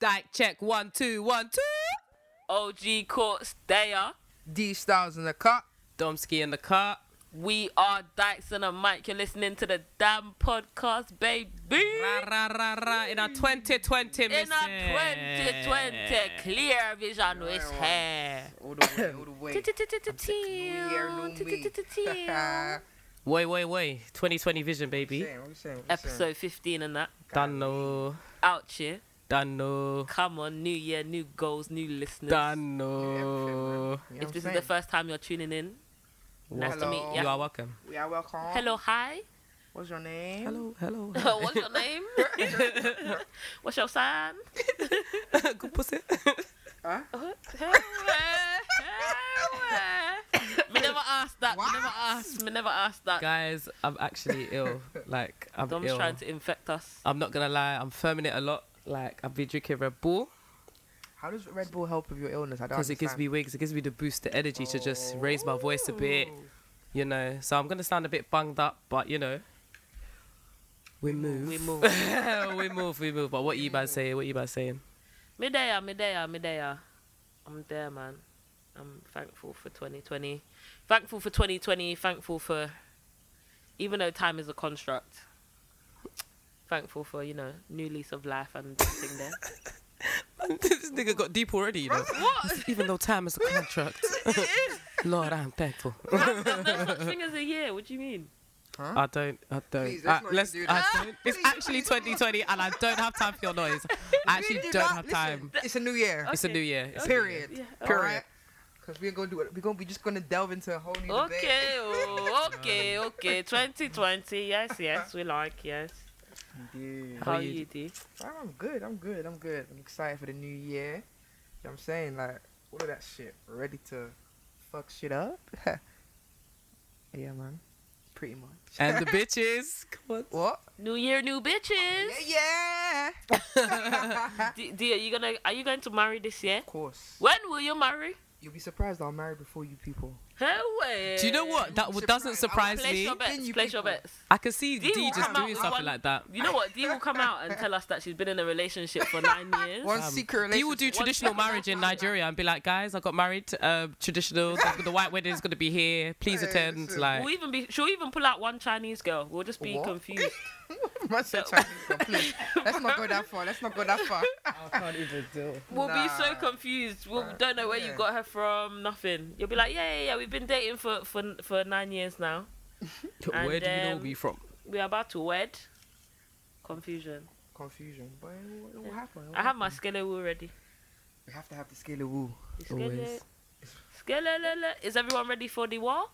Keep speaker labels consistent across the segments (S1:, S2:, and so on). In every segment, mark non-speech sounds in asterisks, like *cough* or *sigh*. S1: Diet check one two one two.
S2: OG Courts, they are.
S1: D Styles in the cut. Domsky in the cut.
S2: We are Dykes and a Mike. You're listening to the damn podcast, baby.
S1: Ra ra ra ra. In our 2020
S2: In our
S1: missus.
S2: 2020 clear vision with hair.
S3: All the way, all the way. year, new me. *laughs*
S1: Wait wait wait. 2020 vision, baby.
S3: Saying, what you saying, what you saying?
S2: Episode 15 and that.
S1: Done no.
S2: Out here.
S1: Done no.
S2: Come on, new year, new goals, new listeners.
S1: Done no.
S3: You know
S2: If
S3: what
S2: this
S3: I'm
S2: is the
S3: saying?
S2: first time you're tuning in, nice to meet
S3: Hello.
S2: you.
S1: You are welcome.
S3: We are welcome.
S2: Hello,
S3: *laughs*
S2: hi.
S3: What's your name?
S1: Hello,
S2: *laughs*
S1: hello.
S2: What's your name? What's your sign?
S1: Good pussy.
S2: *laughs* me never asked that.
S3: What?
S2: Me never asked. Me never asked
S1: *laughs*
S2: that.
S1: Guys, I'm actually ill. Like I'm
S2: Dom's
S1: ill.
S2: trying to infect us.
S1: I'm not gonna lie. I'm firming it a lot. Like I've been drinking Red Bull
S3: How does Red Bull help with your illness? I don't
S1: because it gives
S3: understand.
S1: me wigs. It gives me the boost, the energy to just raise my voice a bit. You know, so I'm gonna sound a bit bunged up, but you know, we move.
S2: We move.
S1: *laughs* we move. We move. But what you guys saying? What you guys saying?
S2: me there, me there, me there. I'm there, man. I'm thankful for 2020. Thankful for 2020. Thankful for, even though time is a construct. Thankful for you know new lease of life and thing there.
S1: *laughs* this nigga got deep already. You know.
S2: what?
S1: *laughs* Even though time is a contract, *laughs* Lord, I'm thankful.
S2: No
S3: *laughs*
S2: *laughs* such thing as a year. What do you mean?
S1: I don't. I don't.
S3: Please,
S1: I,
S3: let's not
S1: let's-
S3: do
S1: I
S3: that.
S1: don't- It's
S3: Please,
S1: actually 2020, and I don't have time for your *laughs* noise. I actually
S3: We do
S1: don't
S3: not-
S1: have
S3: listen,
S1: time.
S3: It's a new year.
S1: It's a
S2: Okay.
S1: new year. It's a new year.
S3: Period.
S2: Yeah,
S3: Period.
S1: alright.
S3: Because we're gonna do it. We're gonna be just gonna delve into a whole new
S2: Okay, oh,
S1: *laughs*
S2: okay, okay. 2020, yes, yes, we like, yes.
S3: debate. Yeah.
S1: How
S2: How
S1: you
S2: you do?
S3: I'm good. I'm good. I'm good. I'm excited for the new year. You know what I'm saying? Like, all of that shit. Ready to fuck shit up? yeah, man. Pretty much.
S1: And the bitches. Come
S3: what?
S2: New year, new bitches.
S3: Yeah.
S1: *laughs* on.
S2: D- D, are you gonna? Are you going to marry this year?
S3: Of course.
S2: When will you marry?
S3: You'll be surprised I'll marry before you people.
S2: Hey,
S1: Do you know what? That w- doesn't surprise
S2: Place
S1: me.
S2: your bets.
S3: Then you
S2: place your
S3: people.
S2: bets.
S1: I can see
S2: Dee
S1: D
S2: will
S1: just
S2: come out
S1: doing
S2: with
S1: something
S2: one-
S1: like that.
S2: You know what? Dee will come out and tell us that she's been in a relationship for nine
S1: *laughs*
S2: years.
S3: One
S1: Um,
S3: secret
S1: Dee
S3: relationship.
S1: will do traditional
S2: secret
S1: marriage in Nigeria and be like, guys, I got married. Um, traditional. The the white wedding is gonna be here. Please
S3: Hey,
S1: attend.
S3: listen.
S1: Like,
S2: We'll even be. She'll even pull out one Chinese girl. We'll just be
S3: What?
S1: *laughs*
S2: confused. *laughs*
S3: *laughs* Must say Chinese, but please. Let's not go that far. Let's not go
S1: *laughs*
S3: that far.
S1: I can't even do.
S2: We'll be so
S3: Nah.
S2: confused. We will
S3: Bruh,
S2: don't know where you
S3: yeah.
S2: got her from. Nothing. You'll be like, yeah, yeah, yeah. We've been dating for for for nine years now.
S1: Where
S2: And,
S1: do you know
S2: um,
S1: me from?
S2: We're about to wed. Confusion.
S3: Confusion, but it will, it will
S2: Yeah.
S3: happen. it will
S2: I have
S3: happen.
S2: my skele woo ready.
S3: We have to have the scale of woo.
S2: The
S1: Always.
S2: Skele. Skelelele. Is everyone ready for the war?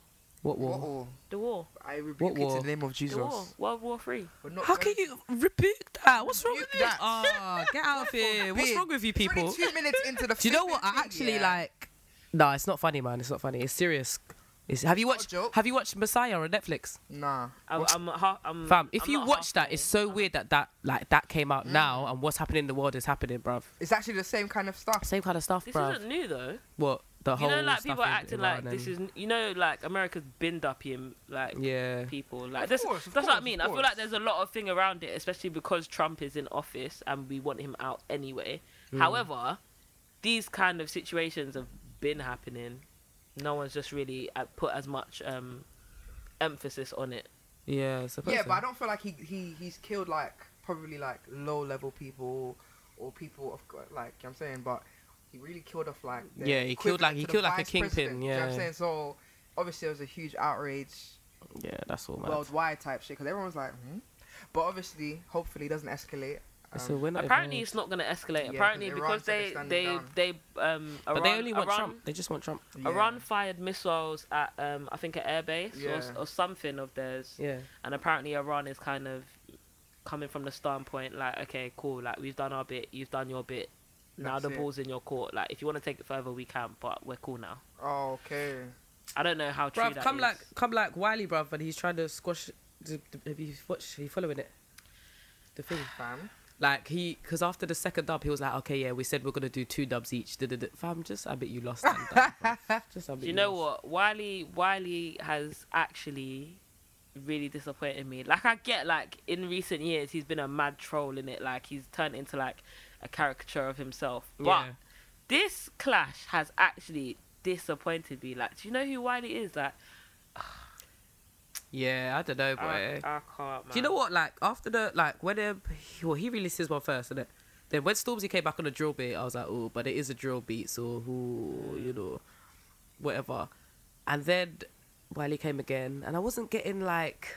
S1: What
S3: What
S1: war?
S3: all?
S2: The war.
S3: I rebuke it
S1: war?
S3: in the name of
S2: The
S3: Jesus.
S2: war. World War Three.
S3: But not
S1: How can you rebuke that? What's wrong
S3: Rebuke
S1: with you?
S3: that.
S1: Oh, get
S3: *laughs*
S1: out of here. What's
S3: forbid.
S1: wrong with you people?
S3: Two minutes into
S1: *laughs*
S3: the.
S1: Do you know what? I actually like. No, it's not funny, man. It's not funny. It's serious. It's, have you
S3: Not a
S1: watched?
S3: joke.
S1: Have you watched Messiah on Netflix,
S3: Nah.
S2: I, I'm, ha- I'm.
S1: fam? If
S2: I'm
S1: you
S2: not
S1: watch that,
S2: halfway.
S1: it's so weird that that like that came out now, and what's happening in the world is happening, bruv.
S3: It's actually the same kind of stuff.
S1: Same kind of stuff,
S2: This
S1: bruv.
S2: isn't new though.
S1: What the
S2: You
S1: whole
S2: know, like
S1: stuff
S2: people are
S1: in
S2: acting
S1: Iran
S2: like this
S1: and-
S2: is. You know, like America's been dumping like
S1: *laughs* yeah.
S2: people. Like
S3: Of
S2: that's
S3: course, of
S2: that's
S3: course,
S2: what I
S3: of
S2: mean. I feel
S3: course.
S2: like there's a lot of thing around it, especially because Trump is in office and we want him out anyway.
S3: Hmm.
S2: However, these kind of situations have been happening. No one's just really uh, put as much um, emphasis on it.
S1: Yeah, I suppose
S3: Yeah,
S1: so.
S3: but I don't feel like he he he's killed like probably like low level people or people of like you know what I'm saying, but he really killed off like the
S1: Yeah, he killed, like- he
S3: equivalent to the
S1: killed, like, a
S3: vice
S1: kingpin,
S3: president, you know what
S1: yeah.
S3: I'm saying so. Obviously, there was a huge outrage
S1: yeah, that's all, man.
S3: worldwide type shit because everyone's like, hmm? but obviously, hopefully, it doesn't escalate. Um,
S1: so we're not
S2: Apparently,
S1: involved.
S2: it's not going to escalate.
S3: Yeah, 'cause
S2: Apparently,
S3: Iran
S2: because
S3: said they're
S2: they they
S3: standing
S2: they um
S1: but
S2: Iran,
S1: they only want
S2: Iran,
S1: Trump. They just want Trump.
S3: yeah.
S2: Iran fired missiles at um I think an airbase or s
S3: Yeah.
S2: or something of theirs.
S1: Yeah.
S2: and apparently Iran is kind of coming from the standpoint like, okay, cool, like we've done our bit, you've done your bit. Now
S3: That's
S2: the
S3: it.
S2: ball's in your court. Like if you want to take it further, we can, but we're cool now.
S3: Oh, okay.
S2: I don't know how true
S1: Bruv,
S2: that
S1: come
S2: is.
S1: like come like Wiley, bruv, and he's trying to squash. the- the- Have you watched? Are you following it? The thing.
S3: Fam.
S1: Like he, because after the second dub, he was like, "Okay, yeah, we said we're gonna do two dubs each." Da, da, da. Fam, just I bet you lost. That dub, *laughs* bruv. just I bet
S2: Do you know
S1: lost.
S2: what? Wiley Wiley has actually really disappointed me. Like I get like in recent years he's been a mad troll in it. Like he's turned into like a caricature of himself. But
S1: Yeah.
S2: this clash has actually disappointed me. Like, do you know who Wiley is? Like,
S1: Yeah, I don't know, boy.
S2: I, I can't. Man.
S1: Do you know what? Like after the like when um, he, well he released his one first, and then when Stormzy came back on the drill beat, I was like, oh, but it is a drill beat, so ooh, you know, whatever. And then Wiley came again, and I wasn't getting like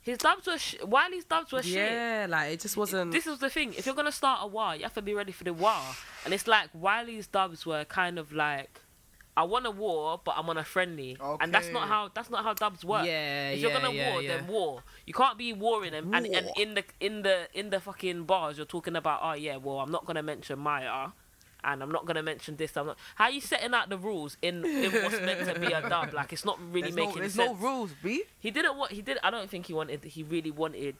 S2: His dubs were sh- Wiley's dubs were shit.
S1: yeah, like it just wasn't.
S2: This is the thing. If you're gonna start a war, you have to be ready for the war. And it's like Wiley's dubs were kind of like, I want a war, but I'm on a friendly. And that's not
S3: Okay.
S2: how that's not how dubs work.
S1: Yeah,
S2: If you're
S1: yeah,
S2: gonna
S1: yeah,
S2: war,
S1: yeah. *laughs*
S2: then war. You can't be warring and, and, and
S3: War.
S2: in the in the in the fucking bars you're talking about. Oh yeah, well I'm not gonna mention Maya. And I'm not gonna mention this. I'm not. How you setting out the rules in, in what's meant to be a dub? Like it's not really
S3: There's, no,
S2: making
S3: there's
S2: sense.
S3: no rules, B.
S2: He didn't want. He did. I don't think he wanted. He really wanted.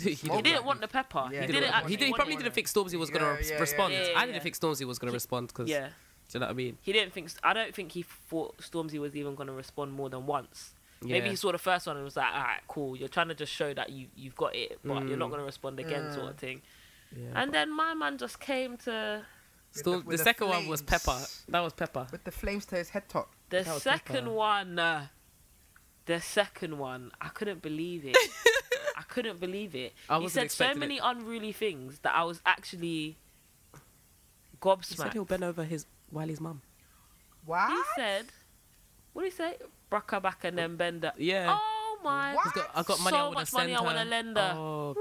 S1: he
S2: He
S1: didn't,
S2: didn't want the pepper.
S3: Yeah,
S2: he
S1: he,
S2: didn't.
S1: didn't
S2: actually
S1: want- he, did, he
S2: want
S1: probably
S2: it.
S1: didn't think Stormzy was gonna
S3: Yeah,
S1: res-
S3: yeah, yeah,
S1: respond.
S2: yeah, yeah,
S1: I didn't
S2: yeah.
S1: think Stormzy was gonna respond because
S2: Yeah,
S1: do you know what I mean?
S2: he didn't think. I don't think he thought Stormzy was even going to respond more than once. Maybe
S1: Yeah.
S2: he saw the first one and was like, "All right, cool. You're trying to just show that you you've got it, but you're
S1: Mm.
S2: not going to respond again," sort of thing.
S1: Yeah.
S2: And then my man just came to
S3: With
S1: Storm-
S3: the-
S1: the,
S3: with the
S1: second one was
S3: flames.
S1: Pepper. That was Pepper.
S3: With the flames to his head top.
S2: the
S1: That was
S2: second
S1: proper.
S2: one. Uh, the second one, I couldn't
S1: *laughs*
S2: believe it. I couldn't believe it.
S1: I
S2: he
S1: wasn't
S2: said so
S1: expecting
S2: many
S1: it.
S2: unruly things that I was actually
S1: He said
S2: gobsmacked.
S1: he'll bend over his Wiley's mum.
S3: Wow.
S2: He said, "What do you say? Braka back and then bender."
S1: Yeah.
S2: Oh my!
S3: What?
S1: He's got, I got money.
S2: So
S1: I wanna
S2: much money I
S1: send her.
S2: wanna lend her.
S1: Oh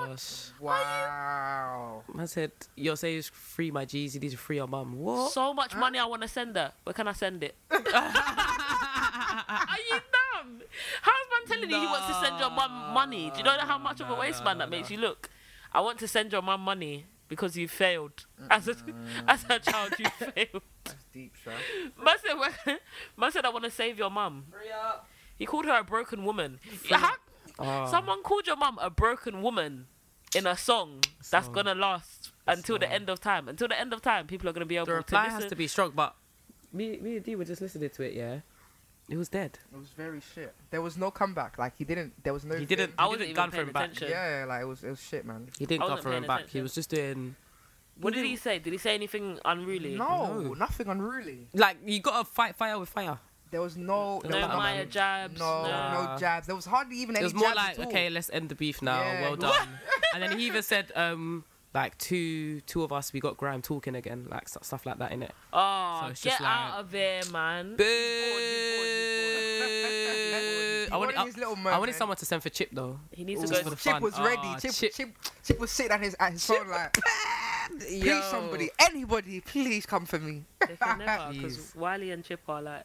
S2: What?
S1: gosh.
S3: Wow.
S1: Man said, "You're saying it's free my G's. You need to free your mum." What?
S2: So *laughs* much money I want to send her. Where can I send
S1: *laughs*
S2: it? Are you dumb? How's man telling you he wants to send your mum money? Do you know how much of a
S1: nah,
S2: waste man that makes you look? I want to send your mum money because you failed
S1: Mm.
S2: as a as a child.
S1: *laughs*
S2: You failed.
S3: That's deep, sir.
S2: Man said, where- *laughs* man said I want to save your mum. He called her a broken woman. How-
S1: *laughs* Oh.
S2: Someone called your mum a broken woman in a song that's
S1: Song.
S2: gonna last until the
S1: Song.
S2: end of time. Until the end of time, people are gonna be able
S1: the
S2: to
S1: reply
S2: listen.
S1: has to be strong, but me, me and D were just listening to it. Yeah, it was dead.
S3: It was very shit. There was no comeback. Like he didn't. There was no.
S1: He didn't.
S2: I
S1: he
S2: wasn't
S1: didn't
S2: even
S1: gun for
S2: paying
S1: him back.
S2: attention.
S3: Yeah, like it was. It was shit, man.
S1: He didn't
S2: I
S1: gun
S2: wasn't
S1: for him
S2: paying
S1: back. He
S2: attention.
S1: was just doing
S2: What did
S1: didn't-
S2: he say? Did he say anything unruly?
S3: No,
S1: No.
S3: nothing unruely.
S1: like you gotta fight fire with fire.
S3: There was no. there
S2: No
S3: was
S1: Nah,
S2: Maya
S1: man.
S2: jabs.
S3: No,
S2: No.
S1: Nah.
S3: no jabs. There was hardly even any
S1: it was more
S3: jabs
S1: like,
S3: at all.
S1: okay, let's end the beef now.
S3: Yeah,
S1: well *laughs*
S3: what?
S1: done. and then he even said, um, like two two of us, we got Graham talking again, like stu- stuff like that in it.
S2: Oh,
S1: So it's
S2: get
S1: just like-
S2: out of there, man.
S1: Boo!
S3: He
S1: I wanted,
S3: wanted
S1: I,
S3: his little
S1: I wanted
S3: moment.
S1: someone to send for Chip though.
S2: He needs
S1: Ooh.
S2: to
S1: for
S2: go.
S1: the
S3: Chip
S1: fun.
S3: was ready.
S1: Ah,
S3: Chip,
S1: Chip.
S3: Chip, Chip was sitting at his at his
S1: *laughs*
S3: phone like, please
S1: Yo.
S3: somebody, anybody, please come for me.
S2: They can never, because
S1: Please.
S2: Wiley and Chip are like.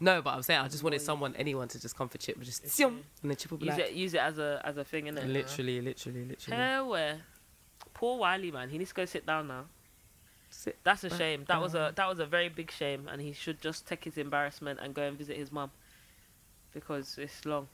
S1: No, but I'm saying I just wanted someone, anyone, to just come for Chip, just zoom, and then Chip will be
S2: Use
S1: like,
S2: it, use it as a as a thing, innit?
S1: literally, literally, literally.
S2: Hell, where? Poor Wiley, man. He needs to go sit down now.
S1: Sit
S2: That's a
S1: back
S2: shame. That
S1: um,
S2: was a that was a very big shame, and he should just take his embarrassment and go and visit his mum, because
S1: *laughs*
S2: it's long.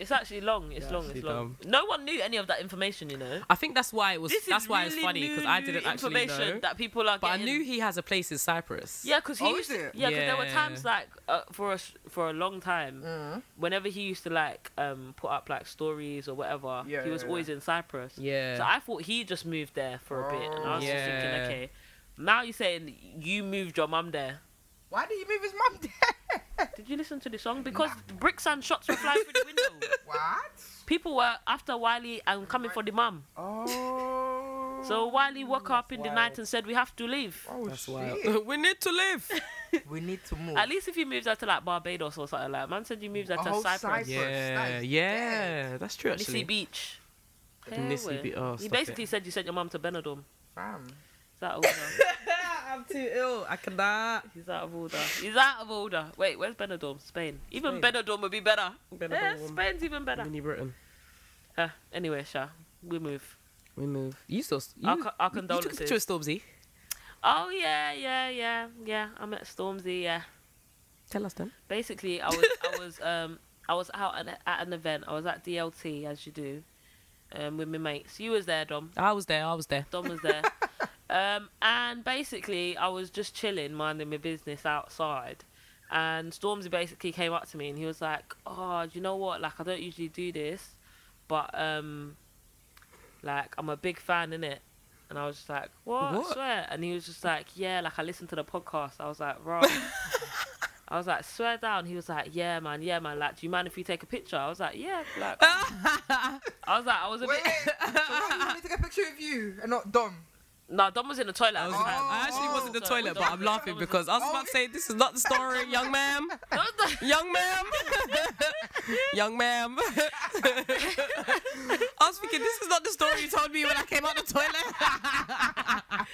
S2: it's actually long. It's
S1: Yeah,
S2: long.
S1: actually
S2: It's long. No one knew any of that information, you know.
S1: I think that's why it was.
S2: This
S1: that's
S2: is
S1: why
S2: really
S1: it's funny because
S2: new,
S1: I
S2: new
S1: didn't actually
S2: information
S1: know.
S2: that people are.
S1: But I
S2: getting.
S1: knew he has a place in Cyprus.
S2: Yeah, because he
S3: Oh,
S2: used
S3: is
S2: to,
S3: it?
S2: yeah, 'cause there were
S1: Yeah.
S2: times like uh, for a sh- for a long time,
S1: Mm-hmm.
S3: Mm.
S2: whenever he used to like um put up like stories or whatever,
S3: Yeah,
S2: he was
S3: yeah,
S2: always in Cyprus.
S1: Yeah.
S2: So I thought he just moved there for a bit, and I was just thinking,
S1: Oh, Yeah.
S2: okay, now you're saying you moved your mum there.
S3: Why did you move his mum *laughs* there?
S2: Did you listen to the song? Because bricks and shots were flying through the window.
S3: what?
S2: People were after Wiley and coming for the mum.
S3: Oh.
S2: So Wiley woke up in the
S3: Wow.
S2: night and said, "We have to leave."
S1: *laughs*
S3: Oh
S1: that's *laughs* why
S3: shit.
S1: we need to live.
S3: we need to move.
S2: At least if you moved her to like Barbados or something like, man said you moved her to
S3: Oh,
S2: Cyprus,
S3: Cyprus.
S1: Yeah,
S3: that is
S1: yeah, that's true
S2: Missy *laughs*
S1: actually.
S2: Beach.
S1: Missy
S2: Hey,
S1: Beach,
S2: where?
S1: oh,
S2: he
S1: stop
S2: basically
S1: it.
S2: said you sent your mum to Benidorm.
S3: Fam.
S2: He's
S1: *laughs*
S2: out of order.
S1: I'm too ill. I cannot.
S2: He's out of order. He's out of order. Wait, where's Benidorm? Spain. Even
S1: Spain.
S2: Benidorm would be better.
S1: Benidorm.
S2: Yeah, Spain's even better.
S1: Mini Britain.
S2: Uh, anyway, Sha, we move.
S1: We move. You still. You,
S2: Our
S1: you- You
S2: co- our
S1: took a
S2: condolences.
S1: picture of Stormzy.
S2: Oh yeah, yeah, yeah, yeah. I met Stormzy. Yeah.
S1: Tell us then.
S2: basically I was
S1: *laughs*
S2: I was um I was out at, at an event. I was at DLT as you do, um with my mates. You was there, Dom.
S1: I was there. I was there.
S2: Dom was there.
S1: *laughs*
S2: um and basically I was just chilling, minding my business outside. And Stormzy basically came up to me and he was like, "Oh, do you know what? Like I don't usually do this, but um Like, I'm a big fan, innit? And I was just like, what?
S1: What?
S2: Swear. And he was just like, yeah, like I listened to the podcast. I was like,
S1: *laughs*
S2: right. I was like, swear down. He was like, yeah, man, yeah, man. Like, do you mind if we take a picture? I was like, yeah. Like,
S1: Ah!
S2: I was like, I was a
S3: Wait,
S2: *laughs* bit.
S3: so what, you want me to take a picture of you and not Dom?
S2: No, Dom was in the toilet.
S1: I,
S2: at
S1: was
S2: the
S1: in-
S2: time.
S1: I actually
S2: *laughs*
S1: was in the
S2: So,
S1: toilet,
S2: Dom-
S1: but I'm laughing
S2: Dom was in-
S1: because I was about to say this is not the story, young ma'am, young ma'am, *laughs* young ma'am. *laughs* I was thinking this is not the story you told me when I came out the *laughs* toilet.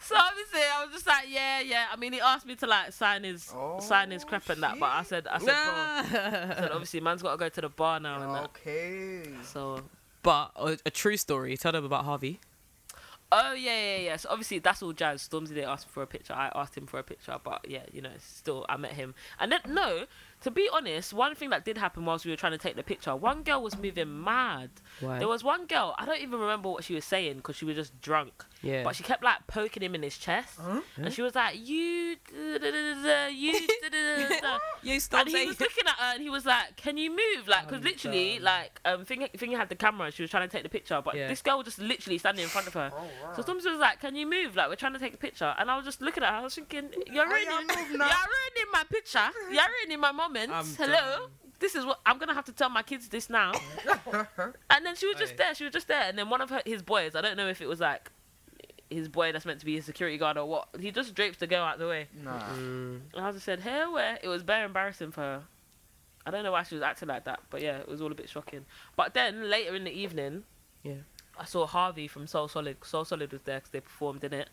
S2: So obviously, I was just like, yeah, yeah. I mean, he asked me to like sign his
S3: Oh,
S2: sign his crap and that, but I
S3: shit.
S2: said, I said,
S1: Oh,
S2: bro. I said,
S1: Nah.
S2: obviously, man's got to go to the bar now and that.
S3: Okay.
S2: So,
S1: But uh, a, a true story. Tell them about Harvey.
S2: oh yeah, yeah, yeah. So obviously, that's all jazz. Stormzy didn't ask me for a picture. I asked him for a picture, but yeah, you know, still, I met him. And then no, to be honest, one thing that did happen whilst we were trying to take the picture, one girl was moving mad.
S1: Why?
S2: There was one girl. I don't even remember what she was saying because she was just drunk.
S1: yeah.
S2: But she kept like poking him in his chest,
S3: Oh,
S2: and she was like, "You, da, da, da, da, you." da, da, da, da."
S1: you
S2: And
S1: stop
S2: he
S1: saying.
S2: was looking at her, and he was like, "Can you move?" Like, because
S1: Oh,
S2: literally,
S1: God.
S2: like, um, thing thing had the camera, and she was trying to take the picture, but
S1: Yeah.
S2: this girl was just literally standing in front of her.
S3: Oh, wow.
S2: So sometimes was like, "Can you move?" Like, we're trying to take a picture, and I was just looking at her. I was thinking, "You're
S3: Oh, yeah,
S2: ruining,
S3: move
S2: *laughs* you're
S3: now."
S2: ruining my picture. You're ruining my moment.
S1: I'm
S2: Hello." This is what I'm gonna have to tell my kids this now. And then she was just
S1: Aye.
S2: there. She was just there. And then one of her, his boys, I don't know if it was like his boy that's meant to be his security guard or what. He just drapes the girl out the way.
S3: nah.
S1: Mm.
S2: And I just said, "Hey, where?" It was very embarrassing for her. I don't know why she was acting like that, but yeah, it was all a bit shocking. But then later in the evening,
S1: Yeah.
S2: I saw Harvey from Soul Solid. Soul Solid was there because they performed in it,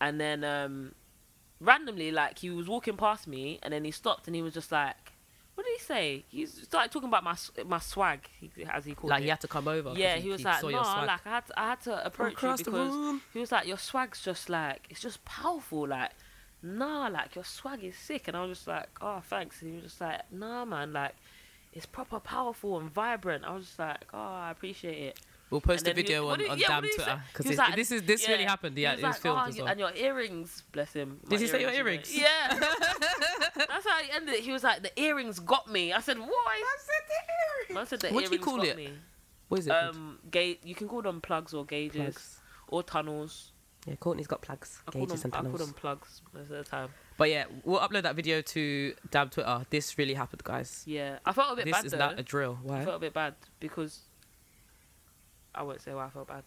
S2: and then um, randomly, like he was walking past me, and then he stopped and he was just like, "What did he say?" He started talking about my s- my swag, he- as he called
S1: Like
S2: it.
S1: you had to come over. 'cause
S2: Yeah, he was like,
S1: saw
S2: no,
S1: your swag.
S2: like I had, to, I had to approach
S1: across
S2: you
S1: the
S2: because
S1: room.
S2: he was like, your swag's just like, it's just powerful, like, nah, like your swag is sick, and I was just like, oh, thanks. And he was just like, nah, man, like, it's proper powerful and vibrant. I was just like, oh, I appreciate it.
S1: We'll post the
S2: And then he-
S1: video
S2: what
S1: on,
S2: did-
S1: on
S2: yeah, what
S1: damn
S2: did he
S1: Twitter
S2: say? He
S1: because
S2: was like,
S1: this is this really
S2: yeah.
S1: happened. Yeah,
S2: He
S1: it was
S2: like,
S1: filmed
S2: "Oh,
S1: as
S2: you-
S1: well.
S2: And your earrings, bless him.
S1: Did
S2: My
S1: he say your
S2: you know."
S1: *laughs*
S2: "Oh, Yeah. That's how he ended it. He was like, the earrings got me. I said, what?
S3: I said the
S2: I
S3: earring.
S2: said, the
S1: What do you
S2: earrings
S1: call
S2: got
S1: it?
S2: me.
S1: What is it? called?
S2: Um, gate. You can call them plugs or gauges
S1: Plugs.
S2: or tunnels.
S1: Yeah, Courtney's got plugs,
S2: I call,
S1: gauges,
S2: them,
S1: and
S2: I call
S1: tunnels.
S2: them plugs most of the time.
S1: But yeah, we'll upload that video to damn Twitter. This really happened, guys.
S2: Yeah, I felt a bit
S1: This
S2: bad
S1: is
S2: though.
S1: not a drill.
S2: I
S1: Why?
S2: felt a bit bad because I won't say why I felt bad.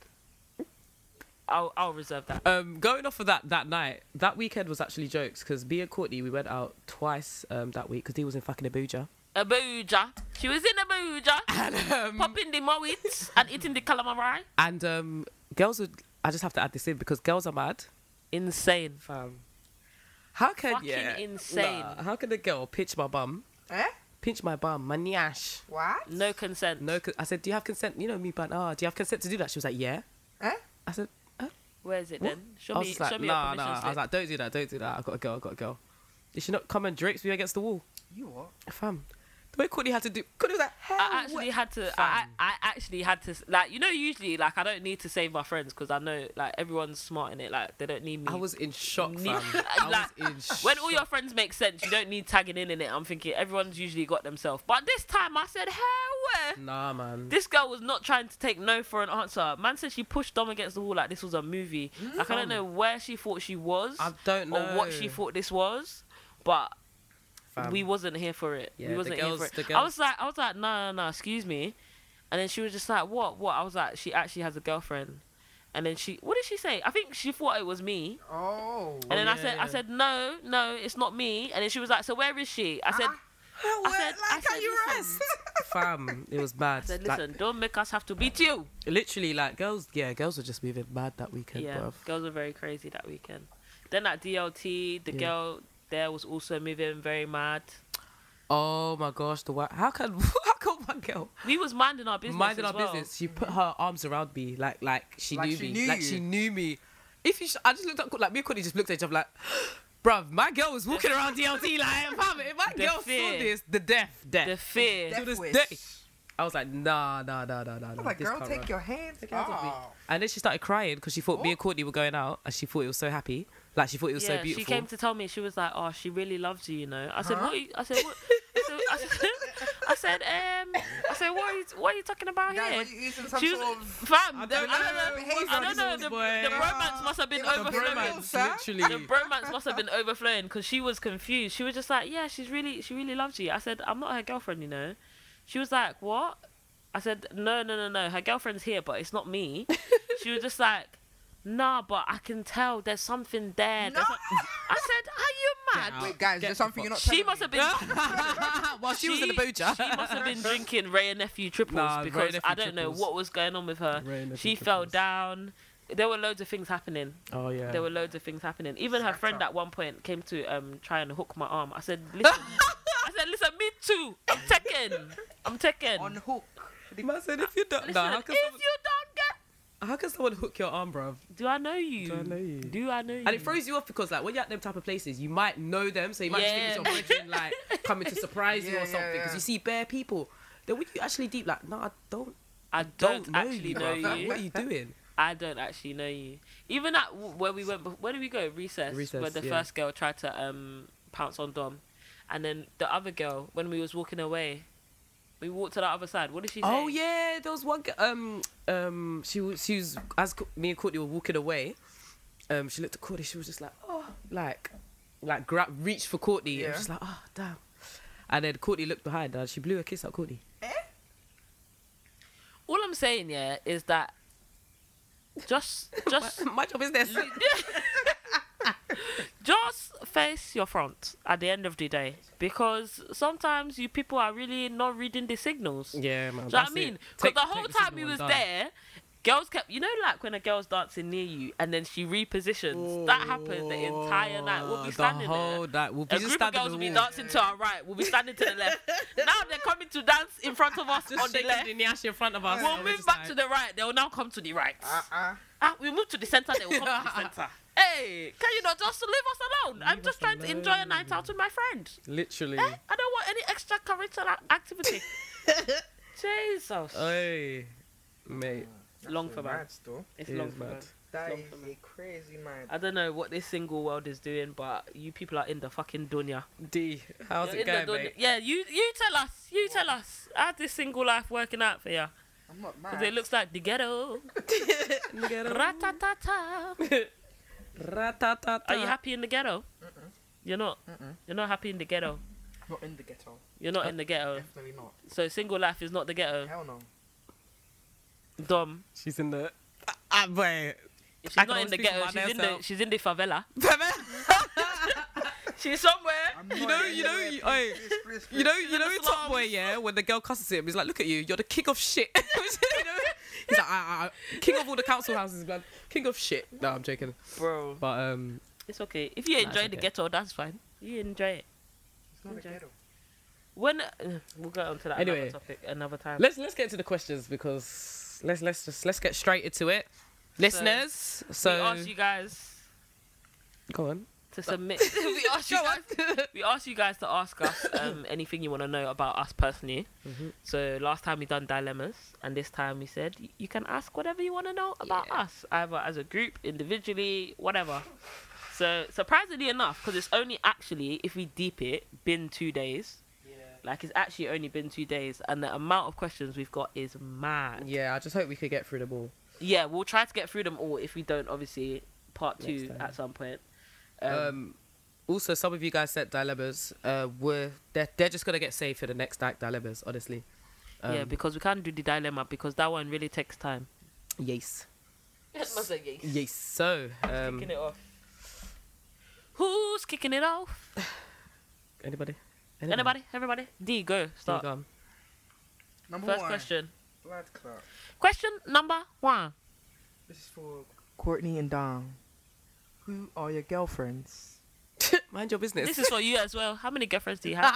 S2: I'll I'll reserve that.
S1: Um, going off of that that night, that weekend was actually jokes because me and Courtney we went out twice um, that week because he was in fucking Abuja.
S2: *laughs* Abuja. She was in Abuja,
S1: And um,
S2: popping the mowit and eating the calamari.
S1: and um, girls would. I just have to add this in because girls are mad.
S2: Insane.
S1: Fam, how can
S2: Um, Fucking
S1: yeah,
S2: insane.
S1: nah, how can a girl pinch my bum?
S3: *laughs* Eh?
S1: Pinch my bum, my nyash.
S3: What?
S2: No consent.
S1: No, 'cause- I said, do you have consent? You know me, but ah, do you have consent to do that? She was like, yeah.
S3: Eh?
S1: I said,
S2: Where is it
S1: What?
S2: then? Show
S1: I was
S2: me.
S1: just like,
S2: show me
S1: nah,
S2: your permission
S1: nah. I was
S2: slip.
S1: like, don't do that, don't do that. I got a girl, I got a girl. Did she not come and drapes me against the wall?
S3: You what?
S1: Fam, the way Courtney had to do, Courtney was like, hell,
S2: I actually had to. I, I actually had to. Like you know, usually like I don't need to save my friends because I know like everyone's smart in it. Like they don't need me.
S1: I was in
S2: *laughs*
S1: shock,
S2: Need-
S1: fam. I
S2: Like,
S1: was in shock.
S2: when all your friends make sense, you don't need tagging in in it. I'm thinking everyone's usually got themselves, but this time I said, "Hell, where?"
S1: nah, man.
S2: This girl was not trying to take no for an answer. Man said she pushed Dom against the wall like this was a movie. Like I don't know where she thought she was
S1: Mm. I don't know
S2: or what she thought this was, but
S1: Fam.
S2: we wasn't here for it.
S1: Yeah,
S2: we
S1: the
S2: wasn't
S1: girls-
S2: here for
S1: the
S2: it. I
S1: girls-
S2: was like, I was like, no, no, no, excuse me. And then she was just like, what, what? I was like, she actually has a girlfriend. And then she, what did she say? I think she thought it was me.
S3: Oh.
S2: And then I
S1: yeah,
S2: said,
S1: yeah.
S2: I said, no, no, it's not me. And then she was like, so where is she? I said,
S1: Ah.
S3: Uh-uh.
S2: I said, I
S3: like how
S2: said,
S3: you
S2: listen.
S3: rest.
S2: *laughs*
S1: fam, it was bad.
S2: I said,
S1: Like,
S2: listen, don't make us have to beat you.
S1: literally, like girls, yeah, girls were just moving mad that weekend,
S2: yeah,
S1: bruv.
S2: girls were very crazy that weekend. Then at DLT, the
S1: Yeah.
S2: girl there was also moving very mad.
S1: Oh my gosh, the wa- how can *laughs* how can one girl
S2: We was minding our business.
S1: minding
S2: as
S1: our
S2: well. Mm.
S1: business? She put her arms around me, like like she
S3: Like
S1: knew
S3: she
S1: me,
S3: knew
S1: like
S3: you.
S1: she knew me. If you, sh- I just looked up, like me and Courtney just looked at each other, like, *gasps* bruv, my girl was walking
S2: *laughs*
S1: around DLT, like, fam, if my
S2: The
S1: girl
S2: fear.
S1: saw this, the death, death.
S2: The fear.
S1: Death- to this
S3: wish.
S1: day. I was like, nah, nah, nah, nah, nah,
S3: I
S1: nah.
S3: was like,
S1: this
S3: girl,
S1: can't
S3: take
S1: run.
S3: your Oh. hands
S1: Take your hands off
S3: off.
S1: And then she started crying because she thought me and Courtney were going out, and she thought it was so happy, like she thought it was so beautiful.
S2: She came to tell me she was like, "Oh, she really loves you," you know. I said,
S3: Huh?
S2: "What?" you- I said, *laughs* "What?" I said, I said, I said, um, I said, what are you, what are you talking about
S3: Guys,
S2: here?
S3: are you using some
S2: She was-
S3: sort of
S2: fam,
S1: I
S2: the- I
S1: don't
S2: don't know.
S3: know.
S2: I don't know. The,
S1: Boy.
S2: the romance must have been
S3: The
S1: The
S2: overflowing.
S3: bromance,
S1: bromance,
S3: sir.
S2: The
S1: literally.
S2: bromance must have been overflowing because she was confused. She was just like, "Yeah, she's really, she really loves you." I said, "I'm not her girlfriend, you know." She was like, "What?" I said, "No, no, no, no. Her girlfriend's here, but it's not
S1: *laughs*
S2: me." she was just like, "Nah, but I can tell there's something there."
S3: No.
S2: there's some-" I said, "Are you mad?"
S1: Get out.
S3: *laughs* Wait, guys,
S1: Get
S3: there's
S1: the
S3: something you're not.
S1: fuck-
S2: She
S3: telling
S2: must
S3: me.
S2: have
S1: *laughs*
S2: been.
S1: While she, was in the booja.
S2: She must *laughs* have been drinking Ray and Nephew triples
S1: Nah, Ray
S2: because
S1: Nephew
S2: I don't know
S1: triples.
S2: what was going on with her.
S1: Ray and Nephew
S2: she fell
S1: triples.
S2: down. There were loads of things happening.
S1: Oh yeah. *laughs*
S2: There were loads of things happening. Even her
S3: Stacked
S2: friend
S3: up.
S2: at one point came to um try and hook my arm. I said, listen. I said, listen, me too. I'm taken. I'm taken.
S3: on hook.
S1: Man said, if you don't,
S2: listen,
S1: nah, how,
S2: if
S1: can someone,
S2: you don't get,
S1: how can someone hook your arm, bruv?
S2: do I know you?
S1: Do I know you?
S2: Do I know you?
S1: And it throws you off because, like, when you're at them type of places, you might know them, so you might
S2: Yeah.
S1: just think it's
S2: *laughs*
S1: your virgin, like, coming to surprise you
S3: Yeah,
S1: or
S3: yeah,
S1: something. Because
S3: yeah.
S1: you see bare people. Then when you actually deep, like, no, I don't,
S2: I
S1: don't,
S2: don't,
S1: know
S2: actually
S1: you,
S2: know
S1: bruv. Like,
S2: you.
S1: what are you doing?
S2: I don't actually know you. Even at w- where we went, bef- where did we go? Recess.
S1: Recess,
S2: Where the
S1: yeah.
S2: first girl tried to um pounce on Dom, and then the other girl, when we was walking away, we walked to the other side. What did she say?
S1: Oh yeah, there was one. g- Um, um, she was she was as Co- me and Courtney were walking away. Um, she looked at Courtney. She was just like, oh, like, like grab, reach for Courtney, and
S3: Yeah.
S1: she's like, oh, damn. And then Courtney looked behind and she blew a kiss at Courtney.
S2: All I'm saying, yeah, is that just *laughs* just
S1: *laughs* My job is this.
S2: just face your front at the end of the day, because sometimes you people are really not reading the signals.
S1: yeah, man.
S2: Do you know what I mean? Because the whole time he was there, girls kept, you know, like when a girl's dancing near you and then she repositions. that happened the entire night. We'll be standing
S1: Oh, the whole
S2: there.
S1: night. We'll be
S2: A
S1: just
S2: group of
S1: standing
S2: girls will be
S1: there.
S2: dancing to our right. We'll be standing to the left.
S1: *laughs*
S2: now they're coming to dance in front of us
S1: just
S2: on the
S1: shaking
S2: left.
S1: the nyash in front of us.
S2: We'll
S1: and we're
S2: move
S1: just
S2: back
S1: like-
S2: to the right. They will now come to the right.
S3: Uh uh.
S2: Ah, we move to the center. They will
S1: *laughs*
S2: come to the center. Hey, can you not just leave us alone? I'm
S1: Leave
S2: just
S1: us
S2: trying to enjoy a
S1: alone.
S2: night out with my friend.
S1: Literally.
S2: Eh? I don't want any extracurricular
S1: *laughs*
S2: activity. Jesus.
S1: Hey, mate.
S2: Long for man.
S3: Mad still.
S2: It's
S1: it
S2: long
S1: is
S2: for man.
S1: mad.
S3: That
S2: Long
S3: is
S2: for
S3: a crazy man.
S2: I don't know what this single world is doing, but you people are in the fucking dunya.
S1: D, how's
S2: You're
S1: it
S2: in the
S1: going, mate?
S2: dunya. Yeah, you you tell us. You tell us. How's this single life working out for you?
S3: I'm not
S2: Because
S3: mad.
S2: it looks like the ghetto.
S1: *laughs*
S2: Ratatata.
S1: Ratatata.
S2: Are you happy in the ghetto?
S3: Mm-mm.
S2: You're not.
S3: Mm-mm.
S2: You're not happy in the ghetto.
S3: Not in the ghetto.
S2: You're not in the ghetto.
S3: Definitely not.
S2: So single life is not the ghetto.
S3: Hell no.
S2: Dom.
S1: She's in the. Ah, boy. *laughs*
S2: If
S1: I can
S2: she's not in
S1: only
S2: the
S1: speak for my
S2: ghetto, she's
S1: damn
S2: in the
S1: self.
S2: she's in the favela. *laughs*
S1: you
S2: She's somewhere.
S3: I'm
S1: You
S3: not
S1: know-
S3: in
S1: you
S3: the
S1: know you-
S3: way. Please,
S1: oi,
S3: please, please, please.
S1: know, you
S2: in
S1: know,
S2: the
S1: Top
S2: slums.
S1: Boy, yeah. When the girl cusses him, he's like, "Look at you, you're the king of shit." *laughs*
S2: *laughs*
S1: You know? He's like, ah, ah, ah, "King of all the council houses, man. King of shit." No, I'm joking.
S2: Bro.
S1: But um,
S2: It's okay. If you
S1: Nah, it's
S2: enjoy the
S1: okay.
S2: ghetto, that's fine. You enjoy it.
S3: It's not a
S2: Okay.
S3: ghetto.
S2: When uh, we'll go on to that
S1: Anyway.
S2: another topic another time.
S1: let's let's get to the questions because let's let's just let's get straight into it, listeners.
S2: So we
S1: So
S2: asked you guys
S1: go on. *laughs*
S2: to submit. *laughs* we asked *laughs* you guys. We asked you guys to
S1: *coughs*
S2: ask us um, anything you want to know about us personally.
S1: Mhm.
S2: So last time we done dilemmas, and this time we said y- you can ask whatever you want to know about
S1: Yeah.
S2: us, either as a group, individually, whatever. So surprisingly enough, because it's only actually if we deep it, been two days. Like it's actually only been two days, and the amount of questions we've got is mad.
S1: Yeah, I just hope we could get through the ball.
S2: Yeah, we'll try to get through them all. If we don't, obviously, part
S1: Next
S2: two
S1: time.
S2: at some point.
S1: Um, also, some of you guys sent dilemmas. Uh, were they're, they're just gonna get saved for the next like dilemmas, honestly. Um,
S2: yeah, because we can't do the dilemma because that one really takes time.
S1: yes,
S2: Must say yes.
S1: yes. So, um,
S2: Kicking it off. Who's kicking it off?
S1: anybody,
S2: Anybody? Everybody? D, go. Start.
S1: Go on.
S3: Number
S2: First
S3: one.
S2: question.
S3: Blood clot.
S2: Question number one.
S3: This is for Courtney and Dom. Who are your girlfriends?
S1: *laughs* Mind your business.
S2: This is for you as well. How many girlfriends do you
S1: *laughs*
S2: have?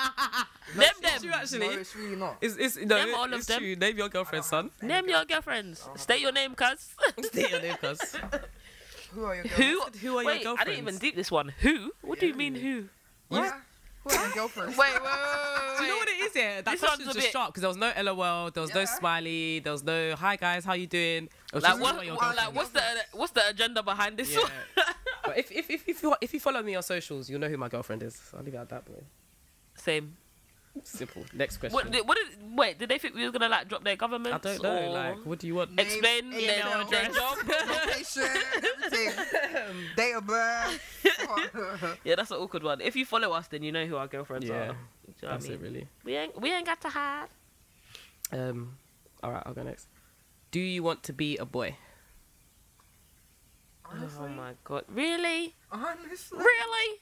S2: them,
S1: You
S2: them.
S1: actually,
S3: No, it's really not.
S1: it's, it's no,
S2: Name all of
S1: it's
S2: them.
S1: true. Name your girlfriend, *laughs* son.
S3: Any
S2: Name your
S3: girl-
S2: girlfriends.
S3: Oh.
S2: State your name, cuz.
S1: *laughs* State your name, *laughs* cuz.
S3: Who are your girlfriends?
S2: Who?
S1: Who are
S2: *laughs* Wait,
S1: your girlfriends?
S2: I
S1: *laughs*
S2: didn't even deep this one. Who? What do you
S3: Yeah.
S2: mean who?
S3: Yeah.
S2: *laughs*
S3: Who are your girlfriends?
S2: Wait, wait, wait,
S1: Do you know what it is? Yeah, that
S2: This one's
S1: question's
S2: a
S1: just
S2: bit-
S1: sharp because there was no LOL, there was no
S3: Yeah.
S1: smiley, there was no hi guys, how you doing? It was
S2: Like
S1: just,
S2: what?
S1: "Who are your
S2: what- like
S1: girlfriends?"
S2: what's the what's the agenda behind this? one?
S1: Yeah. but if if if if you, if you follow me on socials, you'll know who my girlfriend is. I'll leave it at that, boy.
S2: *laughs* Same.
S1: Simple. Next question.
S2: What, did, what did, wait, did they think we were gonna like drop their government?
S1: I don't know. Like, what do you want?
S2: Ex- Explain
S3: Names,
S2: their
S3: email,
S2: address.
S3: *laughs*
S1: *laughs*
S3: location, everything. Date
S2: *laughs*
S3: of birth.
S2: yeah, that's an awkward one. If you follow us, then you know who our girlfriends
S1: Yeah.
S2: are. Do you know what I
S1: That's it,
S2: mean?
S1: really.
S2: We ain't we ain't got to hide.
S1: Um. All right, I'll go next. Do you want to be a boy?
S2: Oh
S3: honestly,
S2: my god, really,
S3: honestly,
S2: really?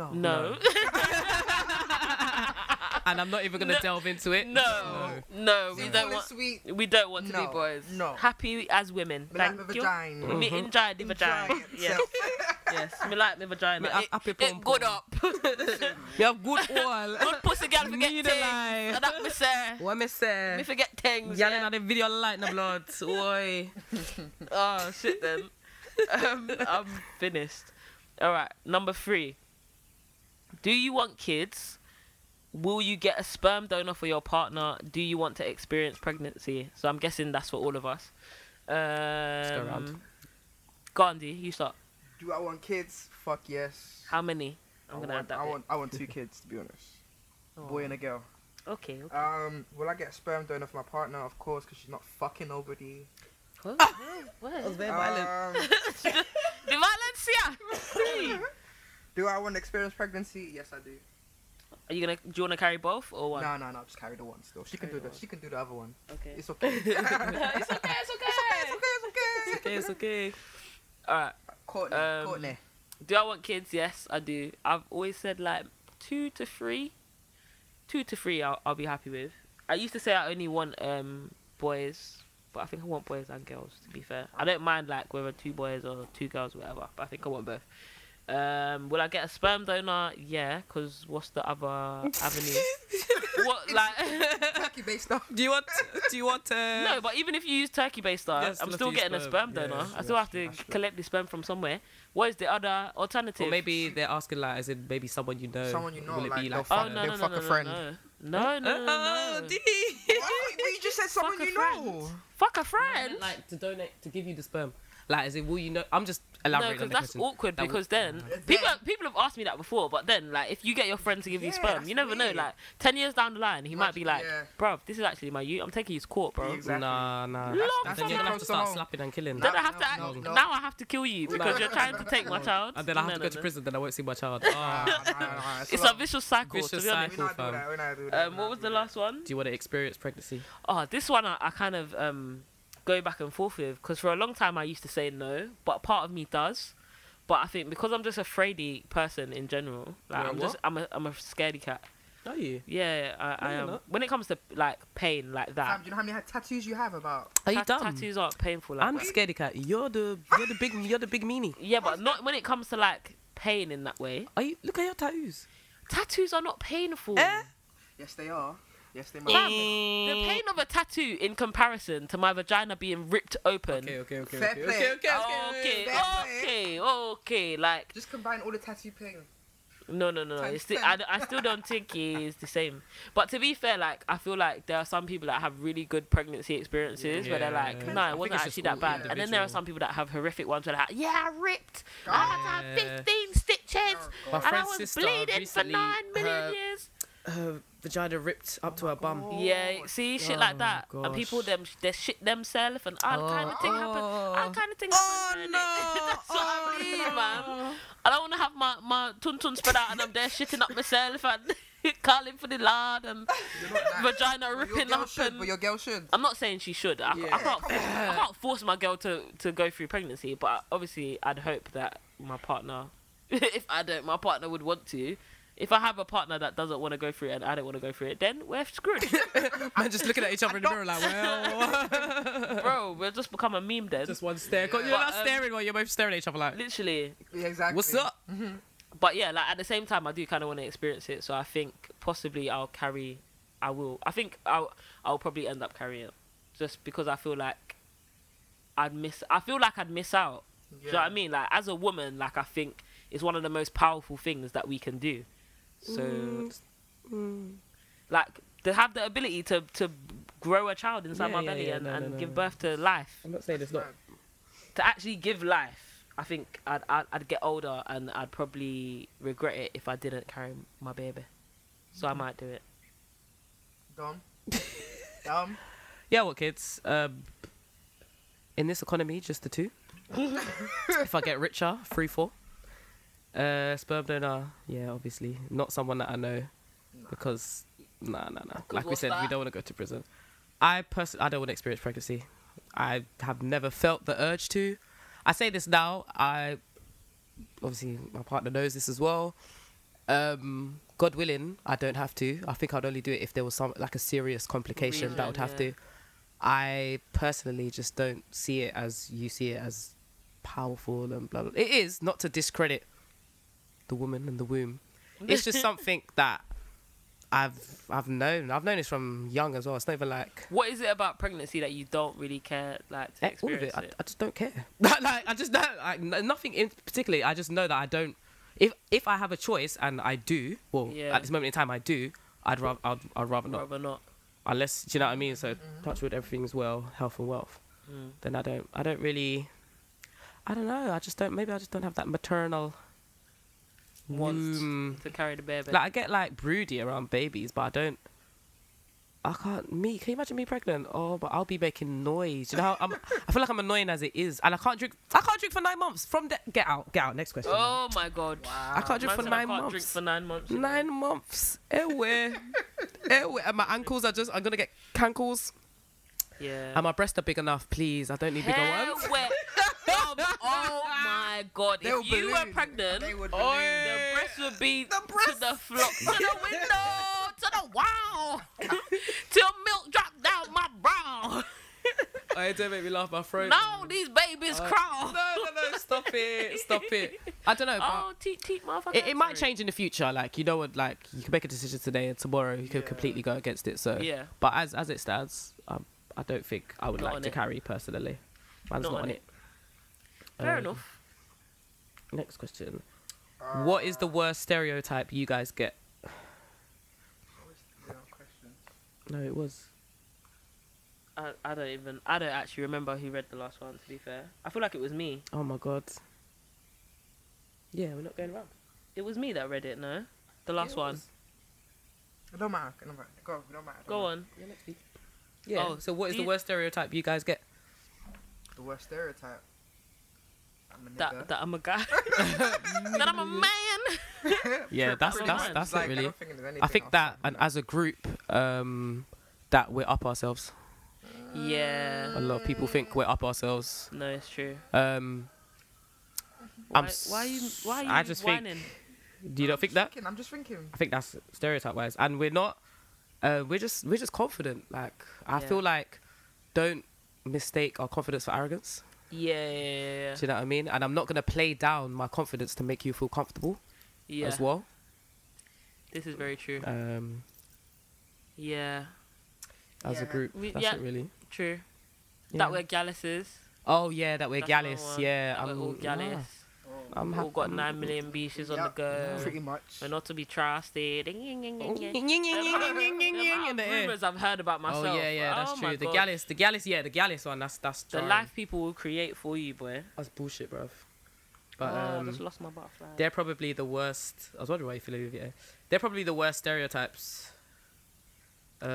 S1: Oh,
S3: no,
S2: No,
S1: *laughs* And I'm not even gonna
S2: No.
S1: delve into it.
S2: no, *laughs* no. We
S3: Simple
S2: don't
S3: and
S2: want
S3: sweet.
S2: we don't want to
S3: No,
S2: be boys.
S3: no.
S2: happy as women.
S3: But
S2: Thank
S3: like the
S2: you.
S3: vagina.
S2: Me
S1: Mm-hmm.
S2: enjoy the vagina.
S3: Giant *laughs*
S2: Yes,
S3: self.
S2: yes. Me like me vagina.
S1: Me ha-
S2: It-
S1: happy
S2: it
S1: pom-pom.
S2: good up. *laughs*
S1: We have good oil.
S2: good pussy girl forget
S1: Need a
S2: things.
S1: lie.
S2: And that me say.
S1: *laughs* What me
S2: Me
S1: say?
S2: forget things.
S1: Yelling
S2: yeah.
S1: at the video light in the blood. *laughs* Oi.
S2: Oh shit then. um, I'm finished. All right, number three. Do you want kids? Will you get a sperm donor for your partner? Do you want to experience pregnancy? So I'm guessing that's for all of us.
S1: go round.
S2: Um, Gandhi, you start.
S3: Do I want kids? Fuck yes.
S2: How many? I'm
S3: I
S2: gonna
S3: want,
S2: add that.
S3: I
S2: bit.
S3: want. I want two kids to be
S2: *laughs*
S3: honest. A boy and a girl.
S2: Oh, Okay. okay.
S3: Um, will I get a sperm donor for my partner? Of course, because she's not fucking nobody.
S2: What?
S3: Ah!
S2: What? *laughs*
S1: very
S3: Um,
S2: The Valencia.
S3: do I want to experience pregnancy? Yes, I do.
S2: Are you gonna? Do you wanna carry both or one?
S3: No, no, no. Just carry the one still. She can
S2: Carry
S3: do
S2: the
S3: the. She can do the other one.
S2: Okay.
S3: It's okay. it's okay.
S2: *laughs* it's okay. It's
S3: It's
S2: okay.
S3: okay. It's okay.
S1: Okay,
S2: *laughs*
S1: it's okay.
S2: All right.
S3: Courtney.
S2: Um,
S3: *laughs* Courtney.
S2: Do I want kids? Yes, I do. I've always said like two to three, two to three. I'll I'll be happy with. I used to say I only want um boys, but I think I want boys and girls. To be fair, I don't mind like whether two boys or two girls, whatever. But I think I want both. Um, will I get a sperm donor? Yeah, cause what's the other avenue? what like? *laughs*
S3: Turkey based *laughs* stuff.
S1: Do you want? Do you want? Uh,
S2: No, but even if you use turkey based style,
S1: Yeah, still
S2: I'm
S1: have
S2: still
S1: to use
S2: getting a
S1: sperm.
S2: sperm
S1: Yeah,
S2: donor.
S1: that's
S2: I
S1: true,
S2: still
S1: that's
S2: have
S1: true,
S2: to
S1: that's true.
S2: collect the sperm from somewhere. What is the other alternative?
S1: Or maybe they're asking like, as in maybe someone you know.
S3: Someone you know,
S1: Will it be
S3: like, they'll
S1: like?
S3: fuck
S2: Oh
S1: uh,
S2: no,
S3: They'll
S2: no,
S3: fuck
S2: no,
S3: a
S2: no,
S3: friend.
S2: No, no, no, no.
S1: Oh,
S2: no.
S1: D. *laughs*
S2: *laughs*
S3: But you just said someone
S2: Fuck a
S3: you
S2: friend.
S3: know.
S2: Fuck a friend.
S1: Like to donate to give you the sperm. Like, is it? Will you know? I'm just
S2: No,
S1: elaborating
S2: because
S1: on the
S2: that's
S1: question.
S2: awkward.
S1: That would-
S2: because then
S3: Yeah.
S2: people people have asked me that before, but then like if you get your friend to give you
S3: Yeah,
S2: sperm,
S3: that's
S2: you never
S3: weird.
S2: know. Like ten years down the line, he might be like,
S3: Yeah.
S2: "Bruv, this is actually my you. I'm taking you to court, bro."
S3: Yeah, Exactly.
S1: Nah, nah.
S2: Long
S1: and then you're gonna have to
S3: time.
S1: start slapping and killing.
S2: Then
S3: No,
S2: I have to act,
S3: no, no.
S2: now I have to kill you because you're trying to take my
S3: No.
S2: child.
S1: and then I have
S2: No,
S1: to
S2: no,
S1: go to
S2: no.
S1: prison. Then I won't see my
S2: *laughs*
S1: child.
S3: Nah,
S1: Ah.
S3: nah, nah, nah,
S2: It's
S3: lot.
S2: a vicious cycle.
S1: Vicious
S2: to be honest.
S1: cycle.
S3: We're not doing that. We're not doing that.
S2: Um,
S3: we're
S2: what
S3: not
S2: was the
S3: doing
S2: last one?
S1: Do you want to experience pregnancy?
S2: Oh, this one I, I kind of um, go back and forth with because for a long time I used to say no, but part of me does. But I think because I'm just a fraidy person in general, like
S1: You're a
S2: I'm just I'm a I'm a scaredy cat.
S1: Are you?
S2: Yeah, I, I
S1: No, you're
S2: am.
S1: not.
S2: When it comes to like pain like
S3: that. Fam,
S2: that,
S3: do you know how many tattoos you have about?
S1: Are you
S2: ta-
S1: dumb?
S2: tattoos aren't painful. Like
S1: I'm
S2: that.
S1: scaredy cat. You're the you're the big you're the big meanie.
S2: Yeah, but not when it comes to like pain in that way.
S1: Are you? Look at your tattoos.
S2: Tattoos are not painful.
S1: Eh?
S3: Yes, they are. Yes, they
S2: Fam,
S3: might.
S2: the pain of a tattoo in comparison to my vagina being ripped open.
S1: Okay, okay, okay,
S3: Fair
S1: okay,
S3: play.
S1: okay, okay,
S2: Okay,
S1: okay.
S2: okay, okay. Like
S3: Just combine all the tattoo pain.
S2: No, no, no. no.
S3: Times
S2: It's still,
S3: 10.
S2: I, d- I still don't think it's the same. But to be fair, like I feel like there are some people that have really good pregnancy experiences where they're like,
S1: Yeah.
S2: no,
S1: I
S2: it
S1: think
S2: wasn't
S1: it's just
S2: actually that
S1: all
S2: bad. And then there are
S1: individual.
S2: some people that have horrific ones where they're like, yeah, I ripped. I had to
S1: Yeah.
S2: have 15 stitches.
S1: My
S2: and I
S1: friend's
S2: was
S1: sister
S2: bleeding for
S1: recently,
S2: nine million
S1: her-
S2: years.
S1: Her vagina ripped up to her
S2: Oh
S1: bum.
S2: Yeah, see, shit like
S1: Oh,
S2: that. And
S1: gosh.
S2: people them they shit themselves and all
S1: Oh.
S2: kind of thing happen. All
S1: Oh.
S2: kind of thing happen. *laughs* That's what I mean, man. I don't want to have my, my tun tun spread out and I'm there shitting up myself and *laughs* calling for the lard and
S3: You're not
S2: *laughs*
S3: that.
S2: vagina
S3: But your
S2: ripping
S3: girl
S2: up.
S3: should,
S2: and...
S3: but your girl should.
S2: I'm not saying she should. I, I,
S1: Yeah.
S2: can't, I can't force my girl to, to go through pregnancy, but obviously I'd hope that my partner, *laughs* if I don't, my partner would want to. If I have a partner that doesn't want to go through it and I don't want to go through it, then we're screwed.
S3: *laughs*
S1: Man, just looking at each other in the mirror like, well,
S2: Bro, we'll just become a meme then.
S1: just one stare. 'Cause
S3: Yeah.
S1: You're not
S2: But, um,
S1: staring, while you're both staring at each other like,
S2: Literally.
S3: Yeah, exactly.
S1: what's up?
S2: but yeah, like at the same time, I do kind of want to experience it. So I think possibly I'll carry, I will. I think I'll I'll probably end up carrying it, just because I feel like I'd miss. I feel like I'd miss out. Do you know what I mean? Like as a woman, like I think it's one of the most powerful things that we can do. So
S1: Mm.
S2: Mm. like to have the ability to to grow a child inside
S1: Yeah,
S2: my
S1: yeah,
S2: belly
S1: yeah.
S2: and,
S1: No, no,
S2: and
S1: no,
S2: give
S1: no.
S2: birth to life
S1: I'm not saying it's
S3: not-
S2: to actually give life, I think I'd, I'd I'd get older and I'd probably regret it if I didn't carry my baby. So I
S1: Mm.
S2: might do it.
S3: Dumb. Dumb.
S1: Yeah, what kids? Um, in this economy, just the two. if I get richer, three, four. Uh, sperm donor, yeah, obviously not someone that I know, because nah, nah, nah. Like we
S2: what's
S1: said, we
S2: that?
S1: don't want to go to prison. I personally, I don't want to experience pregnancy. I have never felt the urge to. I say this now. I obviously my partner knows this as well. Um, God willing, I don't have to. I think I'd only do it if there was some like a serious complication that I would have
S2: Reason, yeah.
S1: to. I personally just don't see it as you see it as powerful and blah blah. It is not to discredit the woman and the womb. It's
S2: *laughs*
S1: just something that I've I've known. I've known this from young as well. It's not even like
S2: What is it about pregnancy that you don't really care like to
S1: eh, all of
S2: experience
S1: it. I,
S2: it?
S1: I just don't *laughs* care. like I just don't like n- nothing in particularly. I just know that I don't. If if I have a choice and I do, well,
S2: Yeah.
S1: at this moment in time I do. I'd rather I'd, I'd rather Mm-hmm. not.
S2: Rather not.
S1: Unless do you know what I mean. So touch wood, everything's well, health and wealth.
S2: Mm.
S1: Then I don't I don't really. I don't know. I just don't. Maybe I just don't have that maternal.
S2: Wants
S1: womb.
S2: to carry the baby.
S1: Mm. Like I get like broody around babies, but I don't. I can't. Me, can you imagine me pregnant? Oh, but I'll be making noise. You know, how I'm. I feel like I'm annoying as it is, and I can't drink. I can't drink for nine months. From the get out, get out. Next question.
S2: oh my god.
S1: I can't drink
S2: Man
S1: for
S2: said
S1: nine
S2: I can't
S1: months.
S2: drink for nine months. you know.
S1: nine months.
S2: *laughs*
S1: Ewe. Ewe. And my ankles are just. I'm gonna get cankles.
S2: Yeah.
S1: And my breasts are big enough. Please, I don't need bigger
S2: Hair
S1: ones.
S2: *laughs* wet. Bob, oh my god.
S3: They
S2: if
S3: would
S2: you were
S3: balloon.
S2: pregnant,
S3: They would
S2: oh,
S3: balloon.
S2: the breast would be
S3: The breast.
S2: to the flock, to
S3: *laughs*
S2: the window, to the wall, till milk dropped down my brow.
S1: Oh, don't make me laugh. My throat.
S2: Now
S3: *laughs*
S2: these babies
S3: Uh,
S2: crawl.
S1: no, no. Stop it. Stop it. I don't know. but-
S2: Oh, teet teet, motherfucker.
S1: it, it might
S2: Sorry.
S1: change in the future. Like you know what, like you can make a decision today and tomorrow you could
S3: Yeah.
S1: completely go against it. So
S2: Yeah.
S1: But as as it stands, um, I don't think I would
S2: Not
S1: like
S2: on
S1: to
S2: it.
S1: carry personally. Man's not, on it.
S2: Fair
S1: Um,
S2: enough.
S1: Next question. what is
S3: Uh,
S1: the worst stereotype you guys get? No, it was.
S2: I, I don't even. I don't actually remember who read the last one. To be fair, I feel like it was me.
S1: Oh my god. Yeah, we're not going around.
S2: It was me that read it. No, the last
S1: it
S2: one.
S1: was.
S3: It don't matter. It don't matter. Go. It don't matter. it
S2: Go
S3: don't matter.
S2: on.
S1: Yeah, next week. Yeah.
S2: Oh,
S1: so what is the
S2: you-
S1: worst stereotype you guys get?
S3: The worst stereotype. I'm a nigga. *laughs*
S2: That that I'm a guy. that I'm a man.
S1: Yeah,
S2: Pretty
S1: that's
S2: much.
S1: that's that's
S3: like,
S1: it really.
S3: I, don't think there's anything
S1: I think
S3: else
S1: that,
S3: I'm
S1: and as a group, um, that we're up ourselves.
S2: Yeah.
S1: A lot of people think we're up ourselves.
S2: No, it's true.
S1: Um,
S2: Why,
S1: I'm s-
S2: why are you why are you
S1: I just think-
S2: whining?
S1: do you not think that?
S3: thinking, I'm just thinking.
S1: I think that's stereotype wise, and we're not. Uh, we're just we're just confident. Like I
S2: Yeah.
S1: feel like, don't mistake our confidence for arrogance.
S2: Yeah, yeah, yeah,
S1: Do you know what I mean? And I'm not gonna play down my confidence to make you feel comfortable
S2: yeah.
S1: as well.
S2: This is very true.
S1: Um,
S2: Yeah,
S1: as a
S3: Yeah.
S1: group,
S2: We-
S1: that's
S2: yeah.
S1: it really.
S2: true.
S1: Yeah.
S2: That we're jealous is.
S1: Oh yeah, that we're
S2: That's another
S1: gallus.
S2: one.
S1: Yeah,
S2: That we're all
S1: nah,
S2: jealous.
S3: Oh,
S1: I'm
S2: We've all
S1: hap-
S2: got
S1: I'm-
S2: nine million beaches on
S3: yeah,
S2: the go.
S3: Pretty much.
S2: We're not to be trusted.
S1: in the air.
S2: Rumors I've heard about myself.
S1: Oh yeah, yeah, that's
S2: Oh my
S1: true. The
S2: God.
S1: gallus, the gallus, yeah, the gallus one. That's that's
S2: The
S1: jarring.
S2: life people will create for you, boy.
S1: That's bullshit, bruv.
S2: Oh,
S1: But
S2: I
S1: um,
S2: just lost my butterfly.
S1: they're probably the worst. I was wondering why you feel like yeah. They're probably the worst stereotypes.
S2: 100%.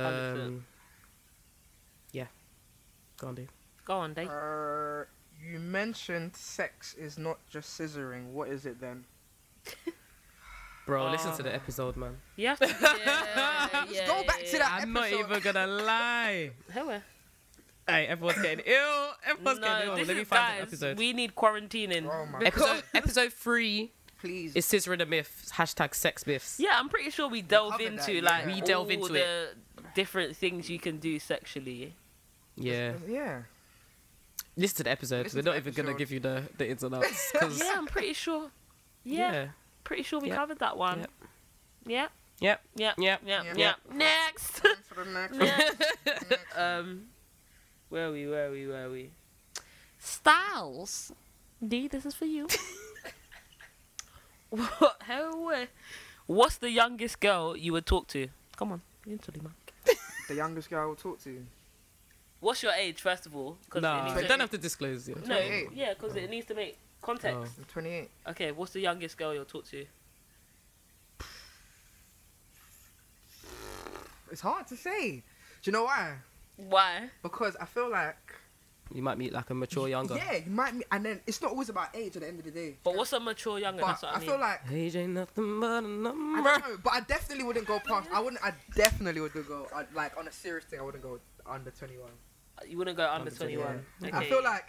S1: Um, yeah. Go on, dude.
S2: Go on, Dave.
S3: Uh, you mentioned sex is not just scissoring. What is it then?
S1: Bro, listen to
S2: Oh.
S1: the episode, man.
S2: Yeah. *laughs* yeah, yeah
S3: go back to
S2: yeah,
S3: that
S1: I'm not
S3: episode.
S1: even gonna lie.
S2: yeah. Hello.
S1: Hey, everyone's getting ill. Everyone's getting
S2: No,
S1: ill.
S2: this
S1: Let me
S2: is
S1: find the
S2: guys.
S1: episode.
S2: We need quarantining.
S3: Oh my god.
S1: Episode, episode three
S3: Please.
S1: is Scissor and the Myth, hashtag sex myths.
S2: Yeah, I'm pretty sure we delve
S3: covered that,
S2: into
S3: yeah.
S2: like
S1: We delve
S2: all
S1: into
S2: the different things you can do sexually.
S1: Yeah.
S3: Yeah.
S1: Listen to the episode.
S3: Listen
S1: We're
S3: to
S1: not
S3: the
S1: even gonna
S3: episode.
S1: give you the, the ins and
S3: *laughs*
S1: outs. 'cause-
S2: Yeah, I'm pretty sure. Yeah,
S1: yeah.
S2: pretty sure we
S1: Yep.
S2: covered that one.
S1: Yep.
S2: Yeah.
S1: Yep.
S2: Yeah. Yeah.
S1: Yep.
S2: Yeah.
S3: Yep.
S2: Next. *laughs*
S3: On to the next one. *laughs* Next one.
S2: um, where are we? Where are we? Where are we? Styles. D, this is for you. *laughs* what? How? uh, What's the youngest girl you would talk to? Come on, you can tell me, man.
S3: the youngest girl I will talk to.
S2: What's your age, first of all? 'Cause it
S1: Nah,
S2: needs
S1: they
S2: to-
S1: don't have to disclose. Yeah.
S2: No,
S3: 28.
S2: yeah, because it needs to make context.
S3: I'm 28.
S2: Oh. Okay, what's the youngest girl you'll talk to?
S3: it's hard to say. Do you know why?
S2: Why?
S3: Because I feel like
S1: You might meet like a mature younger.
S3: yeah, you might, be- and then it's not always about age at the end of the day.
S2: But what's a mature younger?
S3: But
S2: That's what I,
S3: I
S2: mean.
S3: feel like
S1: Age ain't nothing but a
S3: I
S1: number.
S3: don't know, but I definitely wouldn't go past. I wouldn't. I definitely would go. I, like on a serious thing, I wouldn't go under twenty one.
S2: you wouldn't go under
S1: Under
S2: twenty one. Okay.
S3: I feel like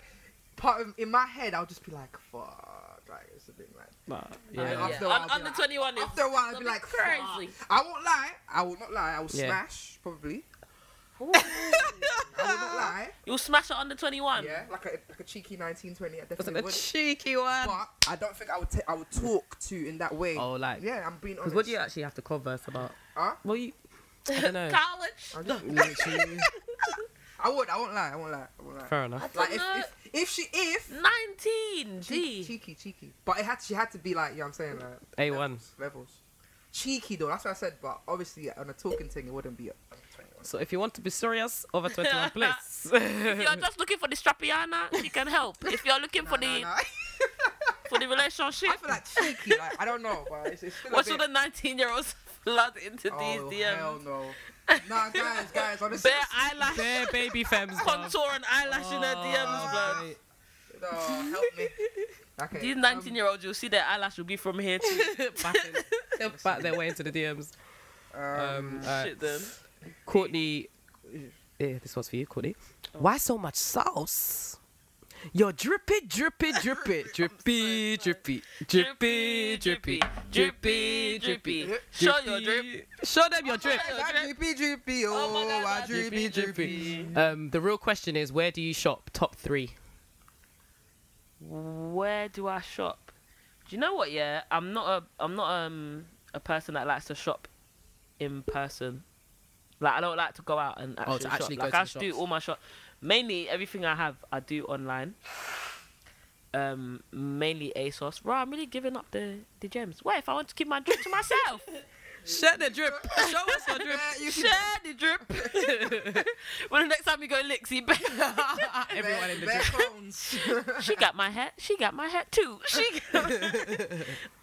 S3: part of in my head, I'll just be like, "Fuck!" Like it's a bit like.
S1: But,
S2: Uh,
S1: yeah.
S3: After a while,
S2: Un-
S3: I'll be
S2: under
S3: like-
S2: twenty one is
S3: After a while, I'll
S2: that'd
S3: be
S2: be
S3: like,
S2: crazy.
S3: "Fuck." I won't lie. I will not lie. I will
S1: Yeah.
S3: smash probably.
S2: Ooh.
S1: *laughs*
S3: I will not lie.
S2: You'll smash it under twenty one.
S3: Yeah, like a like a cheeky nineteen twenty. I
S1: Wasn't
S3: definitely
S1: a
S3: would.
S1: cheeky one.
S3: But I don't think I would. ta- I would talk to in that way.
S1: Oh, like,
S3: Yeah, I'm being
S1: because
S3: honest.
S1: what do you actually have to converse about?
S3: Huh?
S1: Well, you, I don't
S2: *laughs*
S1: know.
S2: College.
S3: I, just want to- I would. I won't lie. I won't lie. I won't lie.
S1: Fair enough.
S2: *laughs* don't
S3: Like if,
S2: know.
S3: if if she if
S2: Nineteen.
S3: cheeky,
S2: D.
S3: cheeky, cheeky. But it had she had to be like, you know what I'm saying, like
S1: A1.
S3: levels. Cheeky though, that's what I said, but obviously on a talking thing it wouldn't be a
S1: So if you want to be serious, over 21 place.
S2: *laughs* If
S1: *laughs*
S2: you're
S3: *laughs*
S2: just looking for the strapiana, she can help. If you're looking for the
S3: *laughs* I
S2: for the relationship,
S3: feel
S2: *laughs*
S3: like cheeky, like I don't know, but it's, it's still
S2: what's
S3: a
S2: with
S3: bit,
S2: the nineteen year olds *laughs* flood into
S3: oh,
S2: these
S3: Hell
S2: DMs? *laughs*
S3: no. Nah guys, guys, honestly.
S2: Bare eyelash,
S1: They're baby
S2: *laughs*
S1: femmes, bruv.
S2: contour and eyelash in her DMs, bro.
S1: Oh,
S3: No, uh, help me. Okay. um,
S2: These nineteen year olds, you'll see their eyelash will be from here
S3: *laughs*
S2: to
S1: mate. Back in- they'll back their way into the DMs. Um, alright.
S2: shit. Then
S1: Courtney, yeah, this was for you, Courtney. Why so much sauce? You're drippy, drippy, drippy, drippy, drippy, drippy, drippy, drippy, drippy.
S2: Show your
S1: drippy.
S2: drip.
S1: Show them your drip.
S2: God.
S3: I drippy drippy, oh,
S2: my God,
S3: I
S2: I
S3: drippy drippy.
S1: drippy. Um, the real question is, where do you shop? Top three.
S2: Where do I shop? Do you know what? Yeah, I'm not a I'm not um a person that likes to shop in person. Like I don't like to go out and actually,
S1: Oh, to actually
S2: shop.
S1: go
S2: like
S1: to
S2: I
S1: the
S2: do
S1: shops.
S2: all my shop. Mainly everything I have I do online. Um, mainly ASOS. Bro, I'm really giving up the the gems. What if I want to keep my drip
S1: *laughs*
S2: to myself?
S1: Share the drip. Show us your drip.
S3: Yeah, you
S2: Share *laughs* the drip. *laughs* when the next time we go Lixie,
S1: *laughs* Everyone in the
S3: bare
S1: drip. *laughs*
S3: *laughs* phones.
S2: *laughs* she got my hat. She got my hat too. She.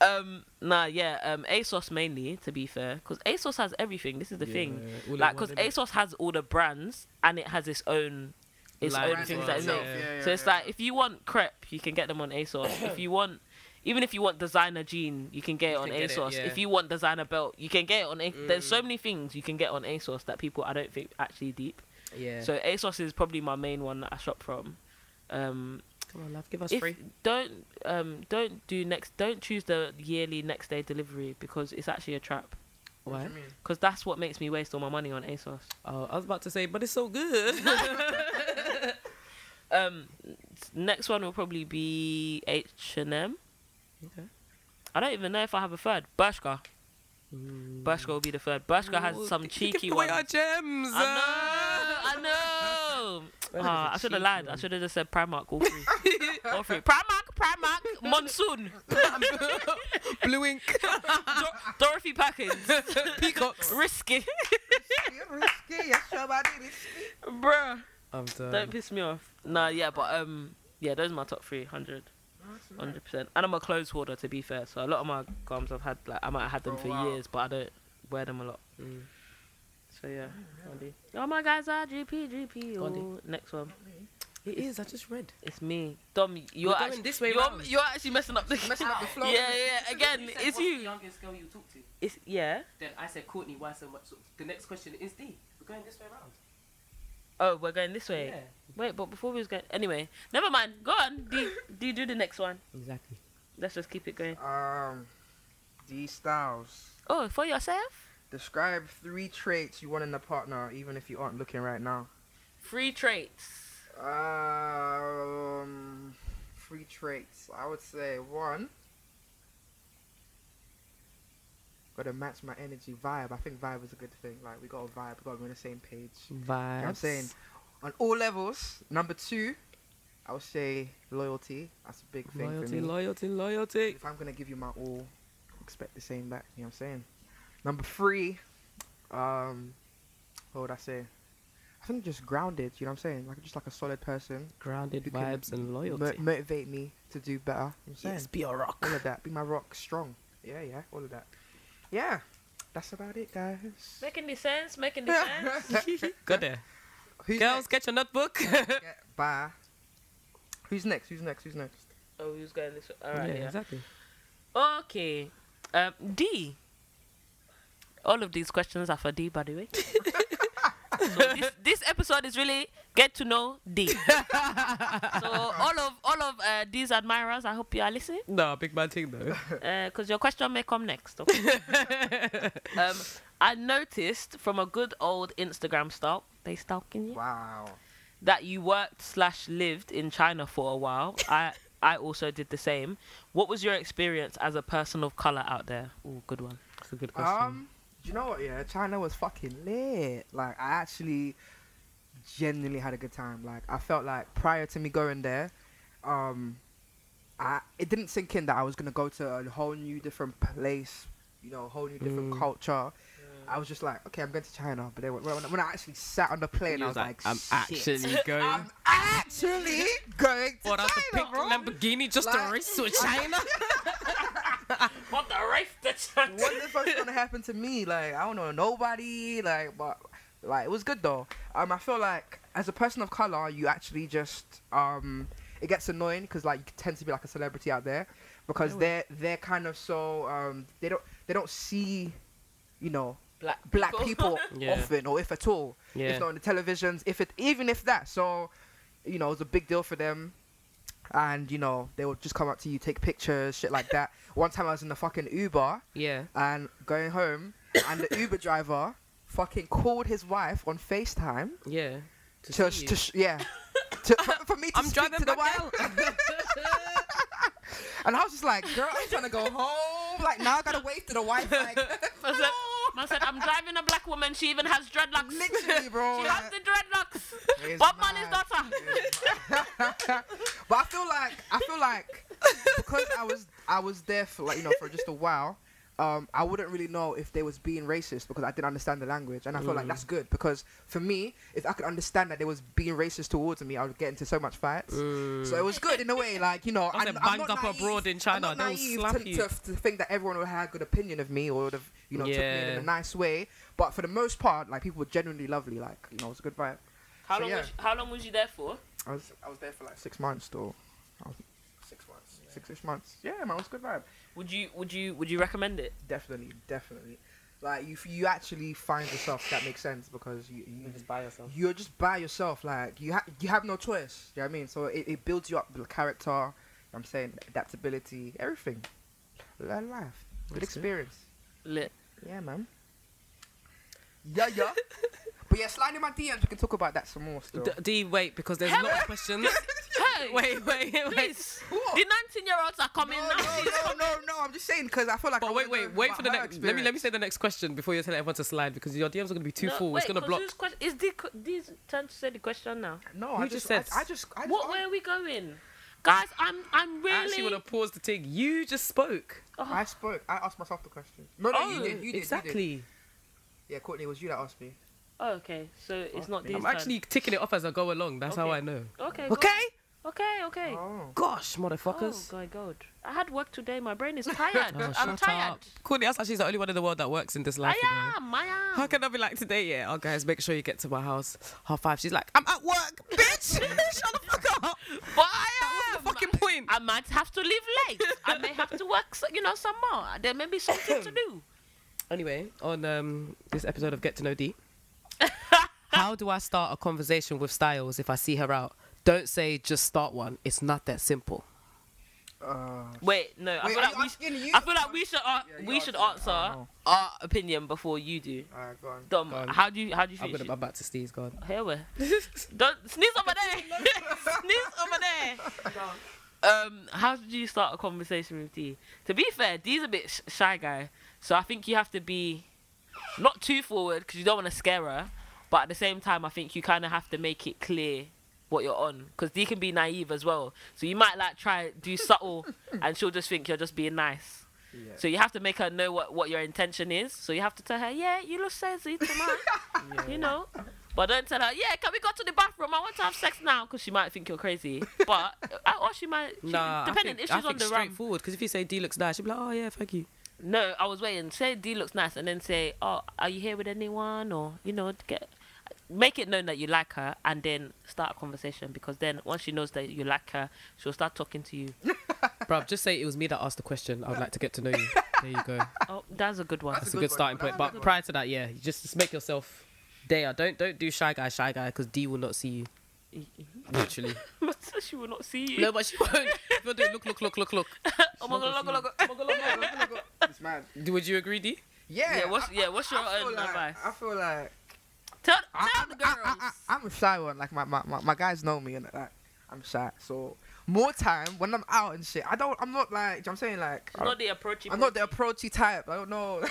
S2: um. Nah. Yeah. Um. ASOS mainly, to be fair, because ASOS has everything. This is the thing.
S1: Yeah, all in
S2: Like,
S1: one,
S2: because
S1: innit?
S2: ASOS has all the brands and it has its own, its
S1: Line
S2: own
S1: as
S2: things
S1: well,
S2: that it
S1: yeah.
S2: makes. so it's
S3: *laughs*
S2: like if you want crepe, you can get them on ASOS. if you want, even if you want designer jean, you can get it on
S1: can get it,
S2: ASOS.
S1: yeah. Mm.
S2: If you want designer belt, you can get it on. A- There's so many things you can get on ASOS that people I don't think actually deep.
S1: Yeah.
S2: So ASOS is probably my main one that I shop from. Um,
S1: come on, love, give us
S2: if
S1: three.
S2: don't um don't do next don't choose the yearly next day delivery because it's actually a trap
S3: What do
S1: Why?
S3: you mean?
S2: because that's what makes me waste all my money
S1: *laughs*
S2: on ASOS.
S1: Oh, I was about to say, but it's so
S2: *laughs*
S1: good. *laughs*
S2: Um, next one will probably be H and M.
S1: Okay.
S2: I don't even know if I have a third. Bershka. Bershka will be the third. Bershka
S1: Ooh, *laughs*
S2: has some
S1: give
S2: cheeky
S1: away
S2: ones.
S1: our gems. *laughs*
S2: I know. I know.
S1: Bershka's
S2: Ah,
S1: a
S2: I should have
S1: cheeky
S2: lied. I
S1: one.
S2: should have just said Primark
S1: *laughs*
S2: all three. all three. Primark, Primark, Monsoon,
S1: Blue
S2: *laughs*
S1: ink. *laughs*
S2: Dor- Dorothy Perkins, *laughs*
S1: Peacocks.
S2: Risky.
S3: You're risky, I sure about it, risky.
S2: Bruh.
S1: I'm done.
S2: Don't piss me off. Nah, yeah, but um, yeah, those are my top three, 100 percent. And I'm a clothes hoarder, to be fair. So a lot of my garms I've had, like, I might have had them
S3: Oh,
S2: for
S3: wow.
S2: years, but I don't wear them a lot.
S1: Mm.
S2: So yeah, Gandhi. Oh my guys, are GP, GP. Oh,
S1: Gandhi.
S2: next one,
S1: It is. I just read.
S2: it's me, Dom. You're
S1: We're going
S2: actually,
S1: this way
S2: you're,
S1: round.
S2: you're actually messing up the *laughs*
S3: Messing up the flow.
S2: Yeah, yeah. Again, it's
S4: The
S2: you.
S4: youngest girl you talk to.
S2: It's yeah.
S4: Then I said, Courtney, why so much? talk? The next question is D. We're going this way around.
S2: Oh, we're going this way.
S4: Yeah.
S2: Wait, but before we was going, anyway, never mind. Go on. Do do do the next one.
S1: Exactly.
S2: Let's just keep it going.
S3: Um, D Styles.
S2: Oh, for yourself.
S3: Describe three traits you want in a partner, even if you aren't looking right now.
S2: Free traits.
S3: Um, three traits. I would say one. Gotta match my energy vibe. I think vibe is a good thing. Like we got a vibe. We gotta be on the same page. You know what I'm
S1: Vibes.
S3: saying on all levels. Number two, I would say loyalty. That's a big thing for
S1: Loyalty,
S3: me.
S1: loyalty, loyalty.
S3: if I'm gonna give you my all, expect the same back. You know what I'm saying? Number three, um, what would I say? I think just grounded. You know what I'm saying? Like just like a solid person.
S1: Grounded
S3: You can
S1: vibes and
S3: Mo-
S1: loyalty.
S3: motivate me to
S1: *laughs*
S3: do *laughs* better. You know what I'm saying?
S1: yes, be a rock.
S3: All of that. Be my rock strong. Yeah, yeah. All of that. Yeah. That's about it, guys.
S2: Making the sense, making the sense.
S1: Got there.
S3: Who's
S1: Girls, get your notebook. *laughs*
S3: next? Yeah, bye. Who's next? Who's next? Who's next?
S2: *laughs* Oh, who's going this way? All right, yeah.
S1: exactly.
S2: Okay. Um, D. All of these questions are for D, by the way. *laughs* so this, this episode is really get to know
S1: *laughs*
S2: D. so all of all of uh, D's admirers, I hope you are listening,
S1: No, big man thing *laughs* though.
S2: because your question may come next. *laughs* okay?
S3: Uh,
S2: um, I noticed from a good old Instagram stalk, they stalking you,
S3: *laughs* Wow.
S2: that you worked slash lived in China for a
S3: *laughs*
S2: while. I I also did the same. What was your experience as a person of color out there? Oh, good one.
S1: That's a good question.
S3: Um, do you know what? Yeah, China was fucking lit. Like, I actually genuinely had a good time. Like, I felt like prior to me going there, um, I it didn't sink in that I was gonna go to a whole new different place, you know, a whole new different
S1: Mm.
S3: culture. I was just like, okay, I'm going to China. But then when, when when I actually sat on the plane,
S1: You
S3: I
S1: was
S3: was
S1: like,
S3: like,
S1: I'm
S3: shit. *laughs*
S1: actually going.
S3: I'm actually going to
S1: What, that's a big
S3: China, bro.
S1: Lamborghini just to
S3: Like-
S1: race with
S3: *laughs*
S1: China?
S2: What the rafe *laughs*
S3: what the fuck's gonna happen to me? Like, I don't know nobody. Like, but like it was good though. Um, I feel like as a person of color, you actually just um, it gets annoying because like you tend to be like a celebrity out there because they're they're kind of so um they don't they don't see, you know,
S2: Black
S3: black people
S1: Yeah.
S3: often or if at all.
S1: Yeah.
S3: If not on the televisions, if it even if that. So, you know, it was a big deal for them. And you know they would just come up to you, take pictures, shit like that. One time I was in the fucking Uber,
S1: yeah.
S3: and going home, and the Uber driver fucking called his wife on FaceTime
S1: Yeah.
S3: to,
S1: see
S3: sh-
S1: you.
S3: to sh- yeah, to, for, for me to
S1: I'm
S3: speak
S1: driving
S3: to the
S1: back
S3: wife,
S1: out.
S3: *laughs* and I was just like, girl, I'm trying to go home. Like now I gotta wait to the wife. Like *laughs*
S2: Man said, man said, I'm driving a black woman. She even has dreadlocks. *laughs*
S3: literally, bro.
S2: She has
S3: like,
S2: the dreadlocks.
S3: *laughs* it's
S2: Bob Marley's
S3: mad.
S2: daughter.
S3: but I feel like I feel like because I was I was there for like you know for just a while. Um, I wouldn't really know if they was being racist because I didn't understand the language, and I felt like that's
S1: Mm.
S3: good because for me, if I could understand that they was being racist towards me, I would get into so much fights. So it was good in a way, like you know,
S1: I
S3: Mm. I'm,
S1: said
S3: I'm
S1: Mm. banged
S3: not
S1: up
S3: naive.
S1: abroad in
S3: I'm
S1: China,
S3: not
S1: they'll
S3: naive
S1: slap
S3: to,
S1: you.
S3: To, to think that everyone would have a good opinion of me or would have you know took me in
S1: Yeah.
S3: a nice way. But for the most part, like people were genuinely lovely, like you know, it was a good vibe.
S2: *laughs* How
S3: So,
S2: long?
S3: yeah.
S2: Was you, how long was you there for?
S3: I was I was there for like six months though. I was- Six months, six ish months. Yeah, man, it was a good vibe.
S2: Would you? Would you? Would you recommend it?
S3: Definitely, definitely. Like you, you actually find yourself. That makes sense because you, you
S4: You just buy yourself.
S3: you're just by yourself. Like you, ha- you have no choice. You know what I mean? So it, it builds you up, the character. you know what I'm saying adaptability, everything. Learn life, good
S1: That's good.
S3: experience. *laughs*
S2: Lit.
S3: Yeah, man. Yeah, yeah. *laughs* but yeah, slide in my DMs. We can talk about that some more. Still. *laughs*
S1: D, D, wait, because there's a lot of questions. *laughs*
S2: Hey,
S1: wait, wait, wait.
S2: please.
S3: What?
S2: The 19 year olds are
S3: No,
S2: coming
S3: no,
S2: now.
S1: *laughs*
S3: no, no, no. I'm just saying because I feel like. I
S1: But wait,
S3: wanna know
S1: wait,
S3: about
S1: wait for the
S3: her
S1: next. Let me let me
S3: experience.
S1: say the next question before you tell everyone to slide because your DMs are gonna be too full. it's gonna block.
S2: Question, is the co- these turn to say the question now?
S3: No,
S1: You
S3: I
S1: just
S3: just,
S1: said-
S3: I, I just, I just.
S2: What? Where are we going? Guys, I'm. I'm
S1: I actually
S2: really.
S1: want to pause the thing. You just spoke.
S3: I spoke. I asked myself the question. No, no, you
S2: Oh,
S3: did. You did. You did.
S1: exactly.
S3: Yeah, Courtney, it was you that asked me.
S2: Oh, okay, so it's not
S3: me.
S2: these.
S1: I'm actually ticking it off as I go along. That's how
S2: Okay.
S1: I know.
S2: Okay. go-
S1: Okay.
S2: Okay. Okay.
S3: Oh.
S1: Gosh,
S2: Oh
S1: motherfuckers.
S2: my god! I had work today. My brain is *laughs* tired.
S1: Oh,
S2: I'm
S1: shut
S2: tired.
S1: up. Courtney, that's actually the only one in the world that works in this life.
S2: I
S1: you know.
S2: am. I am.
S1: How can I be like today? Yeah, oh guys, make sure you get to my house. Half five. She's like, I'm at work, bitch. *laughs* Shut the fuck up.
S2: But I
S1: That was
S2: am.
S1: the fucking point.
S2: I might have to leave *laughs* late. I may have to work, so- you know, some more. There may be something to do.
S1: Anyway, on um, this episode of Get to Know
S2: *laughs*
S1: D, how do I start a conversation with Styles if I see her out? Don't say just start one. It's not that simple.
S3: Uh,
S2: *laughs* Wait, no. I
S3: Wait,
S2: feel
S3: are
S2: like
S3: you
S2: we.
S3: asking
S2: Sh-
S3: you?
S2: I feel like we should. Uh,
S3: Yeah, you
S2: we should answer
S3: answer it. I don't
S2: our opinion before you do.
S3: Alright, go on.
S2: Dom,
S1: Go on.
S2: how do you how do you
S1: I'm,
S2: feel?
S1: gonna, I'm
S2: Should-
S1: about to sneeze, God.
S2: Here we. Don't sneeze over there. *laughs* sneeze over there. Um, how did you start a conversation with D? To be fair, D's a bit sh- shy guy, so I think you have to be not too forward because you don't want to scare her, but at the same time, I think you kind of have to make it clear what you're on because D can be naive as well. So you might like try do subtle, and she'll just think you're just being nice.
S3: Yeah.
S2: So you have to make her know what, what your intention is. So you have to tell her, yeah, you look sexy tonight, you know. But don't tell her, yeah, can we go to the bathroom? I want to have sex now, because she might think you're crazy. But uh, or she might, she,
S1: Nah,
S2: depending
S1: I think,
S2: if
S1: I
S2: she's on
S1: think
S2: the run.
S1: straightforward. Because if you say D looks nice, she'll be like, oh yeah, thank you.
S2: No, I was waiting. Say D looks nice, and then say, "Oh, are you here with anyone?" Or you know, to get make it known that you like her, and then start a conversation because then once she knows that you like her, she'll start talking to you.
S1: Bruv, just say it was me that asked the question. I would like to get to know you. *laughs* There you go. That's,
S2: oh, that's a good one.
S1: a good,
S3: one.
S1: starting point.
S3: That's a
S1: But
S3: good one.
S1: prior to that, yeah, you just, just make yourself there. Don't don't do shy guy, shy guy, because D will not see you.
S2: *laughs*
S1: Literally.
S2: she will not see you. *laughs*
S1: no, but she *laughs* won't. She'll do look, look, look, look, look.
S2: oh my god, look, look, look.
S3: it's mad.
S1: Do- Would you agree, D? *laughs*
S3: Yeah.
S2: Yeah, what's-
S3: I-
S2: yeah, what's your,
S3: I feel
S2: um,
S3: like,
S2: advice?
S3: I feel like
S2: Tell,
S3: I,
S2: tell
S3: I'm,
S2: the
S3: I,
S2: girls.
S3: I, I, am a shy one. Like my, my, my, my guys know me and like I'm shy. So more time when I'm out and shit. I don't. I'm not like. You know what I'm saying like. I-
S2: not the approaching.
S3: I'm not the approachy type. I don't know.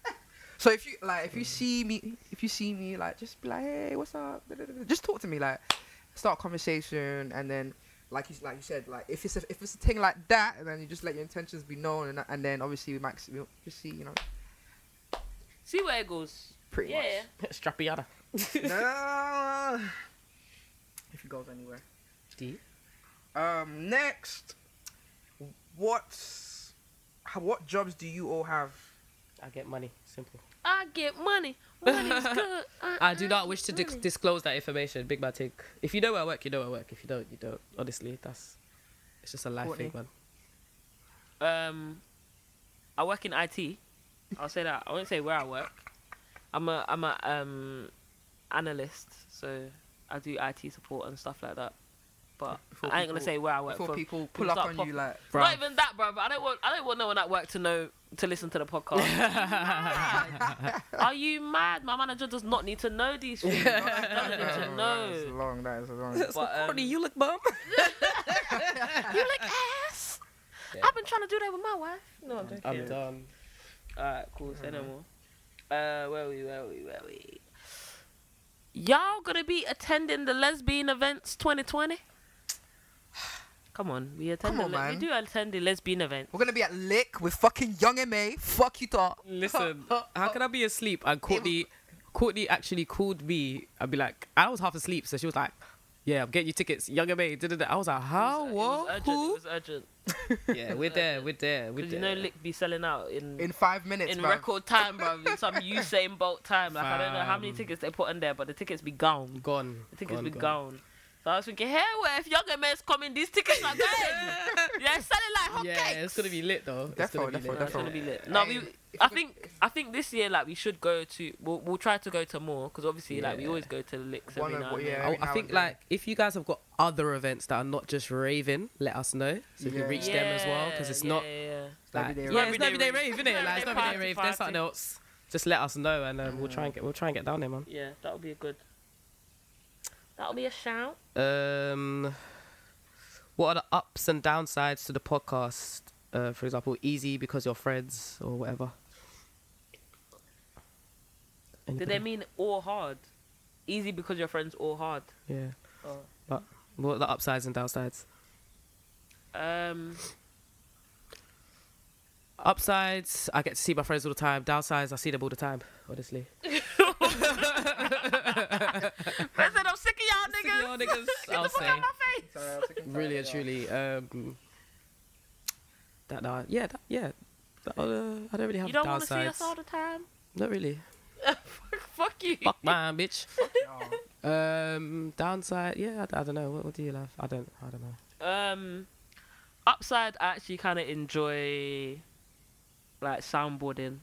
S3: *laughs* so if you like, if you see me, if you see me, like, just be like, hey, what's up? Just talk to me, like, start a conversation, and then, like you like you said, like, if it's a, if it's a thing like that, and then you just let your intentions be known, and, and then obviously we might we'll just see, you know,
S2: See where it goes.
S3: pretty
S2: Yeah.
S1: Strappiata.
S3: much. no, if it goes anywhere.
S1: D.
S3: Um, next, what's how- what jobs do you all have?
S1: I get money. Simple.
S2: I get money. *laughs* Money's good. uh.
S1: I do not wish to dis- disclose that information. Big bad take. If you know where I work, you know where I work. If you don't, you don't. Honestly, that's it's just a life
S3: Courtney.
S1: thing, man.
S2: Um, I work in IT. I'll say that. I won't say where I work. I'm a I'm a um analyst, so I do IT support and stuff like that. But
S3: Before
S2: I ain't gonna
S3: people-
S2: say where I work
S3: Before
S2: from.
S3: people
S2: people
S3: pull up
S2: start
S3: on
S2: pop-
S3: you, like,
S1: Bruh.
S2: Not even that, bro. But I don't want I don't want no one at work to know to listen to the *laughs* podcast.
S3: *laughs*
S2: Mad. Are you mad? My manager does not need to know these things. bro. She doesn't need to
S3: *laughs* That is
S2: know.
S3: long. That is
S1: *laughs*
S3: long.
S1: So,
S2: But, um,
S1: Courtney, you look bum.
S2: You look ass. I've been trying to do that with my wife. No, I'm joking.
S1: I'm done.
S2: Alright, cool. Say no more. Uh, where we? Where we? Where we? Y'all gonna be attending the lesbian events 2020? Come on, we attend.
S3: Come on,
S2: the, le-
S3: man.
S2: We do attend the lesbian event.
S3: We're gonna be at Lick with fucking Young MA. Fuck you, thought. *laughs*
S1: Listen, how can I be asleep? And Courtney, Courtney actually called me. I'd be like, I was half asleep, so she was like, "Yeah, I'm getting you tickets, younger May." da, da, da." I was like, "How?
S2: It was
S1: What?
S2: urgent. It
S1: Who?"
S2: was urgent.
S1: *laughs* Yeah, we're there. We're there. We're *laughs*
S2: Because you
S1: there.
S2: know, Lick be selling out in
S3: In five minutes,
S2: in
S3: bruv.
S2: record time, bro. In some Usain Bolt time. Like I don't know how many
S1: Fam.
S2: tickets they put in there, but the tickets be gone.
S1: gone.
S2: The tickets
S1: gone,
S2: be
S1: gone.
S2: gone. So I was thinking, hey, well, if younger men's coming, these tickets are
S1: *laughs*
S2: going. They're selling like hotcakes.
S1: Yeah, it's gonna be lit though. It's
S3: Defo,
S1: gonna be
S3: defo,
S1: lit.
S2: No, it's gonna be lit. No,
S3: Hey,
S2: we.
S3: if you
S2: I
S3: could-
S2: think I think this year like we should go to. We'll, we'll try to go to more because obviously like we
S1: Yeah.
S2: always go to the licks
S3: One
S2: every
S3: of-
S2: now and
S3: yeah.
S1: I,
S2: then.
S3: Every
S1: I
S3: now
S1: think
S3: and then.
S1: like if you guys have got other events that are not just raving, let us know so we
S3: Yeah.
S1: can reach them as well because it's not
S2: Yeah, yeah,
S1: like
S3: Everyday
S1: yeah,
S3: rave.
S1: it's not everyday
S2: Everyday
S1: rave, isn't it? Like it's not everyday
S2: Party,
S1: rave. There's something
S2: party.
S1: else. Just let us know and um, we'll try and get we'll try and get down there, man.
S2: yeah. Yeah, that'll be a good. That'll be a shout.
S1: Um, what are the ups and downsides to the podcast? Uh, for example, easy because you're friends or whatever.
S2: Did
S1: Anybody?
S2: they mean all hard? Easy because your friends all hard.
S1: Yeah.
S2: Oh.
S1: But what are the upsides and downsides?
S2: Um,
S1: Upsides, I get to see my friends all the time. Downsides, I see them all the time. Honestly.
S2: I said I'm sick of
S1: Sick
S2: y'all niggas.
S1: of y'all niggas,
S2: Get
S1: I'll
S2: the fuck
S1: say.
S2: out my face.
S3: Sorry, I was taking time
S1: really and
S3: out.
S1: truly. Um, that, that yeah, that, yeah. That, uh, I don't really have
S2: You don't want to see us
S1: downsides.
S2: all the time.
S1: Not really.
S2: fuck, *laughs* fuck you. *laughs*
S1: Fuck man, bitch.
S3: Oh,
S1: Um, downside, yeah, I, I don't know. What, what do you love? I don't, I don't know.
S2: um upside i actually kind of enjoy like soundboarding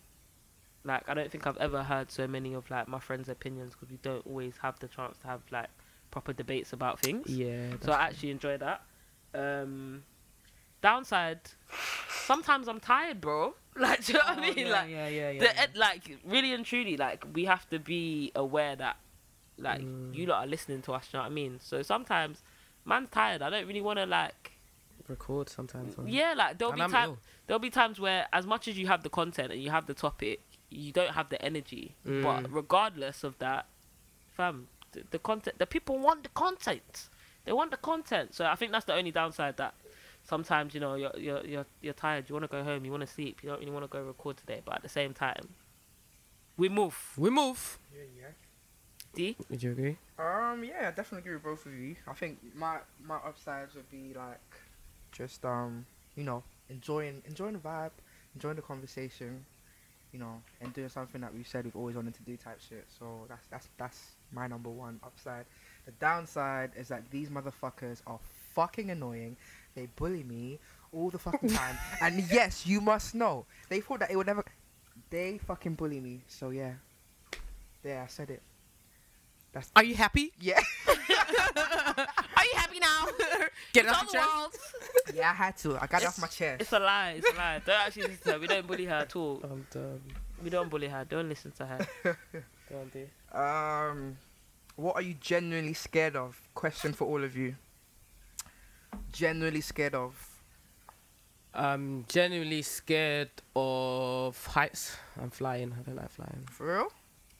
S2: like i don't think i've ever heard so many of like my friends opinions because we don't always have the chance to have like proper debates about things
S1: Yeah.
S2: so i actually enjoy that um downside sometimes i'm tired bro *laughs* like do you know what i mean like
S1: yeah, yeah,
S2: the ed- like really and truly like we have to be aware that like
S1: Mm.
S2: you lot are listening to us you know what i mean so sometimes man's tired i don't really want to like
S1: Record sometimes. man.
S2: yeah like there'll
S1: And
S2: be
S1: I'm
S2: times
S1: ill.
S2: there'll be times where as much as you have the content and you have the topic you don't have the energy but regardless of that fam the, the content the people want the content they want the content so i think that's the only downside that sometimes you know you're you're you're, you're tired you want to go home you want to sleep you don't really want to go record today but at the same time we move
S1: We move.
S3: yeah, yeah.
S2: d
S1: Would you agree?
S3: Um, yeah, I definitely agree with both of you. I think my my upsides would be like just um, you know, enjoying enjoying the vibe, enjoying the conversation, you know, and doing something that we said we've always wanted to do type shit. So that's that's that's my number one upside. The downside is that these motherfuckers are fucking annoying. They bully me all the fucking time. and yes, you must know. They thought that it would never they fucking bully me. So yeah. There, I said it. That's
S1: Are you happy?
S3: yeah. *laughs*
S2: Are you happy *laughs* now?
S1: Get it
S2: It's
S1: off
S2: all
S1: your chest.
S2: world.
S3: yeah, I had to. I got it off
S2: It's-
S3: my chest.
S2: It's a lie. It's a lie. Don't actually listen to her. We don't bully her at all.
S1: I'm done.
S2: We don't bully her. Don't listen to her.
S1: Go on, dear.
S3: Um, what are you genuinely scared of? Question for all of you. Genuinely scared of.
S1: I'm genuinely scared of heights. I'm flying. I don't like
S2: *laughs*
S1: flying.
S3: For real? Oh,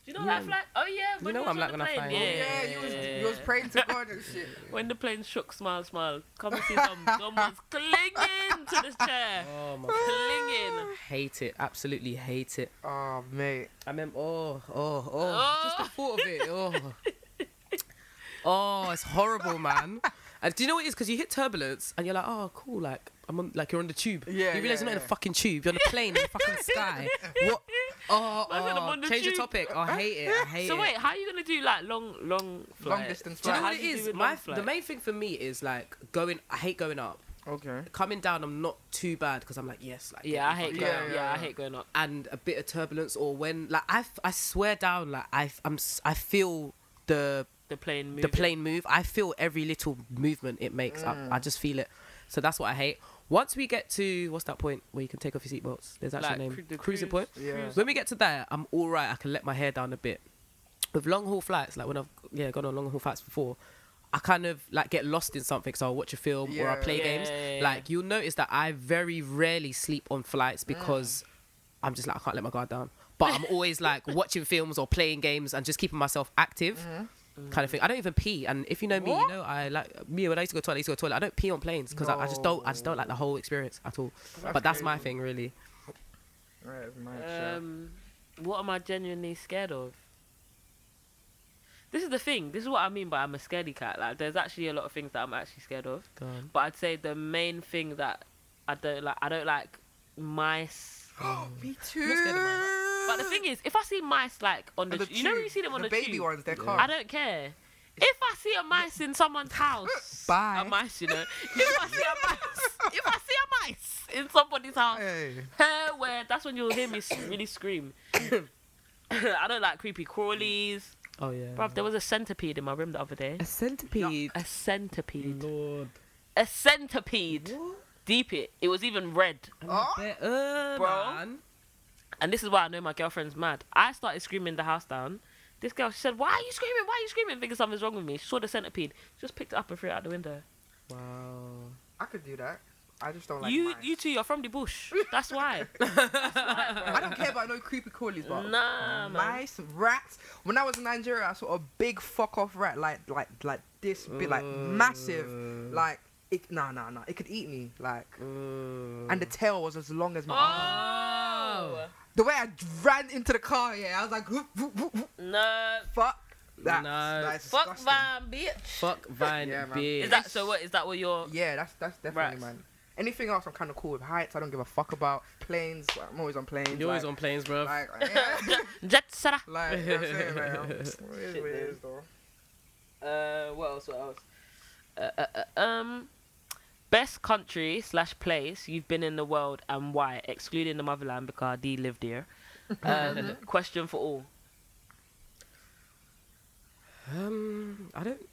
S2: Do you know
S1: Yeah.
S2: that flight? Oh yeah.
S1: You
S2: when
S1: know
S2: we
S1: I'm
S2: was
S1: not
S2: on the
S1: gonna
S2: plane.
S1: find
S2: Yeah.
S1: it.
S3: Yeah, you was you was praying to God and shit.
S2: When the plane shook, smile, smile. Come and see some. Dom was clinging to this chair.
S1: Oh my!
S2: Clinging.
S1: hate it. Absolutely hate it.
S3: *laughs* Oh mate.
S1: I remember. Oh, oh, oh, Just the thought of
S2: *laughs*
S1: it. Oh. oh, it's horrible, man. And do you know what it is? Because you hit turbulence and you're like, oh, cool. Like I'm on, like you're on the tube.
S3: Yeah,
S1: You realize
S3: yeah,
S1: you're not in
S3: yeah.
S1: a fucking tube. You're on a plane in the
S2: *laughs*
S1: fucking sky. What? Oh,
S2: I said I'm
S1: oh.
S2: on the
S1: change
S2: tube.
S1: the topic. Oh, I hate it. I hate
S2: *laughs* So
S1: it.
S2: wait, how are you gonna do like long, long, flight?
S3: Long distance
S1: Do you know
S2: How
S1: what it
S2: do you do
S1: is?
S2: with
S1: My
S2: long flight?
S1: the main thing for me is like going. I hate going up.
S3: Okay.
S1: Coming down, I'm not too bad because I'm like yes. Like,
S2: Yeah, I hate going.
S3: Yeah,
S2: Yeah,
S3: yeah,
S2: I
S3: yeah.
S2: hate going up.
S1: and a bit of turbulence or when like I, f- I swear down like I f- I'm s- I feel the
S2: The plane. Moving.
S1: the plane move I feel every little movement it makes I, I
S2: Mm.
S1: just feel it so that's what I hate once we get to what's that point where you can take off your seatbelts there's actually
S2: Like,
S1: a name
S2: cru- the
S1: cruising
S2: cruise-
S1: point
S3: Yeah.
S1: when we get to there I'm all right I can let my hair down a bit with long haul flights like when I've yeah gone on long haul flights before I kind of like get lost in something so I'll watch a film or I'll
S3: Yeah.
S1: play
S2: Yeah,
S1: games
S2: yeah, yeah.
S1: like you'll notice that I very rarely sleep on
S3: Mm.
S1: flights because I'm just like I can't let my guard down. But I'm always
S3: *laughs*
S1: like watching films or playing games and just keeping myself active, kind of thing. I don't even pee, and if you know me,
S3: Mm-hmm. What?
S1: you know I like me when I used to go to the toilet. I used to go to the toilet. I don't pee on planes because I, I just don't. I just don't like the whole experience at all. but that's my thing, really.
S3: Right,
S2: Um, what am I genuinely scared of? This is the thing. This is what I mean by I'm a scaredy cat. Like, there's actually a lot of things that I'm actually scared of.
S1: Go on.
S2: But I'd say the main thing that I don't like, I don't like mice.
S3: Oh, *gasps* me too.
S1: scared of
S2: But the thing is, if I see mice like on the,
S3: And the
S2: tu- you know when
S3: tube,
S2: you see them on the,
S3: baby
S2: tube,
S3: ones, they're called.
S2: I don't care. If I see a mice in someone's house,
S3: *laughs* Bye.
S2: a mice, you know. If I see a mice, *laughs* if I see a mice in somebody's house,
S3: Hey.
S2: Hair where that's when you'll hear me s- really scream. *coughs* I don't like creepy crawlies.
S1: Oh yeah,
S2: Bruv, there was a centipede in my room the other day.
S1: a centipede.
S2: A centipede.
S1: Lord,
S2: A centipede. Deep it. It was even red.
S3: Oh.
S1: Bear- uh,
S2: Bro.
S1: man.
S2: And this is why I know my girlfriend's mad. I started screaming the house down. This girl, she said, Why are you screaming? Why are you screaming? Thinking something's wrong with me. She saw the centipede. She just picked it up and threw it out the window.
S1: Wow.
S3: I could do that. I just don't like
S2: you
S3: mice.
S2: you two, you're from the bush. That's why.
S1: *laughs*
S3: I don't care about no creepy crawlies, *laughs* but
S2: nah, man.
S3: mice, rats. When I was in Nigeria, I saw a big fuck off rat, like like like this big, like massive, like it. Nah, nah, nah. It could eat me, like.
S1: Mm.
S3: And the tail was as long as my arm.
S2: Oh.
S3: The way I ran into the car, yeah, I was like, whoop, whoop, whoop, whoop.
S2: No.
S3: fuck. That,
S1: No.
S3: that's
S2: Fuck
S3: disgusting.
S2: man, bitch.
S1: Fuck Vine,
S3: Yeah, man.
S1: bitch.
S2: Is that so? What is that? What your
S3: Yeah, that's that's definitely
S2: Rats.
S3: man. Anything else, I'm kind of cool with heights. I don't give a fuck about planes. I'm always on planes.
S1: You're always
S3: like-
S1: on planes, bro.
S3: Like, yeah. *laughs*
S2: jet setter?
S3: like, you know what I'm saying, like, um, it is what it is, though.
S2: Uh, what else? What else? Uh, uh, uh, um, best country slash place you've been in the world and why, excluding the motherland because D lived here. Um, question for all.
S1: Um, I don't